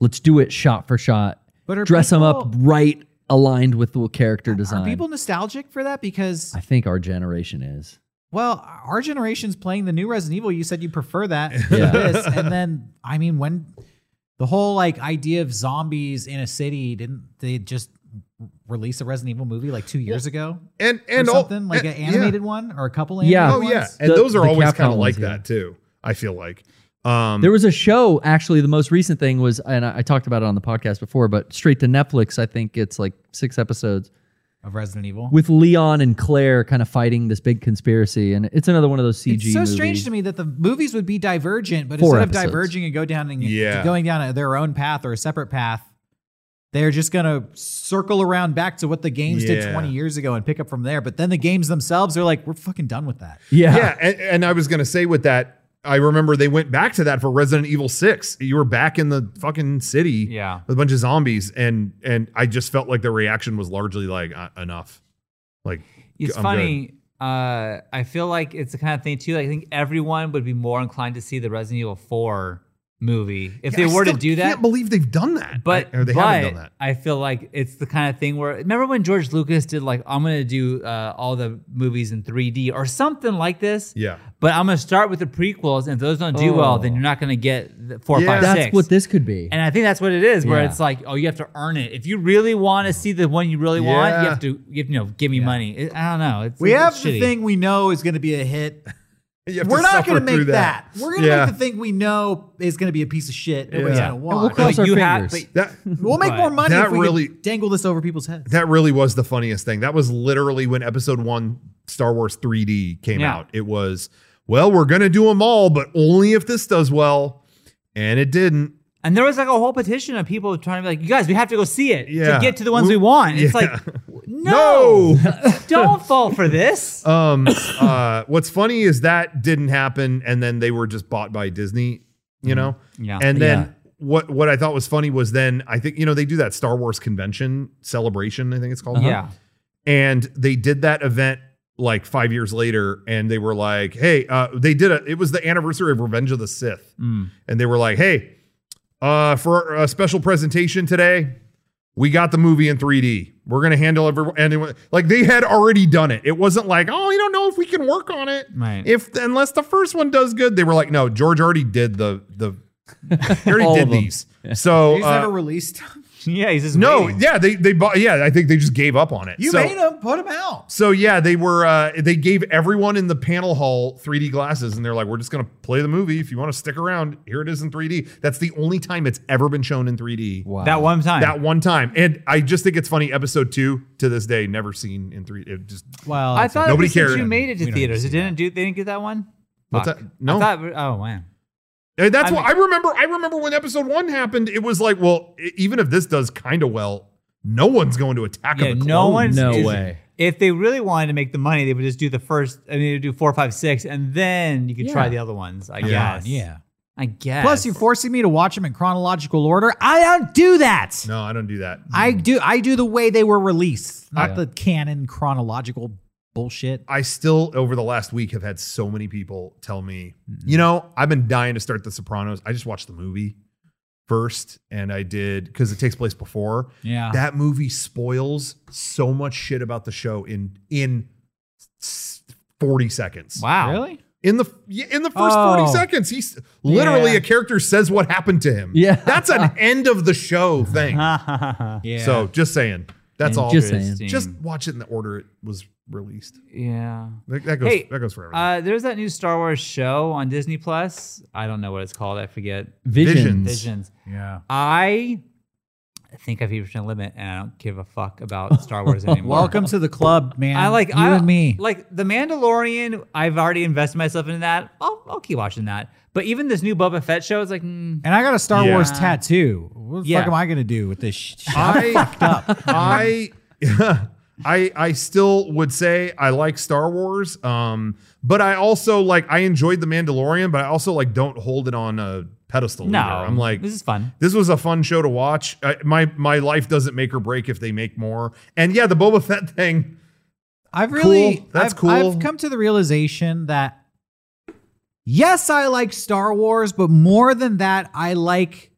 [SPEAKER 4] let's do it shot for shot,
[SPEAKER 3] But are
[SPEAKER 4] dress them up
[SPEAKER 3] people-
[SPEAKER 4] right aligned with the character
[SPEAKER 3] are
[SPEAKER 4] design.
[SPEAKER 3] people nostalgic for that because
[SPEAKER 4] I think our generation is.
[SPEAKER 3] Well, our generation's playing the new Resident Evil. You said you prefer that to
[SPEAKER 4] Yeah.
[SPEAKER 3] this, and then I mean, when the whole like idea of zombies in a city didn't they just release a Resident Evil movie like two years ago
[SPEAKER 1] And
[SPEAKER 3] or
[SPEAKER 1] and all-
[SPEAKER 3] something like
[SPEAKER 1] and-
[SPEAKER 3] an
[SPEAKER 1] yeah.
[SPEAKER 3] animated one or a couple? Animated
[SPEAKER 4] Yeah.
[SPEAKER 1] Oh yeah,
[SPEAKER 3] ones?
[SPEAKER 1] and
[SPEAKER 4] The-
[SPEAKER 1] those are
[SPEAKER 4] the
[SPEAKER 1] always
[SPEAKER 4] Capcom
[SPEAKER 1] kind of like
[SPEAKER 4] ones, yeah.
[SPEAKER 1] that too. I feel like.
[SPEAKER 3] Hmm.
[SPEAKER 1] Um,
[SPEAKER 4] There was a show, actually, the most recent thing was, and I, I talked about it on the podcast before, but straight to Netflix, I think it's like six episodes
[SPEAKER 3] of Resident Evil.
[SPEAKER 4] with Leon and Claire kind of fighting this big conspiracy. And it's another one of those CG
[SPEAKER 3] it's so strange
[SPEAKER 4] movies.
[SPEAKER 3] to me that the movies would be divergent, but
[SPEAKER 4] Four
[SPEAKER 3] instead of
[SPEAKER 4] episodes.
[SPEAKER 3] diverging and go down and
[SPEAKER 1] Yeah.
[SPEAKER 3] going down a- their own path or a separate path, they're just gonna circle around back to what the games did
[SPEAKER 1] Yeah.
[SPEAKER 3] 20 years ago and pick up from there. But then the games themselves are like, we're fucking done with that.
[SPEAKER 4] Yeah.
[SPEAKER 1] yeah, and, and I was gonna say with that, I remember they went back to that for Resident Evil Six. You were back in the fucking city,
[SPEAKER 2] Yeah.
[SPEAKER 1] with a bunch of zombies, and and I just felt like the reaction was largely like uh, enough. Like
[SPEAKER 2] It's
[SPEAKER 1] I'm
[SPEAKER 2] funny. Uh, I feel like it's the kind of thing too. I think everyone would be more inclined to see the Resident Evil Four movie if
[SPEAKER 1] good.
[SPEAKER 2] they
[SPEAKER 1] I
[SPEAKER 2] were to
[SPEAKER 1] still
[SPEAKER 2] do that.
[SPEAKER 1] Can't believe they've done that,
[SPEAKER 2] but
[SPEAKER 1] or they
[SPEAKER 2] but
[SPEAKER 1] haven't done that.
[SPEAKER 2] I feel like it's the kind of thing where remember when George Lucas did like I'm gonna do uh, all the movies in 3D or something like this.
[SPEAKER 1] Yeah.
[SPEAKER 2] But I'm gonna start with the prequels, and if those don't do well, then
[SPEAKER 4] Oh.
[SPEAKER 2] you're not gonna get the four,
[SPEAKER 1] Yeah.
[SPEAKER 2] five,
[SPEAKER 4] That's
[SPEAKER 2] six.
[SPEAKER 4] what this could be.
[SPEAKER 2] and I think that's what it is, where
[SPEAKER 4] Yeah.
[SPEAKER 2] it's like, oh, you have to earn it. If you really want to see the one you really want, you
[SPEAKER 1] Yeah.
[SPEAKER 2] have to, you, have, you know, give me money. It- I don't know. It's,
[SPEAKER 3] We
[SPEAKER 2] it's
[SPEAKER 3] have
[SPEAKER 2] shitty.
[SPEAKER 3] the thing we know is gonna be a hit.
[SPEAKER 1] You have to
[SPEAKER 3] We're not
[SPEAKER 1] suffer
[SPEAKER 3] gonna
[SPEAKER 1] through
[SPEAKER 3] make that. We're gonna
[SPEAKER 1] Yeah.
[SPEAKER 3] make the thing we know is gonna be a piece of shit. Nobody's
[SPEAKER 1] Yeah.
[SPEAKER 3] gonna
[SPEAKER 1] And
[SPEAKER 3] want.
[SPEAKER 4] we'll
[SPEAKER 2] But
[SPEAKER 4] Cross our
[SPEAKER 2] you have,
[SPEAKER 4] fingers.
[SPEAKER 2] but-
[SPEAKER 1] That
[SPEAKER 3] We'll make
[SPEAKER 2] But
[SPEAKER 3] more money
[SPEAKER 1] that
[SPEAKER 3] if we could
[SPEAKER 1] really-
[SPEAKER 3] dangle this over people's heads.
[SPEAKER 1] that really was the funniest thing. That was literally when episode one Star Wars 3D came
[SPEAKER 2] Yeah.
[SPEAKER 1] out. It was, well, we're gonna do them all, but only if this does well. And it didn't.
[SPEAKER 2] and there was like a whole petition of people trying to be like, you guys, we have to go see it
[SPEAKER 1] Yeah.
[SPEAKER 2] to get to the ones we,
[SPEAKER 1] We-
[SPEAKER 2] want. It's
[SPEAKER 1] Yeah.
[SPEAKER 2] like, no, don't fall for this.
[SPEAKER 1] Um, uh, what's funny is that didn't happen, and then they were just bought by Disney, you know.
[SPEAKER 2] Yeah.
[SPEAKER 1] And then
[SPEAKER 4] Yeah.
[SPEAKER 1] what what I thought was funny was then I think you know they do that Star Wars convention celebration, I think it's called.
[SPEAKER 2] Yeah.
[SPEAKER 1] And they did that event like five years later, and they were like, "Hey, uh, they did a. It was the anniversary of Revenge of the Sith, and they were like, "Hey, uh, for a special presentation today." We got the movie in 3D. We're gonna handle everyone. Anyone like they had already done it. It wasn't like, oh, we don't know if we can work on it.
[SPEAKER 2] Right.
[SPEAKER 1] If unless the first one does good, they were like, no, George already did the the. He already
[SPEAKER 4] All
[SPEAKER 1] did
[SPEAKER 4] of them.
[SPEAKER 1] these. So
[SPEAKER 3] He's
[SPEAKER 1] uh,
[SPEAKER 3] never released.
[SPEAKER 2] Yeah. He's just
[SPEAKER 1] no,
[SPEAKER 2] waiting.
[SPEAKER 1] yeah, they they bought. Yeah, I think they just gave up on it.
[SPEAKER 3] You
[SPEAKER 1] so,
[SPEAKER 3] made them, put them out.
[SPEAKER 1] So yeah, they were uh, they gave everyone in the panel hall 3D glasses, and they're like, we're just gonna play the movie. If you want to stick around, here it is in 3D. That's the only time it's ever been shown in 3D.
[SPEAKER 4] wow.
[SPEAKER 2] That one time.
[SPEAKER 1] That one time, and I just think it's funny. Episode two to this day, never seen in three. It just
[SPEAKER 3] Well,
[SPEAKER 2] I thought
[SPEAKER 1] Nobody
[SPEAKER 2] nobody cared.
[SPEAKER 1] cared.
[SPEAKER 2] You made it to
[SPEAKER 3] We don't
[SPEAKER 2] theaters.
[SPEAKER 3] see
[SPEAKER 2] It didn't do. They didn't get that one.
[SPEAKER 1] What's
[SPEAKER 2] Fuck.
[SPEAKER 1] that? No.
[SPEAKER 2] I thought, oh man.
[SPEAKER 1] And that's
[SPEAKER 2] I
[SPEAKER 1] what I remember. I remember when episode one happened. It was like, well, e- even if this does kind of well, no one's going to attack.
[SPEAKER 2] Yeah,
[SPEAKER 1] of the
[SPEAKER 2] no
[SPEAKER 1] Clones.
[SPEAKER 2] one's
[SPEAKER 4] No
[SPEAKER 2] is-
[SPEAKER 4] way.
[SPEAKER 2] If they really wanted to make the money, they would just do the first. I mean, they would do four, five, six, and then you could try
[SPEAKER 4] Yeah.
[SPEAKER 2] the other ones. I
[SPEAKER 1] Yeah.
[SPEAKER 2] guess.
[SPEAKER 3] yeah.
[SPEAKER 2] I guess.
[SPEAKER 3] Plus, you're forcing me to watch them in chronological order. I don't do that.
[SPEAKER 1] No, I don't do that.
[SPEAKER 3] I do. I do the way they were released, not the canon chronological bullshit.
[SPEAKER 1] I still over the last week have had so many people tell me,
[SPEAKER 2] Mm-hmm.
[SPEAKER 1] you know, I've been dying to start The Sopranos. I just watched the movie first, and I did because it takes place before.
[SPEAKER 3] Yeah.
[SPEAKER 1] that movie spoils so much shit about the show in in s- forty seconds.
[SPEAKER 2] wow.
[SPEAKER 3] Really?
[SPEAKER 1] in the yeah, in the first
[SPEAKER 3] Oh.
[SPEAKER 1] 40 seconds he's literally
[SPEAKER 3] Yeah.
[SPEAKER 1] a character says what happened to him
[SPEAKER 4] Yeah.
[SPEAKER 1] that's an end of the show thing
[SPEAKER 3] Yeah.
[SPEAKER 1] so just saying that's all
[SPEAKER 4] just
[SPEAKER 1] just,
[SPEAKER 4] saying.
[SPEAKER 2] Interesting.
[SPEAKER 1] watch it in the order it was released
[SPEAKER 2] yeah.
[SPEAKER 1] that, that goes
[SPEAKER 2] Hey,
[SPEAKER 1] that goes forever
[SPEAKER 2] Uh, there's that new Star Wars show on Disney Plus. I don't know what it's called. I forget.
[SPEAKER 4] Visions.
[SPEAKER 1] Visions.
[SPEAKER 2] Visions.
[SPEAKER 3] yeah.
[SPEAKER 2] I think I've reached my limit, and I don't give a fuck about Star Wars anymore.
[SPEAKER 3] Welcome to the club, man.
[SPEAKER 2] I like
[SPEAKER 3] you
[SPEAKER 2] I,
[SPEAKER 3] and me.
[SPEAKER 2] Like the Mandalorian, I've already invested myself into that. I'll, I'll keep watching that. But even this new Boba Fett show, it's like, mm,
[SPEAKER 3] and I got a Star
[SPEAKER 1] Yeah. Uh,
[SPEAKER 3] Wars tattoo. What the
[SPEAKER 2] Yeah.
[SPEAKER 3] fuck am I gonna do with this? Sh- shit?
[SPEAKER 1] I, I, I, I still would say I like Star Wars, um, but I also like I enjoyed The Mandalorian, but I also like don't hold it on a pedestal.
[SPEAKER 2] no,
[SPEAKER 1] either. I'm like
[SPEAKER 2] this is fun.
[SPEAKER 1] this was a fun show to watch. I, my my life doesn't make or break if they make more. And yeah, the Boba Fett thing.
[SPEAKER 3] I've really
[SPEAKER 1] Cool. That's
[SPEAKER 3] I've,
[SPEAKER 1] cool.
[SPEAKER 3] I've come to the realization that yes, I like Star Wars, but more than that, I like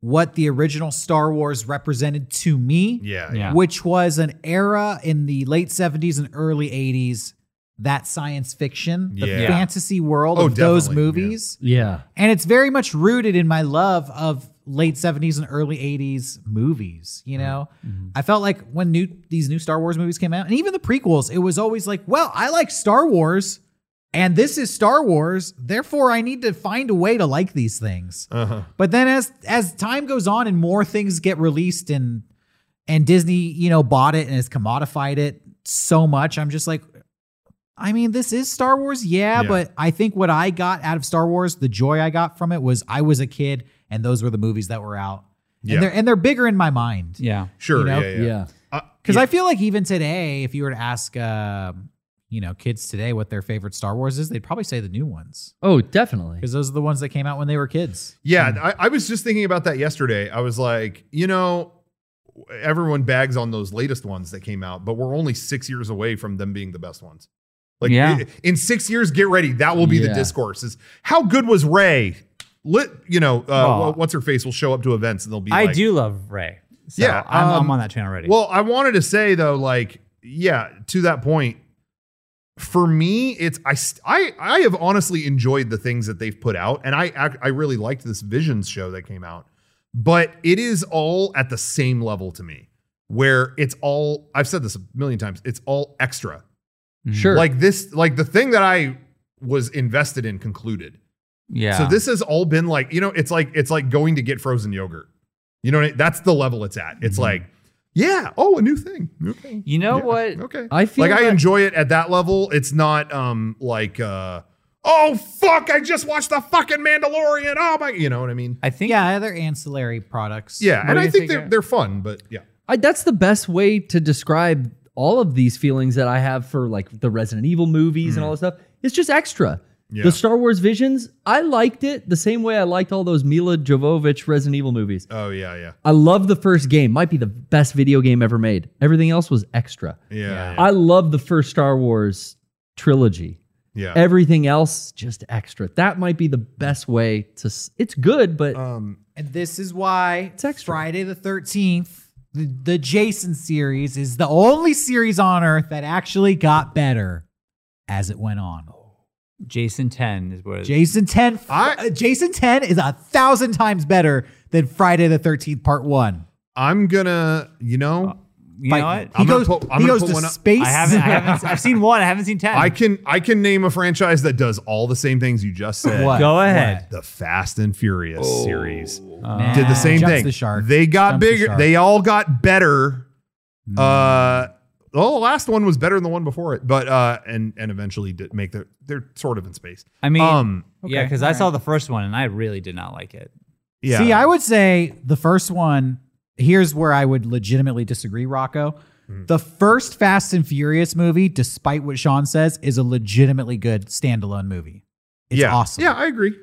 [SPEAKER 3] what the original Star Wars represented to me.
[SPEAKER 1] Yeah,
[SPEAKER 2] Yeah.
[SPEAKER 3] Which was an era in the late 70s and early 80s that science fiction, the
[SPEAKER 1] Yeah.
[SPEAKER 3] fantasy world
[SPEAKER 1] Oh,
[SPEAKER 3] of those
[SPEAKER 1] definitely, yeah.
[SPEAKER 3] movies.
[SPEAKER 4] Yeah.
[SPEAKER 3] And it's very much rooted in my love of late 70s and early 80s movies, you know.
[SPEAKER 1] Mm-hmm.
[SPEAKER 3] I felt like when new these new Star Wars movies came out and even the prequels, it was always like, well, I like Star Wars and this is Star Wars, therefore I need to find a way to like these things.
[SPEAKER 1] Uh-huh.
[SPEAKER 3] But then as as time goes on and more things get released and and Disney, you know, bought it and has commodified it so much, I'm just like I mean, this is Star Wars, yeah,
[SPEAKER 1] Yeah.
[SPEAKER 3] but I think what I got out of Star Wars, the joy I got from it was I was a kid and those were the movies that were out.
[SPEAKER 1] Yeah.
[SPEAKER 3] And they're and they're bigger in my mind.
[SPEAKER 2] Yeah.
[SPEAKER 1] Sure.
[SPEAKER 3] You know?
[SPEAKER 1] Yeah.
[SPEAKER 4] Yeah.
[SPEAKER 1] Yeah. Uh,
[SPEAKER 3] Because
[SPEAKER 1] yeah.
[SPEAKER 3] I feel like even today, if you were to ask, um, you know, kids today what their favorite Star Wars is, they'd probably say the new ones
[SPEAKER 4] Oh, definitely.
[SPEAKER 3] because those are the ones that came out when they were kids.
[SPEAKER 1] Yeah,
[SPEAKER 2] Hmm.
[SPEAKER 1] I, I was just thinking about that yesterday. I was like, you know, everyone bags on those latest ones that came out, but we're only six years away from them being the best ones. Like,
[SPEAKER 2] Yeah.
[SPEAKER 1] i- in six years, get ready. That will be the
[SPEAKER 4] Yeah.
[SPEAKER 1] discourse. Is how good was Ray? Lit, you know, uh,
[SPEAKER 2] Well,
[SPEAKER 1] wh- what's her face will show up to events and they'll be.
[SPEAKER 2] I
[SPEAKER 1] like-
[SPEAKER 2] do love Ray. So
[SPEAKER 1] Yeah,
[SPEAKER 2] I'm,
[SPEAKER 1] um,
[SPEAKER 2] I'm on that train already.
[SPEAKER 1] Well, I wanted to say though, like, yeah, to that point, for me, it's I st- I I have honestly enjoyed the things that they've put out, and I ac- I really liked this Visions show that came out, but it is all at the same level to me, where it's all I've said this a million times, it's all extra.
[SPEAKER 4] Sure.
[SPEAKER 1] Like this, like the thing that I was invested in concluded.
[SPEAKER 2] yeah.
[SPEAKER 1] So this has all been like, you know, it's like it's like going to get frozen yogurt. You know, what I mean? that's the level it's at. It's like, yeah, oh, a new thing. Okay.
[SPEAKER 2] Mm-hmm. you know
[SPEAKER 1] Yeah,
[SPEAKER 2] what?
[SPEAKER 1] Okay.
[SPEAKER 4] I feel
[SPEAKER 1] like I
[SPEAKER 4] that-
[SPEAKER 1] enjoy it at that level. It's not um like uh oh fuck, I just watched the fucking Mandalorian. Oh my, you know what I mean?
[SPEAKER 2] I think.
[SPEAKER 3] Yeah, they're ancillary products.
[SPEAKER 1] Yeah,
[SPEAKER 2] do
[SPEAKER 1] and I
[SPEAKER 2] you
[SPEAKER 1] think
[SPEAKER 2] think,
[SPEAKER 1] they're
[SPEAKER 2] uh,
[SPEAKER 1] they're fun, but yeah.
[SPEAKER 4] I, that's the best way to describe all of these feelings that I have for like the Resident Evil movies and all this stuff. It's just extra.
[SPEAKER 1] Yeah.
[SPEAKER 4] The Star Wars Visions, I liked it the same way I liked all those Mila Jovovich Resident Evil movies.
[SPEAKER 1] Oh yeah, yeah.
[SPEAKER 4] I love the first game. Might be the best video game ever made. Everything else was extra.
[SPEAKER 1] Yeah. Yeah.
[SPEAKER 4] I love the first Star Wars trilogy.
[SPEAKER 1] yeah.
[SPEAKER 4] Everything else just extra. That might be the best way to. s- It's good, but
[SPEAKER 1] um
[SPEAKER 3] And this is why
[SPEAKER 4] extra.
[SPEAKER 3] Friday the 13th, the, the Jason series, is the only series on Earth that actually got better as it went on.
[SPEAKER 2] Jason 10 is what.
[SPEAKER 3] Jason 10
[SPEAKER 1] I-
[SPEAKER 3] uh, Jason 10 is a thousand times better than Friday the 13th part 1.
[SPEAKER 1] I'm gonna, you know,
[SPEAKER 2] you know
[SPEAKER 3] Fight
[SPEAKER 2] what?
[SPEAKER 3] me.
[SPEAKER 1] I'm gonna
[SPEAKER 3] He goes,
[SPEAKER 1] pull- I'm
[SPEAKER 3] he
[SPEAKER 1] gonna
[SPEAKER 3] goes
[SPEAKER 1] pull
[SPEAKER 3] to
[SPEAKER 1] one up.
[SPEAKER 3] space.
[SPEAKER 2] I haven't. I haven't. I've seen one. I haven't seen 10.
[SPEAKER 1] I can I can name a franchise that does all the same things you just said.
[SPEAKER 3] What?
[SPEAKER 2] Go ahead. Uh,
[SPEAKER 1] The Fast and Furious series.
[SPEAKER 3] Nah,
[SPEAKER 1] did the same
[SPEAKER 3] jumps
[SPEAKER 1] thing.
[SPEAKER 3] The shark.
[SPEAKER 1] They got
[SPEAKER 3] Jumps the
[SPEAKER 1] bigger.
[SPEAKER 3] shark.
[SPEAKER 1] they all got better.
[SPEAKER 2] Hmm.
[SPEAKER 1] Uh, well, the last one was better than the one before it, but uh, and and eventually did make their they're sort of in space.
[SPEAKER 2] I mean,
[SPEAKER 1] Um,
[SPEAKER 2] yeah, because I saw the first one and I really did not like it.
[SPEAKER 1] yeah.
[SPEAKER 3] See, I would say the first one, here's where I would legitimately disagree, Rocco.
[SPEAKER 1] Mm.
[SPEAKER 3] The first Fast and Furious movie, despite what Sean says, is a legitimately good standalone movie. It's
[SPEAKER 1] yeah,
[SPEAKER 3] awesome.
[SPEAKER 1] Yeah, I agree.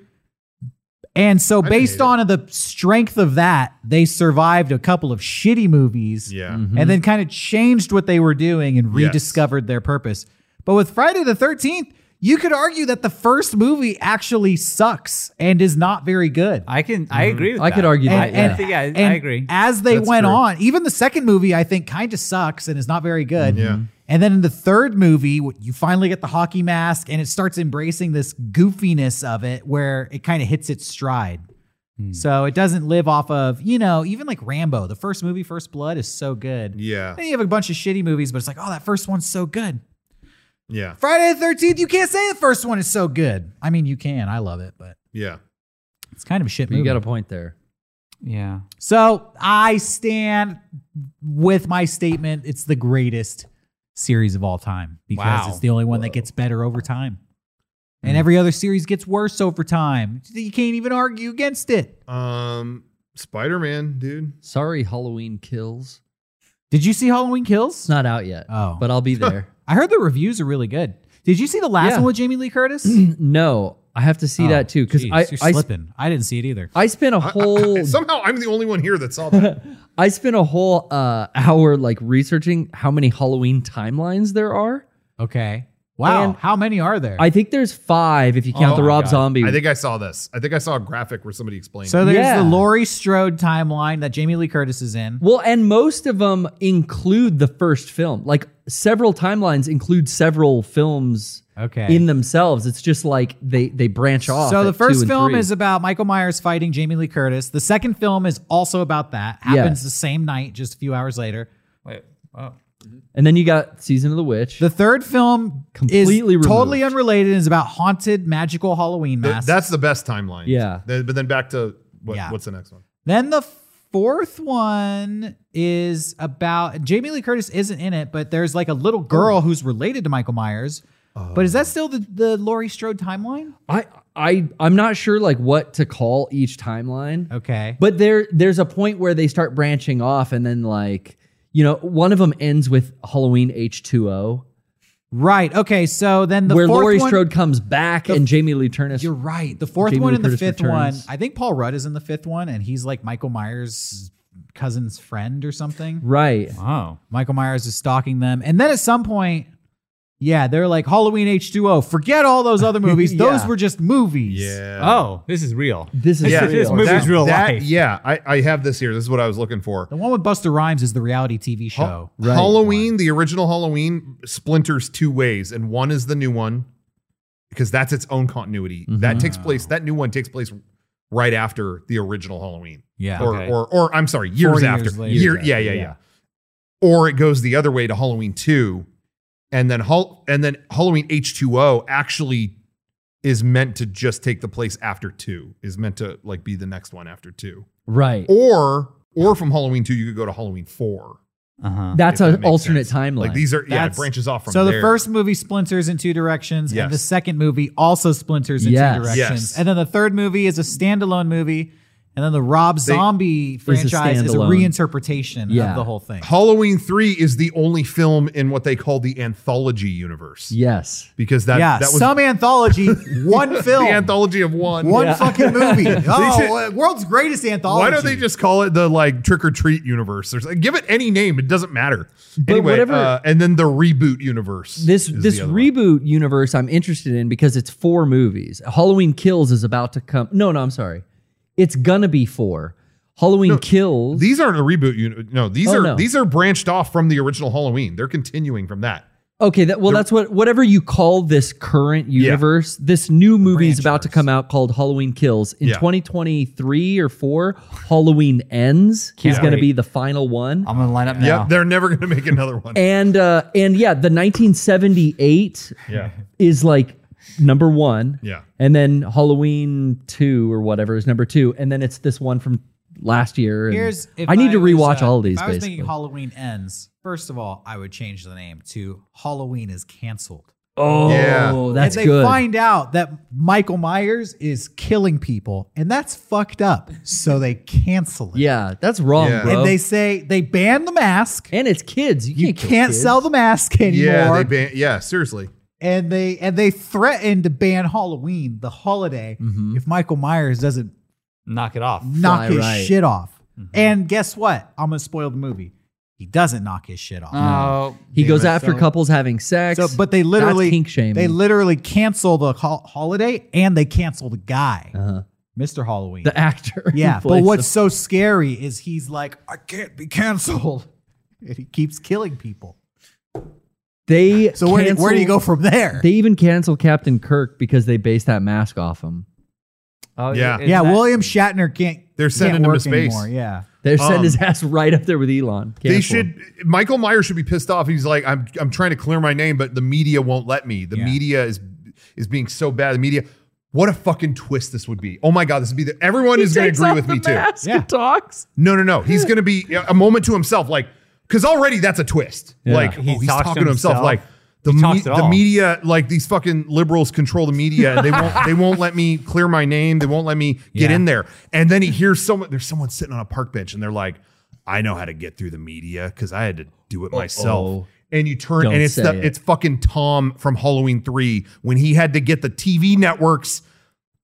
[SPEAKER 3] And so,
[SPEAKER 1] I
[SPEAKER 3] based
[SPEAKER 1] hate it.
[SPEAKER 3] on the strength of that, they survived a couple of shitty movies
[SPEAKER 1] Yeah,
[SPEAKER 2] Mm-hmm.
[SPEAKER 3] and then kind of changed what they were doing and
[SPEAKER 1] Yes.
[SPEAKER 3] rediscovered their purpose. But with Friday the 13th, you could argue that the first movie actually sucks and is not very good.
[SPEAKER 2] I can. I
[SPEAKER 3] Mm-hmm.
[SPEAKER 2] agree with
[SPEAKER 4] I
[SPEAKER 2] that.
[SPEAKER 4] could argue
[SPEAKER 2] I,
[SPEAKER 4] that. yeah.
[SPEAKER 2] I think I, I
[SPEAKER 3] And
[SPEAKER 2] agree.
[SPEAKER 3] As they
[SPEAKER 1] That's
[SPEAKER 3] went
[SPEAKER 1] true.
[SPEAKER 3] on, even the second movie, I think, kind of sucks and is not very good.
[SPEAKER 1] Yeah.
[SPEAKER 3] And then in the third movie, w- you finally get the hockey mask and it starts embracing this goofiness of it where it kind of hits its stride. So it doesn't live off of, you know, even like Rambo, the first movie, First Blood, is so good.
[SPEAKER 1] yeah,
[SPEAKER 3] Then you have a bunch of shitty movies, but it's like, oh, that first one's so good.
[SPEAKER 1] yeah,
[SPEAKER 3] Friday the 13th, you can't say the first one is so good. I mean, you can. I love it, but
[SPEAKER 1] yeah.
[SPEAKER 3] it's kind of a shit movie.
[SPEAKER 4] you got a point there.
[SPEAKER 2] Yeah.
[SPEAKER 3] So I stand with my statement. It's the greatest series of all time because
[SPEAKER 2] Wow.
[SPEAKER 3] it's the only one that gets better over time. And every other series gets worse over time. You can't even argue against it.
[SPEAKER 1] Um, Spider Man, dude.
[SPEAKER 4] Sorry, Halloween Kills.
[SPEAKER 3] Did you see Halloween Kills?
[SPEAKER 4] It's not out yet,
[SPEAKER 3] Oh.
[SPEAKER 4] but I'll be there.
[SPEAKER 3] I heard the reviews are really good. Did you see the last
[SPEAKER 4] Yeah.
[SPEAKER 3] one with Jamie Lee Curtis?
[SPEAKER 4] no, I have to see
[SPEAKER 3] Oh,
[SPEAKER 4] that too because
[SPEAKER 3] Jeez,
[SPEAKER 4] I
[SPEAKER 3] you're
[SPEAKER 4] I,
[SPEAKER 3] slipping. I didn't see it either.
[SPEAKER 4] I spent a whole
[SPEAKER 1] Somehow I'm the only one here that saw that.
[SPEAKER 4] I spent a whole uh, hour like researching how many Halloween timelines there are.
[SPEAKER 3] Okay. Wow.
[SPEAKER 4] And-
[SPEAKER 3] How many are there?
[SPEAKER 4] I think there's five if you count
[SPEAKER 1] Oh
[SPEAKER 4] the
[SPEAKER 1] my
[SPEAKER 4] Rob
[SPEAKER 1] God.
[SPEAKER 4] Zombie.
[SPEAKER 1] I think I saw this. I think I saw a graphic where somebody explained.
[SPEAKER 3] so there's
[SPEAKER 4] Yeah.
[SPEAKER 3] the Laurie Strode timeline that Jamie Lee Curtis is in.
[SPEAKER 4] well, and most of them include the first film. Like several timelines include several films
[SPEAKER 3] Okay.
[SPEAKER 4] in themselves. It's just like they they branch off.
[SPEAKER 3] So the
[SPEAKER 4] at two
[SPEAKER 3] first
[SPEAKER 4] and
[SPEAKER 3] film
[SPEAKER 4] three.
[SPEAKER 3] is about Michael Myers fighting Jamie Lee Curtis. The second film is also about that. Happens
[SPEAKER 4] Yes.
[SPEAKER 3] the same night, just a few hours later.
[SPEAKER 2] Wait. Oh.
[SPEAKER 4] and then you got Season of the Witch.
[SPEAKER 3] The third film
[SPEAKER 4] Completely
[SPEAKER 3] is totally
[SPEAKER 4] removed.
[SPEAKER 3] unrelated and is about haunted magical Halloween
[SPEAKER 1] Th-
[SPEAKER 3] masks.
[SPEAKER 1] that's the best timeline.
[SPEAKER 4] Yeah.
[SPEAKER 1] Then- but then back to what,
[SPEAKER 3] Yeah.
[SPEAKER 1] what's the next one?
[SPEAKER 3] then the fourth one is about Jamie Lee Curtis isn't in it, but there's like a little girl
[SPEAKER 4] Oh.
[SPEAKER 3] who's related to Michael Myers. But is that still the, the Laurie Strode timeline?
[SPEAKER 4] I I I'm not sure like what to call each timeline.
[SPEAKER 3] Okay.
[SPEAKER 4] But there there's a point where they start branching off and then like you know, one of them ends with Halloween H2O,
[SPEAKER 3] right. Okay. So then the
[SPEAKER 4] where
[SPEAKER 3] fourth
[SPEAKER 4] Laurie
[SPEAKER 3] one-
[SPEAKER 4] Strode comes back and Jamie Lee Turner.
[SPEAKER 3] You're right. The fourth
[SPEAKER 4] Jamie
[SPEAKER 3] one
[SPEAKER 4] Lee
[SPEAKER 3] and the
[SPEAKER 4] Curtis
[SPEAKER 3] fifth one.
[SPEAKER 4] returns.
[SPEAKER 3] I think Paul Rudd is in the fifth one, and he's like Michael Myers' cousin's friend or something.
[SPEAKER 4] Right.
[SPEAKER 2] Wow.
[SPEAKER 3] Michael Myers is stalking them, and then at some point, yeah, they're like Halloween H two O. Forget all those other movies; those
[SPEAKER 4] Yeah.
[SPEAKER 3] were just movies.
[SPEAKER 1] Uh,
[SPEAKER 2] oh, this is real.
[SPEAKER 4] This is
[SPEAKER 1] Yeah.
[SPEAKER 4] real.
[SPEAKER 2] This movie's
[SPEAKER 1] That-
[SPEAKER 2] real
[SPEAKER 1] that-
[SPEAKER 2] life.
[SPEAKER 1] Yeah, I, I have this here. This is what I was looking for.
[SPEAKER 3] The one with Buster Rhymes is the reality TV
[SPEAKER 1] Ha-
[SPEAKER 3] show.
[SPEAKER 1] Halloween, the original Halloween, splinters two ways, and one is the new one because that's its own continuity. That takes place. That new one takes place right after the original Halloween,
[SPEAKER 3] Yeah.
[SPEAKER 1] or,
[SPEAKER 2] Okay.
[SPEAKER 1] or or I'm sorry, years
[SPEAKER 3] 40
[SPEAKER 1] after.
[SPEAKER 3] years later.
[SPEAKER 1] Year, yeah, yeah, yeah, Or it goes the other way to Halloween two, and then Hall and then Halloween H two O actually is meant to just take the place after two. Is meant to like be the next one after two,
[SPEAKER 4] Right.
[SPEAKER 1] or or from Halloween two you could go to Halloween four.
[SPEAKER 2] Uh huh.
[SPEAKER 1] if
[SPEAKER 4] That's
[SPEAKER 1] that
[SPEAKER 4] an
[SPEAKER 1] makes
[SPEAKER 4] alternate
[SPEAKER 1] sense.
[SPEAKER 4] timeline.
[SPEAKER 1] Like these are yeah, it
[SPEAKER 3] That's-
[SPEAKER 1] branches off from
[SPEAKER 3] So the
[SPEAKER 1] there.
[SPEAKER 3] first movie splinters in two directions,
[SPEAKER 1] Yes.
[SPEAKER 3] and the second movie also splinters in
[SPEAKER 4] Yes.
[SPEAKER 3] two directions,
[SPEAKER 1] Yes.
[SPEAKER 3] and then the third movie is a standalone movie, and then the Rob Zombie franchise is a
[SPEAKER 4] standalone.
[SPEAKER 3] reinterpretation
[SPEAKER 4] Yeah.
[SPEAKER 3] of the whole thing.
[SPEAKER 1] Halloween three is the only film in what they call the anthology universe
[SPEAKER 4] yes.
[SPEAKER 1] because that
[SPEAKER 3] yeah,
[SPEAKER 1] that was
[SPEAKER 3] some anthology, one
[SPEAKER 1] the
[SPEAKER 3] film,
[SPEAKER 1] anthology of one.
[SPEAKER 3] one fucking movie. Oh,
[SPEAKER 1] should-
[SPEAKER 3] uh, world's greatest anthology.
[SPEAKER 1] Why don't they just call it the like trick or treat universe? There's give it any name, it doesn't matter. anyway,
[SPEAKER 4] whatever-
[SPEAKER 1] uh, and then the reboot universe.
[SPEAKER 4] This
[SPEAKER 1] is
[SPEAKER 4] this
[SPEAKER 1] the other one.
[SPEAKER 4] reboot universe I'm interested in because it's four movies. Halloween Kills is about to come. No, no, I'm sorry. It's gonna be four. Halloween Kills.
[SPEAKER 1] These aren't a reboot. Uni- no, these
[SPEAKER 4] Oh,
[SPEAKER 1] are
[SPEAKER 4] no.
[SPEAKER 1] these are branched off from the original Halloween. They're continuing from that.
[SPEAKER 4] Okay, that well, that's what whatever you call this current universe, this new movie is about to come out called Halloween Kills in
[SPEAKER 1] Yeah.
[SPEAKER 4] 2023 or four. Halloween Ends
[SPEAKER 2] Can't
[SPEAKER 4] is going
[SPEAKER 2] wait.
[SPEAKER 4] to be the final one,
[SPEAKER 1] Um,
[SPEAKER 2] I'm gonna line up now.
[SPEAKER 1] Yep, they're never going to make another one.
[SPEAKER 4] and uh, and yeah, the 1978
[SPEAKER 1] yeah,
[SPEAKER 4] is like number one,
[SPEAKER 1] yeah.
[SPEAKER 4] and then Halloween two or whatever is number two, and then it's this one from last year. and
[SPEAKER 3] Here's if
[SPEAKER 4] I need to
[SPEAKER 3] was,
[SPEAKER 4] rewatch
[SPEAKER 3] uh,
[SPEAKER 4] all of these.
[SPEAKER 3] If I was
[SPEAKER 4] basically.
[SPEAKER 3] thinking Halloween ends. First of all, I would change the name to Halloween is canceled.
[SPEAKER 4] oh,
[SPEAKER 1] Yeah.
[SPEAKER 4] that's
[SPEAKER 3] and they
[SPEAKER 4] good.
[SPEAKER 3] find out that Michael Myers is killing people, and that's fucked up. So they cancel it.
[SPEAKER 4] yeah, that's wrong,
[SPEAKER 1] Yeah.
[SPEAKER 4] bro.
[SPEAKER 3] And they say they ban the mask.
[SPEAKER 4] and it's kids. You,
[SPEAKER 3] You
[SPEAKER 4] can't, kill
[SPEAKER 3] can't
[SPEAKER 4] kids.
[SPEAKER 3] sell the mask anymore.
[SPEAKER 1] Yeah, they ban- yeah, seriously.
[SPEAKER 3] and they and they threaten to ban Halloween, the holiday,
[SPEAKER 4] Mm-hmm.
[SPEAKER 3] if Michael Myers doesn't
[SPEAKER 2] Knock it off.
[SPEAKER 3] knock his
[SPEAKER 4] right. Mm-hmm.
[SPEAKER 3] shit off. And guess what? I'm gonna spoil the movie. He doesn't knock his shit off.
[SPEAKER 2] Oh.
[SPEAKER 4] He
[SPEAKER 2] damn
[SPEAKER 4] goes
[SPEAKER 2] it,
[SPEAKER 4] after
[SPEAKER 2] so-
[SPEAKER 4] couples having sex.
[SPEAKER 3] So, but they literally
[SPEAKER 4] kink shaming.
[SPEAKER 3] They literally cancel the ho- holiday and they cancel the guy,
[SPEAKER 4] Uh-huh.
[SPEAKER 3] Mr. Halloween.
[SPEAKER 4] the actor. who
[SPEAKER 3] yeah, but
[SPEAKER 4] plays
[SPEAKER 3] what's so scary is he's like, I can't be canceled. And he keeps killing people.
[SPEAKER 4] the- they
[SPEAKER 3] So where, do- where do you
[SPEAKER 4] cancel-
[SPEAKER 3] go from there?
[SPEAKER 4] They even cancel Captain Kirk because they based that mask off him.
[SPEAKER 2] Oh,
[SPEAKER 1] Yeah.
[SPEAKER 2] it- it's
[SPEAKER 3] yeah,
[SPEAKER 2] that-
[SPEAKER 3] William Shatner can't.
[SPEAKER 1] They're
[SPEAKER 3] can't
[SPEAKER 1] sending him to
[SPEAKER 3] work
[SPEAKER 1] space.
[SPEAKER 3] Anymore. Yeah,
[SPEAKER 4] They sent
[SPEAKER 1] Um,
[SPEAKER 4] his ass right up there with Elon. Cancel
[SPEAKER 1] They
[SPEAKER 4] him.
[SPEAKER 1] should. Michael Myers should be pissed off. He's like, I'm, I'm trying to clear my name, but the media won't let me. The
[SPEAKER 3] Yeah.
[SPEAKER 1] media is, is being so bad. The media, What a fucking twist this would be. Oh my God, this would be the, everyone is going to
[SPEAKER 4] Takes
[SPEAKER 1] agree
[SPEAKER 4] off
[SPEAKER 1] with
[SPEAKER 4] the
[SPEAKER 1] me too.
[SPEAKER 4] mask and talks.
[SPEAKER 1] No, no, no. He's going to be a moment to himself. Like, because already that's a twist. Like,
[SPEAKER 2] He
[SPEAKER 1] oh, he's
[SPEAKER 2] talks to
[SPEAKER 1] talking to himself.
[SPEAKER 2] himself.
[SPEAKER 1] Like, the,
[SPEAKER 2] He
[SPEAKER 1] me-
[SPEAKER 2] talks at
[SPEAKER 1] the
[SPEAKER 2] all.
[SPEAKER 1] media, like these fucking liberals control the media. and They won't. they won't let me clear my name. They won't let me get
[SPEAKER 2] Yeah.
[SPEAKER 1] in there. And then he hears someone. There's someone sitting on a park bench, and they're like, "I know how to get through the media because I had to do it myself." And you turn,
[SPEAKER 4] Don't
[SPEAKER 1] and it's
[SPEAKER 4] say
[SPEAKER 1] the
[SPEAKER 4] it.
[SPEAKER 1] it's fucking Tom from Halloween Three when he had to get the TV networks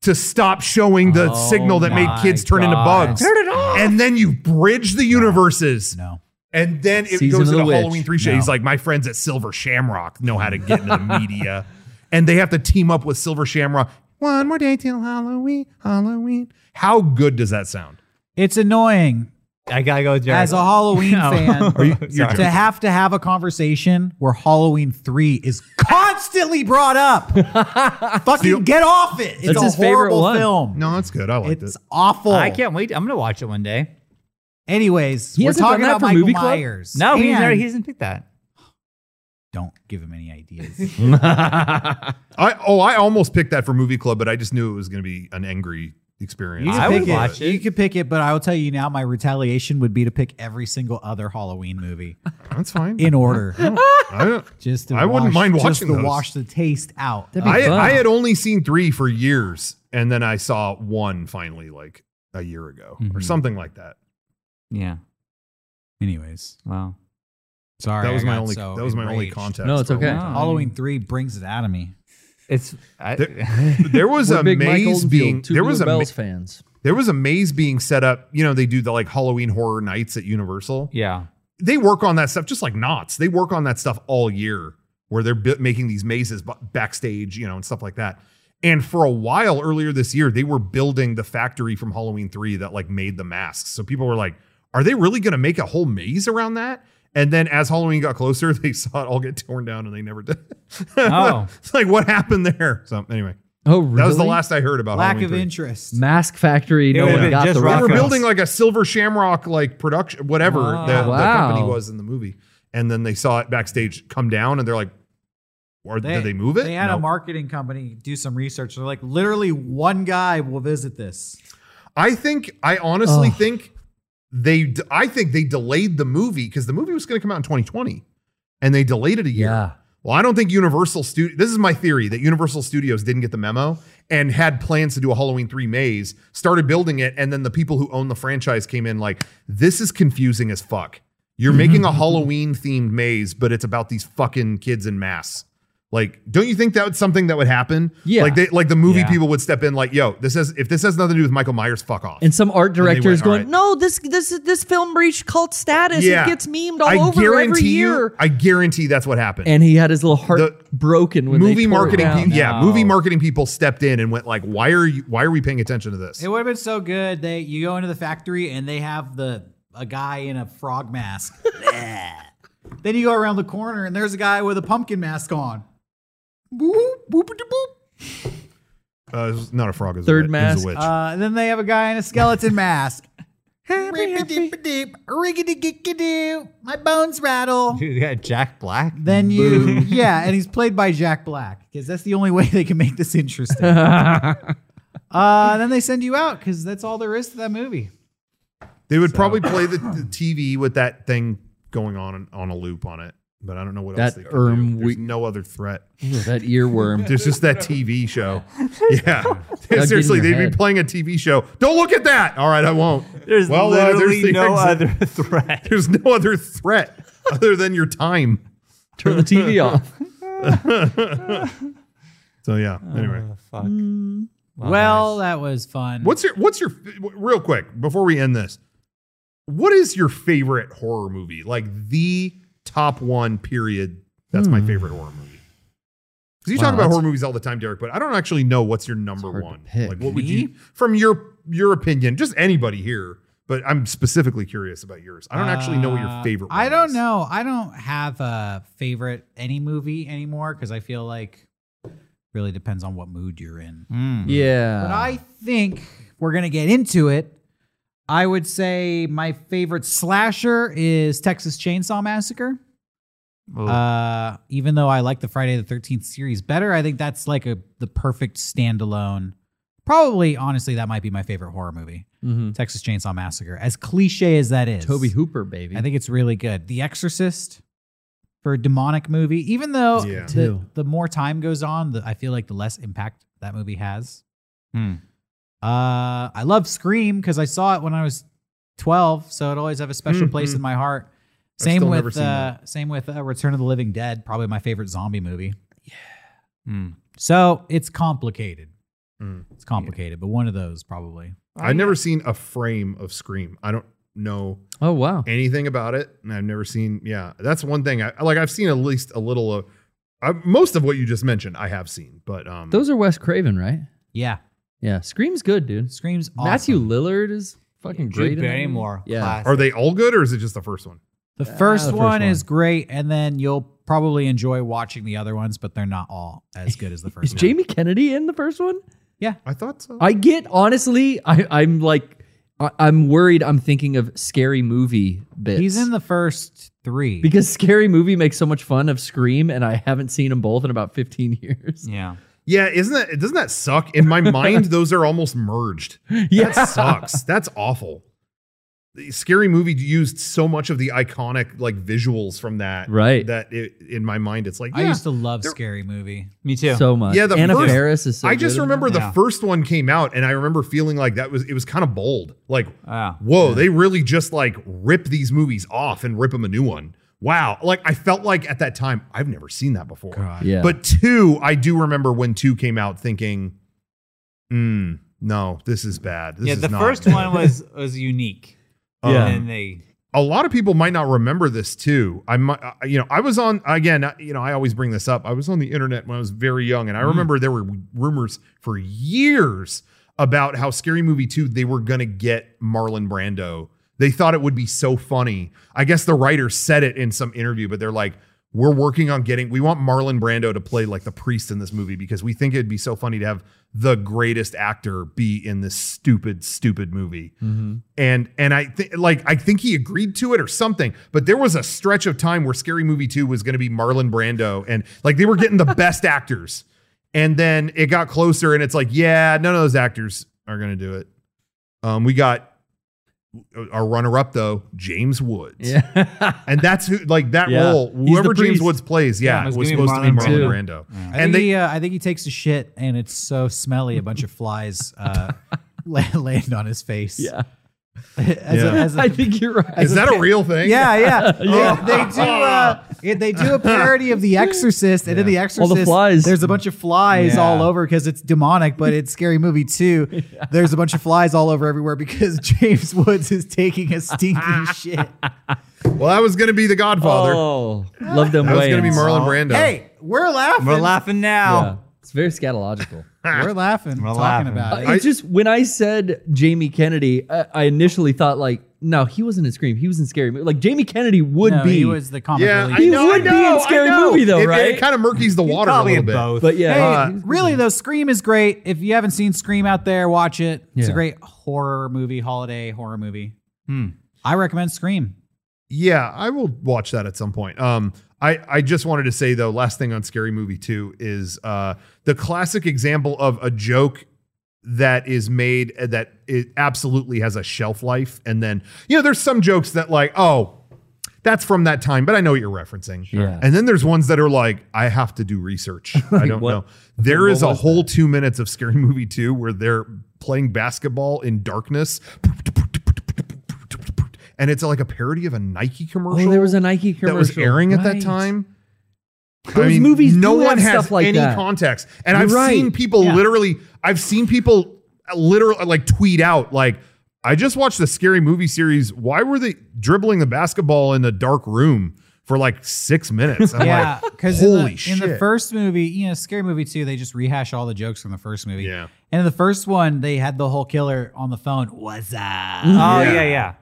[SPEAKER 1] to stop showing the
[SPEAKER 2] Oh
[SPEAKER 1] signal that made
[SPEAKER 2] my
[SPEAKER 1] kids turn into
[SPEAKER 2] God.
[SPEAKER 1] bugs. Turn it off. And then you bridge the universes.
[SPEAKER 3] No.
[SPEAKER 1] And then it
[SPEAKER 4] Season
[SPEAKER 1] goes
[SPEAKER 4] of the
[SPEAKER 1] into
[SPEAKER 4] Witch.
[SPEAKER 1] Halloween three shit.
[SPEAKER 3] No.
[SPEAKER 1] He's like, my friends at Silver Shamrock know how to get into the media, and they have to team up with Silver Shamrock. One more day till Halloween, Halloween. How good does that sound?
[SPEAKER 3] It's annoying
[SPEAKER 2] I gotta go, Jared.
[SPEAKER 3] as a Halloween
[SPEAKER 2] No.
[SPEAKER 3] fan
[SPEAKER 2] Are you-
[SPEAKER 1] you're
[SPEAKER 3] to
[SPEAKER 1] joking.
[SPEAKER 3] have to have a conversation where Halloween 3 is constantly brought up. Fucking get off it. It's
[SPEAKER 4] That's
[SPEAKER 3] a
[SPEAKER 4] his favorite
[SPEAKER 3] horrible
[SPEAKER 4] one.
[SPEAKER 3] film.
[SPEAKER 1] No, that's good. I liked
[SPEAKER 3] it's
[SPEAKER 1] it.
[SPEAKER 3] awful.
[SPEAKER 2] I can't wait. I'm gonna watch it one day.
[SPEAKER 3] Anyways,
[SPEAKER 4] He
[SPEAKER 3] we're
[SPEAKER 4] hasn't done
[SPEAKER 3] talking
[SPEAKER 4] that
[SPEAKER 3] about
[SPEAKER 4] for
[SPEAKER 3] Michael
[SPEAKER 4] Movie Club?
[SPEAKER 3] Myers.
[SPEAKER 2] No, he,
[SPEAKER 3] And-
[SPEAKER 2] never, he doesn't pick that.
[SPEAKER 3] don't give him any ideas.
[SPEAKER 1] I oh, I almost picked that for movie club, but I just knew it was going to be an angry experience.
[SPEAKER 2] You can
[SPEAKER 1] I
[SPEAKER 2] I would
[SPEAKER 1] would
[SPEAKER 3] pick
[SPEAKER 2] watch it.
[SPEAKER 3] You could pick it, but I will tell you now, my retaliation would be to pick every single other Halloween movie
[SPEAKER 1] That's fine.
[SPEAKER 3] in order.
[SPEAKER 1] I don't-
[SPEAKER 3] just to
[SPEAKER 1] I wouldn't
[SPEAKER 3] wash-
[SPEAKER 1] mind
[SPEAKER 3] just
[SPEAKER 1] watching
[SPEAKER 3] to
[SPEAKER 1] those.
[SPEAKER 3] wash the taste out.
[SPEAKER 4] That'd be
[SPEAKER 1] I,
[SPEAKER 4] fun.
[SPEAKER 1] I had only seen three for years, and then I saw one finally like a year ago or
[SPEAKER 2] Mhm.
[SPEAKER 1] something like that.
[SPEAKER 2] Yeah.
[SPEAKER 3] Anyways,
[SPEAKER 2] Wow.
[SPEAKER 3] sorry.
[SPEAKER 1] that was
[SPEAKER 3] I
[SPEAKER 1] my
[SPEAKER 3] got
[SPEAKER 1] only
[SPEAKER 3] so
[SPEAKER 1] that was my only
[SPEAKER 3] enraged.
[SPEAKER 1] context.
[SPEAKER 4] No, it's
[SPEAKER 1] for a
[SPEAKER 4] okay.
[SPEAKER 1] long time.
[SPEAKER 3] Halloween three brings it out of me.
[SPEAKER 2] It's I,
[SPEAKER 1] There was
[SPEAKER 4] We're
[SPEAKER 1] a
[SPEAKER 4] big Mike
[SPEAKER 1] maze
[SPEAKER 4] Oldfield,
[SPEAKER 1] being
[SPEAKER 4] two
[SPEAKER 1] there
[SPEAKER 4] Blue
[SPEAKER 1] was a ma-
[SPEAKER 4] Bells fans.
[SPEAKER 1] there was a maze being set up. You know, they do the like Halloween horror nights at Universal.
[SPEAKER 2] yeah.
[SPEAKER 1] They work on that stuff just like knots. They work on that stuff all year where they're bu- making these mazes bu- backstage, you know, and stuff like that. And for a while earlier this year, they were building the factory from Halloween 3 that like made the masks. So people were like, are they really going to make a whole maze around that? And then as Halloween got closer, they saw it all get torn down and they never did.
[SPEAKER 2] Oh.
[SPEAKER 1] it's like what happened there? So anyway,
[SPEAKER 4] Oh, really?
[SPEAKER 1] that was the last I heard about
[SPEAKER 3] Lack
[SPEAKER 1] Halloween
[SPEAKER 3] of
[SPEAKER 1] 3.
[SPEAKER 3] interest.
[SPEAKER 4] Mask Factory. No
[SPEAKER 2] would've
[SPEAKER 4] one
[SPEAKER 2] been
[SPEAKER 4] got
[SPEAKER 2] just
[SPEAKER 4] the
[SPEAKER 1] They were
[SPEAKER 2] Rockhouse.
[SPEAKER 4] reference.
[SPEAKER 1] building like a silver shamrock like production, whatever
[SPEAKER 2] Wow.
[SPEAKER 3] Ah.
[SPEAKER 1] the, the
[SPEAKER 4] Wow.
[SPEAKER 1] company was in the movie. And then they saw it backstage come down and they're like, or did they move it?
[SPEAKER 3] They had
[SPEAKER 1] No.
[SPEAKER 3] a marketing company do some research. They're like, literally, one guy will visit this.
[SPEAKER 1] I think, I honestly
[SPEAKER 4] Ugh.
[SPEAKER 1] think they, d- I think they delayed the movie because the movie was going to come out in 2020 and they delayed it a year.
[SPEAKER 4] Yeah.
[SPEAKER 1] Well, I don't think Universal Studio. This is my theory that Universal Studios didn't get the memo and had plans to do a Halloween three maze, started building it, and then the people who own the franchise came in like, "This is confusing as fuck. You're
[SPEAKER 4] Mm-hmm.
[SPEAKER 1] making a Halloween themed maze, but it's about these fucking kids in masks. Like, don't you think that was something that would happen?
[SPEAKER 4] Yeah.
[SPEAKER 1] Like they like the movie
[SPEAKER 2] Yeah.
[SPEAKER 1] people would step in like, "Yo, this has if this has nothing to do with Michael Myers, fuck off."
[SPEAKER 4] And some art
[SPEAKER 1] they
[SPEAKER 4] director is
[SPEAKER 1] went,
[SPEAKER 4] going,
[SPEAKER 1] "All right."
[SPEAKER 4] no, this this this film reached cult status.
[SPEAKER 1] Yeah.
[SPEAKER 4] It gets memed all
[SPEAKER 1] I
[SPEAKER 4] over every
[SPEAKER 1] guarantee you,
[SPEAKER 4] year.
[SPEAKER 1] I guarantee that's what happened.
[SPEAKER 4] and he had his little heart
[SPEAKER 1] The-
[SPEAKER 4] broken when
[SPEAKER 1] movie
[SPEAKER 4] they tore it
[SPEAKER 1] marketing
[SPEAKER 4] down.
[SPEAKER 1] people, yeah,
[SPEAKER 2] No.
[SPEAKER 1] movie marketing people stepped in and went like, "Why are you? Why are we paying attention to this?"
[SPEAKER 3] It would have been so good. They you go into the factory and they have the a guy in a frog mask. Bleh. then you go around the corner and there's a guy with a pumpkin mask on. Boop, boop, boop, boop.
[SPEAKER 1] Uh, it was not a frog. It was a, wit-
[SPEAKER 4] Third
[SPEAKER 1] it was
[SPEAKER 4] mask.
[SPEAKER 1] a witch.
[SPEAKER 3] Uh, and then they have a guy in a skeleton mask.
[SPEAKER 4] Happy, happy.
[SPEAKER 3] Rippity-dip-a-dip, riggity-gickadoo, My bones rattle.
[SPEAKER 2] Dude, you got Jack Black.
[SPEAKER 3] Then you, yeah, and he's played by Jack Black because that's the only way they can make this interesting. uh, then they send you out because that's all there is to that movie.
[SPEAKER 1] they
[SPEAKER 4] Ah,
[SPEAKER 1] would probably play the, the TV with that thing going on on a loop on it, but I don't know what else.
[SPEAKER 4] That
[SPEAKER 1] They could do.
[SPEAKER 4] erm
[SPEAKER 1] There's
[SPEAKER 4] we-
[SPEAKER 1] no other threat.
[SPEAKER 4] Ooh, that earworm.
[SPEAKER 1] There's just that TV show. Yeah,
[SPEAKER 4] in
[SPEAKER 1] seriously,
[SPEAKER 4] your
[SPEAKER 1] they'd
[SPEAKER 4] head.
[SPEAKER 1] be playing a TV show. Don't look at that. All right, I won't.
[SPEAKER 2] There's
[SPEAKER 1] Well, uh, there's
[SPEAKER 2] literally
[SPEAKER 1] the
[SPEAKER 2] no
[SPEAKER 1] exit.
[SPEAKER 2] other threat.
[SPEAKER 1] There's no other threat other than your time.
[SPEAKER 4] Turn the TV off.
[SPEAKER 1] So yeah.
[SPEAKER 2] Uh,
[SPEAKER 1] Anyway,
[SPEAKER 2] fuck.
[SPEAKER 3] Well, that was fun.
[SPEAKER 1] what's your what's your real quick before we end this? What is your favorite horror movie? Like the top one. Period. That's my favorite horror movie. Because you
[SPEAKER 4] Hmm. Wow,
[SPEAKER 1] talk about
[SPEAKER 4] that's-
[SPEAKER 1] horror movies all the time, Derek, but I don't actually know what's your number
[SPEAKER 4] hard to
[SPEAKER 1] one.
[SPEAKER 4] pick.
[SPEAKER 1] Like, what would
[SPEAKER 2] Me?
[SPEAKER 1] you, from your your opinion, just anybody here? But I'm specifically curious about yours. I don't actually know what your
[SPEAKER 3] Uh,
[SPEAKER 1] favorite.
[SPEAKER 3] I
[SPEAKER 1] one
[SPEAKER 3] don't
[SPEAKER 1] is.
[SPEAKER 3] know. I don't have a favorite any movie anymore because I feel like really depends on what mood you're in.
[SPEAKER 1] Hmm.
[SPEAKER 4] Yeah.
[SPEAKER 3] But I think we're gonna get into it. I would say my favorite slasher is Texas Chainsaw Massacre. Uh, even though I like the Friday the Thirteenth series better, I think that's like a the perfect standalone. Probably, honestly, that might be my favorite horror movie, Texas Chainsaw Massacre. As cliche as that is,
[SPEAKER 4] Mm-hmm. Toby Hooper, baby.
[SPEAKER 3] I think it's really good. The Exorcist for a demonic movie, even though
[SPEAKER 1] Yeah.
[SPEAKER 3] the, the more time goes on, the, I feel like the less impact that movie has.
[SPEAKER 2] Hmm.
[SPEAKER 3] Uh, I love Scream because I saw it when I was 12, so it always have a special
[SPEAKER 1] Mhm.
[SPEAKER 3] place in my heart.
[SPEAKER 1] I've
[SPEAKER 3] Same
[SPEAKER 1] still never
[SPEAKER 3] with,
[SPEAKER 1] seen
[SPEAKER 3] uh, same with uh, Return of the Living Dead, probably my favorite zombie movie.
[SPEAKER 2] Hmm.
[SPEAKER 3] So it's complicated.
[SPEAKER 1] Mm.
[SPEAKER 3] It's complicated, but one of those probably.
[SPEAKER 1] I've never seen a frame of Scream. I don't know
[SPEAKER 4] oh wow.
[SPEAKER 1] anything about it, and I've never seen. Yeah, that's one thing. I like. I've seen at least a little of uh, most of what you just mentioned. I have seen, but um,
[SPEAKER 4] Those are Wes Craven, right?
[SPEAKER 3] Yeah,
[SPEAKER 4] Yeah. Scream's good, dude.
[SPEAKER 3] Scream's awesome.
[SPEAKER 4] Matthew Lillard is fucking great.
[SPEAKER 2] Jude
[SPEAKER 4] in that movie.
[SPEAKER 2] Barrymore.
[SPEAKER 4] Yeah.
[SPEAKER 2] classic.
[SPEAKER 1] are they all good, or is it just the first one?
[SPEAKER 3] The first,
[SPEAKER 4] the first
[SPEAKER 3] one, is
[SPEAKER 4] one.
[SPEAKER 3] great, and then you'll probably enjoy watching the other ones, but they're not all as good as the
[SPEAKER 4] Is
[SPEAKER 3] first one.
[SPEAKER 4] Jamie Kennedy in the first one?
[SPEAKER 1] I thought so.
[SPEAKER 4] I get honestly, I, I'm like, I, I'm worried. I'm thinking of scary movie bits.
[SPEAKER 3] He's in the first three.
[SPEAKER 4] because scary movie makes so much fun of Scream, and I haven't seen them both in about 15 years.
[SPEAKER 2] Yeah.
[SPEAKER 1] yeah, isn't that doesn't that suck? In my mind, those are almost merged.
[SPEAKER 4] Yeah.
[SPEAKER 1] That sucks. That's awful. The scary movie used so much of the iconic like visuals from that.
[SPEAKER 4] Right.
[SPEAKER 1] That it, in my mind, it's like
[SPEAKER 3] I
[SPEAKER 1] yeah.
[SPEAKER 3] used to love
[SPEAKER 1] They're-
[SPEAKER 3] Scary Movie.
[SPEAKER 2] Me too.
[SPEAKER 4] So much.
[SPEAKER 1] Yeah, the
[SPEAKER 4] Anna
[SPEAKER 1] first-
[SPEAKER 4] Faris is. So
[SPEAKER 1] I
[SPEAKER 4] good
[SPEAKER 1] just
[SPEAKER 4] in
[SPEAKER 1] remember the
[SPEAKER 2] Yeah.
[SPEAKER 1] first one came out, and I remember feeling like that was it was kind of bold. Like,
[SPEAKER 2] Wow.
[SPEAKER 1] whoa, they really just like rip these movies off and rip them a new one. Wow. Like I felt like at that time I've never seen that before.
[SPEAKER 4] that. Yeah.
[SPEAKER 1] But two, I do remember when two came out, thinking, "Hmm, no, this is bad. This
[SPEAKER 2] yeah,
[SPEAKER 1] is
[SPEAKER 2] the
[SPEAKER 1] not
[SPEAKER 2] first
[SPEAKER 1] good."
[SPEAKER 2] one was was unique.
[SPEAKER 1] Yeah.
[SPEAKER 2] And then they
[SPEAKER 1] a lot of people might not remember this too. I might, I- you know, I was on again. I- You know, I always bring this up. I was on the internet when I was very young, and I remember there were rumors for years about how Scary Movie Two they were gonna get Marlon Brando. They thought it would be so funny. I guess the writer said it in some interview, but they're like, "We're working on getting. We want Marlon Brando to play like the priest in this movie because we think it'd be so funny to have the greatest actor be in this stupid, stupid movie." and and I think like I think he agreed to it or something. But there was a stretch of time where Scary Movie Two was going to be Marlon Brando, and like they were getting the best actors, and then it got closer, and it's like, yeah, none of those actors are going to do it. Um, we got our runner-up though, James Woods,
[SPEAKER 4] Yeah.
[SPEAKER 1] and that's who like that
[SPEAKER 4] Yeah.
[SPEAKER 1] role.
[SPEAKER 4] He's the
[SPEAKER 1] Whoever James
[SPEAKER 4] priest.
[SPEAKER 1] Woods plays, yeah,
[SPEAKER 2] Yeah, it was
[SPEAKER 1] was
[SPEAKER 2] gonna be
[SPEAKER 1] supposed to be
[SPEAKER 2] Marlon
[SPEAKER 1] Marlon Brando.
[SPEAKER 3] I
[SPEAKER 1] And
[SPEAKER 3] think
[SPEAKER 1] they-
[SPEAKER 3] he, uh, I think he takes a shit, and it's so smelly. A bunch of flies uh, la- land on his face.
[SPEAKER 4] yeah.
[SPEAKER 3] As
[SPEAKER 1] Yeah.
[SPEAKER 3] A, as a-
[SPEAKER 4] I think you're right.
[SPEAKER 1] Is that a real thing?
[SPEAKER 3] yeah, yeah.
[SPEAKER 1] Yeah.
[SPEAKER 3] They, they do. Uh, yeah, they do a parody of The Exorcist, and in The
[SPEAKER 4] All
[SPEAKER 3] Exorcist,
[SPEAKER 4] the flies.
[SPEAKER 3] There's a bunch of flies
[SPEAKER 2] Yeah.
[SPEAKER 3] all over because it's demonic, but it's scary movie too. There's a bunch of flies all over everywhere because James Woods is taking a stinky shit.
[SPEAKER 1] Well, that was going to be The Godfather.
[SPEAKER 4] Oh, love them
[SPEAKER 1] that was going to be
[SPEAKER 4] Wayans.
[SPEAKER 1] Marlon Brando.
[SPEAKER 3] Hey, we're laughing.
[SPEAKER 2] We're laughing
[SPEAKER 4] Yeah.
[SPEAKER 2] now.
[SPEAKER 4] It's very scatological.
[SPEAKER 3] We're laughing.
[SPEAKER 2] We're
[SPEAKER 3] talking
[SPEAKER 2] laughing.
[SPEAKER 3] about it.
[SPEAKER 4] It's just when I said Jamie Kennedy, I, I initially thought like, no, he wasn't in Scream. He was in Scary Movie. Like Jamie Kennedy would
[SPEAKER 3] No,
[SPEAKER 4] be.
[SPEAKER 3] he was the comic
[SPEAKER 1] Yeah,
[SPEAKER 3] relief.
[SPEAKER 1] I
[SPEAKER 4] He
[SPEAKER 1] know,
[SPEAKER 4] would
[SPEAKER 1] I
[SPEAKER 4] be in
[SPEAKER 1] know, I
[SPEAKER 4] Scary
[SPEAKER 1] know.
[SPEAKER 4] Movie, though,
[SPEAKER 1] It- It
[SPEAKER 4] right?
[SPEAKER 1] kind of murkies the water a
[SPEAKER 2] Probably
[SPEAKER 1] little
[SPEAKER 2] in
[SPEAKER 1] bit.
[SPEAKER 2] both.
[SPEAKER 4] but yeah,
[SPEAKER 3] Hey,
[SPEAKER 1] Uh,
[SPEAKER 3] really though, Scream is great. If you haven't seen Scream out there, watch it. It's
[SPEAKER 4] Yeah.
[SPEAKER 3] a great horror movie, holiday horror movie. I recommend Scream.
[SPEAKER 1] Yeah, I will watch that at some point. Um, I, I just wanted to say though, last thing on Scary Movie 2 is uh the classic example of a joke that is made uh, that it absolutely has a shelf life. And then, you know, there's some jokes that like, oh, that's from that time, but I know what you're referencing.
[SPEAKER 4] Yeah.
[SPEAKER 1] And then there's ones that are like, I have to do research. I don't
[SPEAKER 4] what-
[SPEAKER 1] know. There
[SPEAKER 4] what
[SPEAKER 1] is a
[SPEAKER 4] was
[SPEAKER 1] whole two minutes of Scary Movie 2 where they're playing basketball in darkness. And it's like a parody of a Nike commercial
[SPEAKER 4] Oh, there was a Nike commercial
[SPEAKER 1] that was airing at that
[SPEAKER 4] Right.
[SPEAKER 1] time.
[SPEAKER 4] Those movies
[SPEAKER 1] no
[SPEAKER 4] do
[SPEAKER 1] one
[SPEAKER 4] have
[SPEAKER 1] has
[SPEAKER 4] stuff like
[SPEAKER 1] any
[SPEAKER 4] that.
[SPEAKER 1] context, and
[SPEAKER 4] You're
[SPEAKER 1] I've
[SPEAKER 4] right.
[SPEAKER 1] seen people
[SPEAKER 3] Yeah.
[SPEAKER 1] literally. I've seen people literally like tweet out like, "I just watched the scary movie series. Why were they dribbling the basketball in a dark room for like six minutes?" I'm
[SPEAKER 3] yeah,
[SPEAKER 1] like,
[SPEAKER 3] because
[SPEAKER 1] holy
[SPEAKER 3] in, the- in
[SPEAKER 1] shit.
[SPEAKER 3] the first movie, you know, scary movie too, they just rehash all the jokes from the first movie.
[SPEAKER 1] Yeah.
[SPEAKER 3] and in the first one, they had the whole killer on the phone. What's up? Uh,
[SPEAKER 2] Oh
[SPEAKER 1] Yeah.
[SPEAKER 2] yeah, yeah.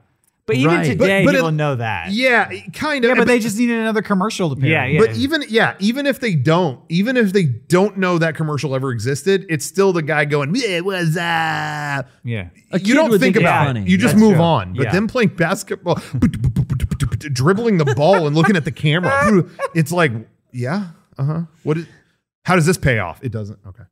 [SPEAKER 2] But even
[SPEAKER 4] Right.
[SPEAKER 2] today,
[SPEAKER 1] But- but
[SPEAKER 2] people
[SPEAKER 1] it-
[SPEAKER 2] know that.
[SPEAKER 1] yeah, kind of.
[SPEAKER 3] yeah, but they just needed another commercial to pair.
[SPEAKER 2] Yeah,
[SPEAKER 3] with.
[SPEAKER 2] yeah.
[SPEAKER 1] But even yeah, even if they don't, even if they don't know that commercial ever existted, it's still the guy going, "Yeah, uh, what's up?"
[SPEAKER 2] Yeah.
[SPEAKER 4] A
[SPEAKER 1] you
[SPEAKER 4] kid
[SPEAKER 1] don't
[SPEAKER 4] would
[SPEAKER 1] think
[SPEAKER 4] think it's
[SPEAKER 1] about
[SPEAKER 4] funny.
[SPEAKER 1] it. You just
[SPEAKER 2] That's
[SPEAKER 1] move
[SPEAKER 2] true.
[SPEAKER 1] on. But
[SPEAKER 2] Yeah.
[SPEAKER 1] them playing basketball, d- dribbling the ball and looking at the camera. It's like, yeah, uh huh. What? Is, how does this pay off? It doesn't. Okay,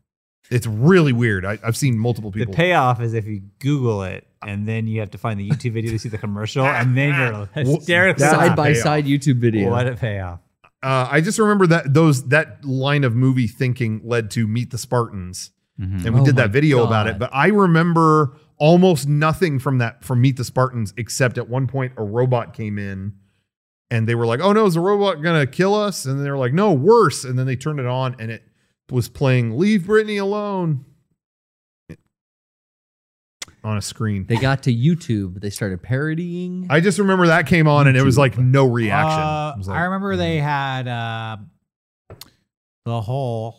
[SPEAKER 1] it's really weird. I, I've seen multiple
[SPEAKER 7] The
[SPEAKER 1] people.
[SPEAKER 7] payoff is if you Google it and then you have to find the YouTube video to see the commercial, and then you're hysterical.
[SPEAKER 1] That's
[SPEAKER 4] side
[SPEAKER 1] a
[SPEAKER 4] by
[SPEAKER 1] payoff.
[SPEAKER 4] side YouTube video.
[SPEAKER 7] What a payoff!
[SPEAKER 1] uh, I just remember that those that line of movie thinking led to Meet the Spartans, and we
[SPEAKER 4] Oh
[SPEAKER 1] did
[SPEAKER 4] my
[SPEAKER 1] that video about
[SPEAKER 4] God.
[SPEAKER 1] it. But I remember almost nothing from that from Meet the Spartans except at one point a robot came in, and they were like, "Oh no, is the robot gonna kill us?" And they were like, "No, worse." And then they turned it on, and it was playing "Leave Britney Alone" on a screen.
[SPEAKER 4] They got to YouTube. They started parodying.
[SPEAKER 1] I just remember that came on, and it was like no reaction.
[SPEAKER 3] Uh,
[SPEAKER 1] It was like, mm-hmm.
[SPEAKER 3] I remember they had uh, the hole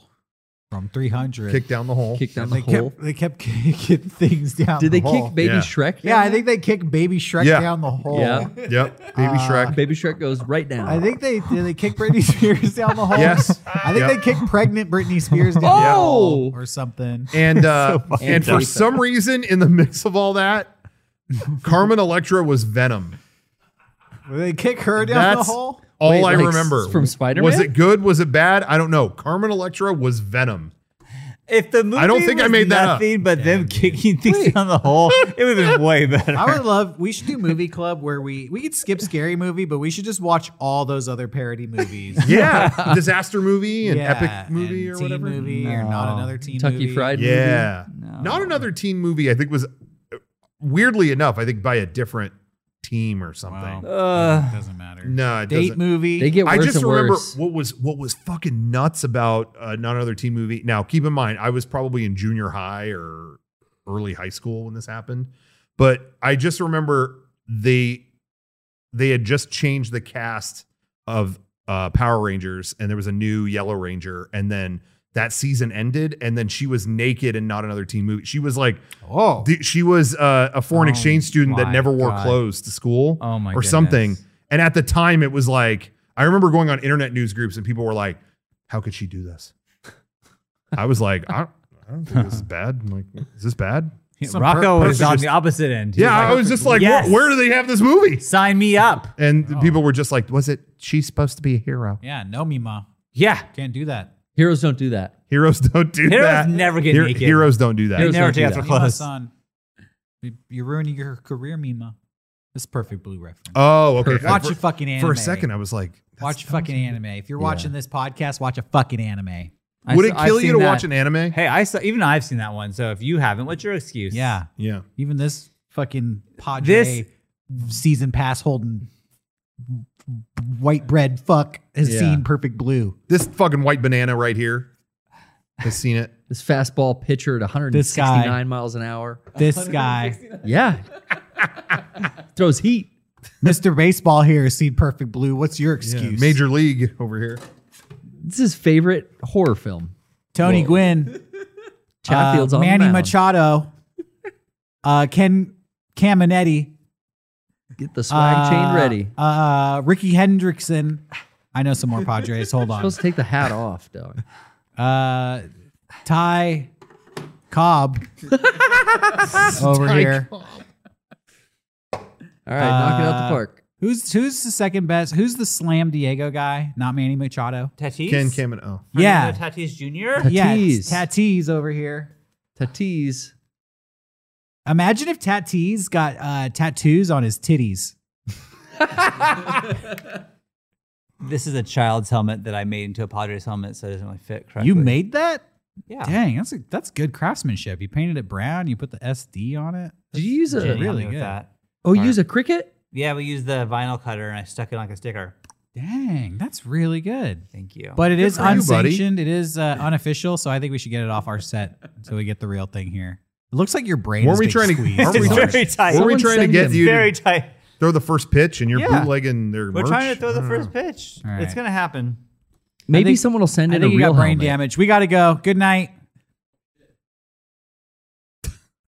[SPEAKER 3] from 300.
[SPEAKER 1] kick down the hole.
[SPEAKER 4] kicked down the
[SPEAKER 3] they
[SPEAKER 4] hole.
[SPEAKER 3] kept they kept kicking things down.
[SPEAKER 4] Did
[SPEAKER 3] the
[SPEAKER 4] they
[SPEAKER 3] hole.
[SPEAKER 4] kick Baby
[SPEAKER 1] Yeah.
[SPEAKER 4] Shrek?
[SPEAKER 3] Yeah, I
[SPEAKER 4] down
[SPEAKER 3] think they kicked Baby Shrek
[SPEAKER 1] Yeah.
[SPEAKER 3] down the hole.
[SPEAKER 4] Yeah.
[SPEAKER 1] Yep, Baby
[SPEAKER 3] Uh,
[SPEAKER 1] Shrek.
[SPEAKER 4] there? Baby Shrek goes right down.
[SPEAKER 3] I think they did they kick Britney Spears down the hole.
[SPEAKER 1] Yes.
[SPEAKER 3] I think
[SPEAKER 1] Yep.
[SPEAKER 3] they kicked pregnant Britney Spears down the
[SPEAKER 4] Yeah.
[SPEAKER 3] hole
[SPEAKER 4] Oh.
[SPEAKER 3] or something.
[SPEAKER 1] And uh,
[SPEAKER 7] fucking
[SPEAKER 1] and for
[SPEAKER 6] dumb.
[SPEAKER 1] some reason, in the midst of all that, Carmen Electra was Venom.
[SPEAKER 3] Did they kick her down
[SPEAKER 1] That's
[SPEAKER 3] the hole?
[SPEAKER 1] all
[SPEAKER 4] Wait,
[SPEAKER 1] I
[SPEAKER 4] like,
[SPEAKER 1] remember
[SPEAKER 4] s- from Spider-Man?
[SPEAKER 1] Was it good? Was it bad? I don't know. Carmen Electra was Venom.
[SPEAKER 7] If the movie
[SPEAKER 1] I don't think I
[SPEAKER 7] was
[SPEAKER 1] made that up.
[SPEAKER 7] nothing but them kicking things down the hole, it would have been way better.
[SPEAKER 3] I would love. We should do movie club where we we could skip scary movie, but we should just watch all those other parody movies.
[SPEAKER 1] Yeah, disaster movie and
[SPEAKER 3] Yeah,
[SPEAKER 1] epic movie
[SPEAKER 3] and
[SPEAKER 1] or
[SPEAKER 3] teen
[SPEAKER 1] whatever.
[SPEAKER 3] movie or not
[SPEAKER 7] No.
[SPEAKER 3] another teen
[SPEAKER 4] Kentucky
[SPEAKER 3] movie.
[SPEAKER 4] Fried
[SPEAKER 1] Yeah, not another teen movie. I think was uh, weirdly enough. I think by a different team or something.
[SPEAKER 3] Wow.
[SPEAKER 7] Uh,
[SPEAKER 3] doesn't matter.
[SPEAKER 1] No, it
[SPEAKER 3] Date
[SPEAKER 1] doesn't.
[SPEAKER 3] movie.
[SPEAKER 4] They get worse
[SPEAKER 1] I just
[SPEAKER 4] and
[SPEAKER 1] remember
[SPEAKER 4] worse.
[SPEAKER 1] what was what was fucking nuts about uh, not another teen movie. Now, keep in mind, I was probably in junior high or early high school when this happened, but I just remember they they had just changed the cast of uh, Power Rangers, and there was a new Yellow Ranger, and then that season ended, and then she was naked in not another teen movie. She was like,
[SPEAKER 3] oh,
[SPEAKER 1] th- she was uh, a foreign
[SPEAKER 7] Oh
[SPEAKER 1] exchange student that
[SPEAKER 7] my
[SPEAKER 1] never wore
[SPEAKER 7] God.
[SPEAKER 1] clothes to school
[SPEAKER 7] Oh my
[SPEAKER 1] or something.
[SPEAKER 7] goodness.
[SPEAKER 1] And at the time, it was like, I remember going on internet news groups and people were like, how could she do this? I was like, I don't, I don't think this is bad. I'm like, is this bad?
[SPEAKER 3] Some
[SPEAKER 7] Rocco
[SPEAKER 1] per-
[SPEAKER 7] is on
[SPEAKER 1] just-
[SPEAKER 7] the opposite end. He's
[SPEAKER 1] yeah, I
[SPEAKER 7] like,
[SPEAKER 1] was just like,
[SPEAKER 7] Yes.
[SPEAKER 1] where, where do they have this movie?
[SPEAKER 7] sign me up.
[SPEAKER 1] And people were just like, was it, she's supposed to be a hero?
[SPEAKER 3] yeah, no, Mima
[SPEAKER 7] Yeah,
[SPEAKER 3] can't do that.
[SPEAKER 4] Heroes don't do that.
[SPEAKER 1] Heroes don't do
[SPEAKER 7] Heroes
[SPEAKER 1] that.
[SPEAKER 7] never get
[SPEAKER 1] Hero-
[SPEAKER 7] naked.
[SPEAKER 1] Heroes don't do that.
[SPEAKER 7] they
[SPEAKER 4] Heroes
[SPEAKER 7] never
[SPEAKER 4] don't do
[SPEAKER 7] take off
[SPEAKER 4] that.
[SPEAKER 7] their
[SPEAKER 3] Mima
[SPEAKER 7] clothes.
[SPEAKER 3] son, you- you're ruining your career, Mima. This is perfect blue reference.
[SPEAKER 1] oh, okay.
[SPEAKER 4] Perfect.
[SPEAKER 1] I-
[SPEAKER 3] watch
[SPEAKER 1] for,
[SPEAKER 3] a fucking anime.
[SPEAKER 1] for a second, I was like, that's-
[SPEAKER 3] watch
[SPEAKER 1] that
[SPEAKER 3] fucking
[SPEAKER 1] was-
[SPEAKER 3] anime. If you're watching this podcast, watch a fucking anime.
[SPEAKER 4] I
[SPEAKER 1] Would
[SPEAKER 4] s-
[SPEAKER 1] it
[SPEAKER 4] I've
[SPEAKER 1] kill you
[SPEAKER 4] seen
[SPEAKER 1] to
[SPEAKER 4] that.
[SPEAKER 1] watch an anime?
[SPEAKER 7] Hey, I saw even I've seen that one. So if you haven't, what's your excuse?
[SPEAKER 3] Yeah,
[SPEAKER 1] Yeah.
[SPEAKER 3] even this fucking Padre
[SPEAKER 7] This-
[SPEAKER 3] season pass holding white bread fuck has
[SPEAKER 4] Yeah.
[SPEAKER 3] seen Perfect Blue.
[SPEAKER 1] This fucking white banana right here has seen it.
[SPEAKER 4] This fastball pitcher at
[SPEAKER 3] This guy.
[SPEAKER 4] 169 miles an hour.
[SPEAKER 3] This guy,
[SPEAKER 4] Yeah. Throws heat.
[SPEAKER 3] Mr. Baseball here, has seen Perfect Blue. What's your excuse?
[SPEAKER 1] Yeah, Major League over here.
[SPEAKER 4] This is his favorite horror film.
[SPEAKER 3] Tony Gwynn.
[SPEAKER 4] Chad
[SPEAKER 3] uh,
[SPEAKER 4] Fields on the
[SPEAKER 3] Manny
[SPEAKER 4] mound.
[SPEAKER 3] Machado, uh, Ken Caminetti,
[SPEAKER 4] Get the swag chain
[SPEAKER 3] uh,
[SPEAKER 4] ready.
[SPEAKER 3] uh, Ricky Hendrickson. I know some more Padres. Hold on,
[SPEAKER 4] supposed to take the hat off, dog.
[SPEAKER 3] uh, Ty Cobb over here.
[SPEAKER 4] All right, knock it out the
[SPEAKER 3] Uh,
[SPEAKER 4] park.
[SPEAKER 3] Who's who's the second best? Who's the Slam Diego guy? Not Manny Machado.
[SPEAKER 7] Tatis.
[SPEAKER 1] Ken Kamen. Oh,
[SPEAKER 3] Yeah,
[SPEAKER 7] Tatis Jr.
[SPEAKER 4] Tatis.
[SPEAKER 3] yeah, it's Tatis over here.
[SPEAKER 4] Tatis.
[SPEAKER 3] Imagine if Tatis got uh, tattoos on his titties.
[SPEAKER 7] This is a child's helmet that I made into a Padres helmet, so it doesn't really fit correctly.
[SPEAKER 3] You made that?
[SPEAKER 7] yeah.
[SPEAKER 3] Dang, that's a, that's good craftsmanship. You painted it brown. You put the SD on it.
[SPEAKER 4] Did you use a
[SPEAKER 7] Jenny helped me
[SPEAKER 3] really
[SPEAKER 7] with
[SPEAKER 3] good.
[SPEAKER 7] That.
[SPEAKER 4] Oh, you use a cricket?
[SPEAKER 7] Yeah, we used the vinyl cutter and I stuck it on like a sticker.
[SPEAKER 3] Dang, that's really good.
[SPEAKER 7] Thank you.
[SPEAKER 3] But it is
[SPEAKER 1] for you, buddy.
[SPEAKER 3] unsanctioned. it is uh, unofficial, so I think we should get it off our set so we get the real thing here. It looks like your brain.
[SPEAKER 1] Weren't
[SPEAKER 3] is
[SPEAKER 1] we
[SPEAKER 3] big
[SPEAKER 1] trying to-
[SPEAKER 3] squeezed.
[SPEAKER 1] aren't
[SPEAKER 7] it's
[SPEAKER 1] we
[SPEAKER 3] Sorry.
[SPEAKER 7] very tight.
[SPEAKER 1] were we
[SPEAKER 4] Someone
[SPEAKER 1] trying to
[SPEAKER 4] send
[SPEAKER 1] get
[SPEAKER 4] him.
[SPEAKER 1] you
[SPEAKER 7] very
[SPEAKER 1] to
[SPEAKER 7] tight.
[SPEAKER 1] throw the first pitch and you're
[SPEAKER 7] Yeah.
[SPEAKER 1] bootlegging their
[SPEAKER 7] We're
[SPEAKER 1] merch?
[SPEAKER 7] trying to throw the
[SPEAKER 1] I don't
[SPEAKER 7] first
[SPEAKER 1] know.
[SPEAKER 7] pitch.
[SPEAKER 3] All
[SPEAKER 7] It's
[SPEAKER 3] right.
[SPEAKER 7] gonna happen.
[SPEAKER 4] Maybe
[SPEAKER 3] think-
[SPEAKER 4] someone will send
[SPEAKER 3] I
[SPEAKER 4] in a
[SPEAKER 3] think you
[SPEAKER 4] real
[SPEAKER 3] got brain
[SPEAKER 4] helmet.
[SPEAKER 3] damage. We got to go. Good night.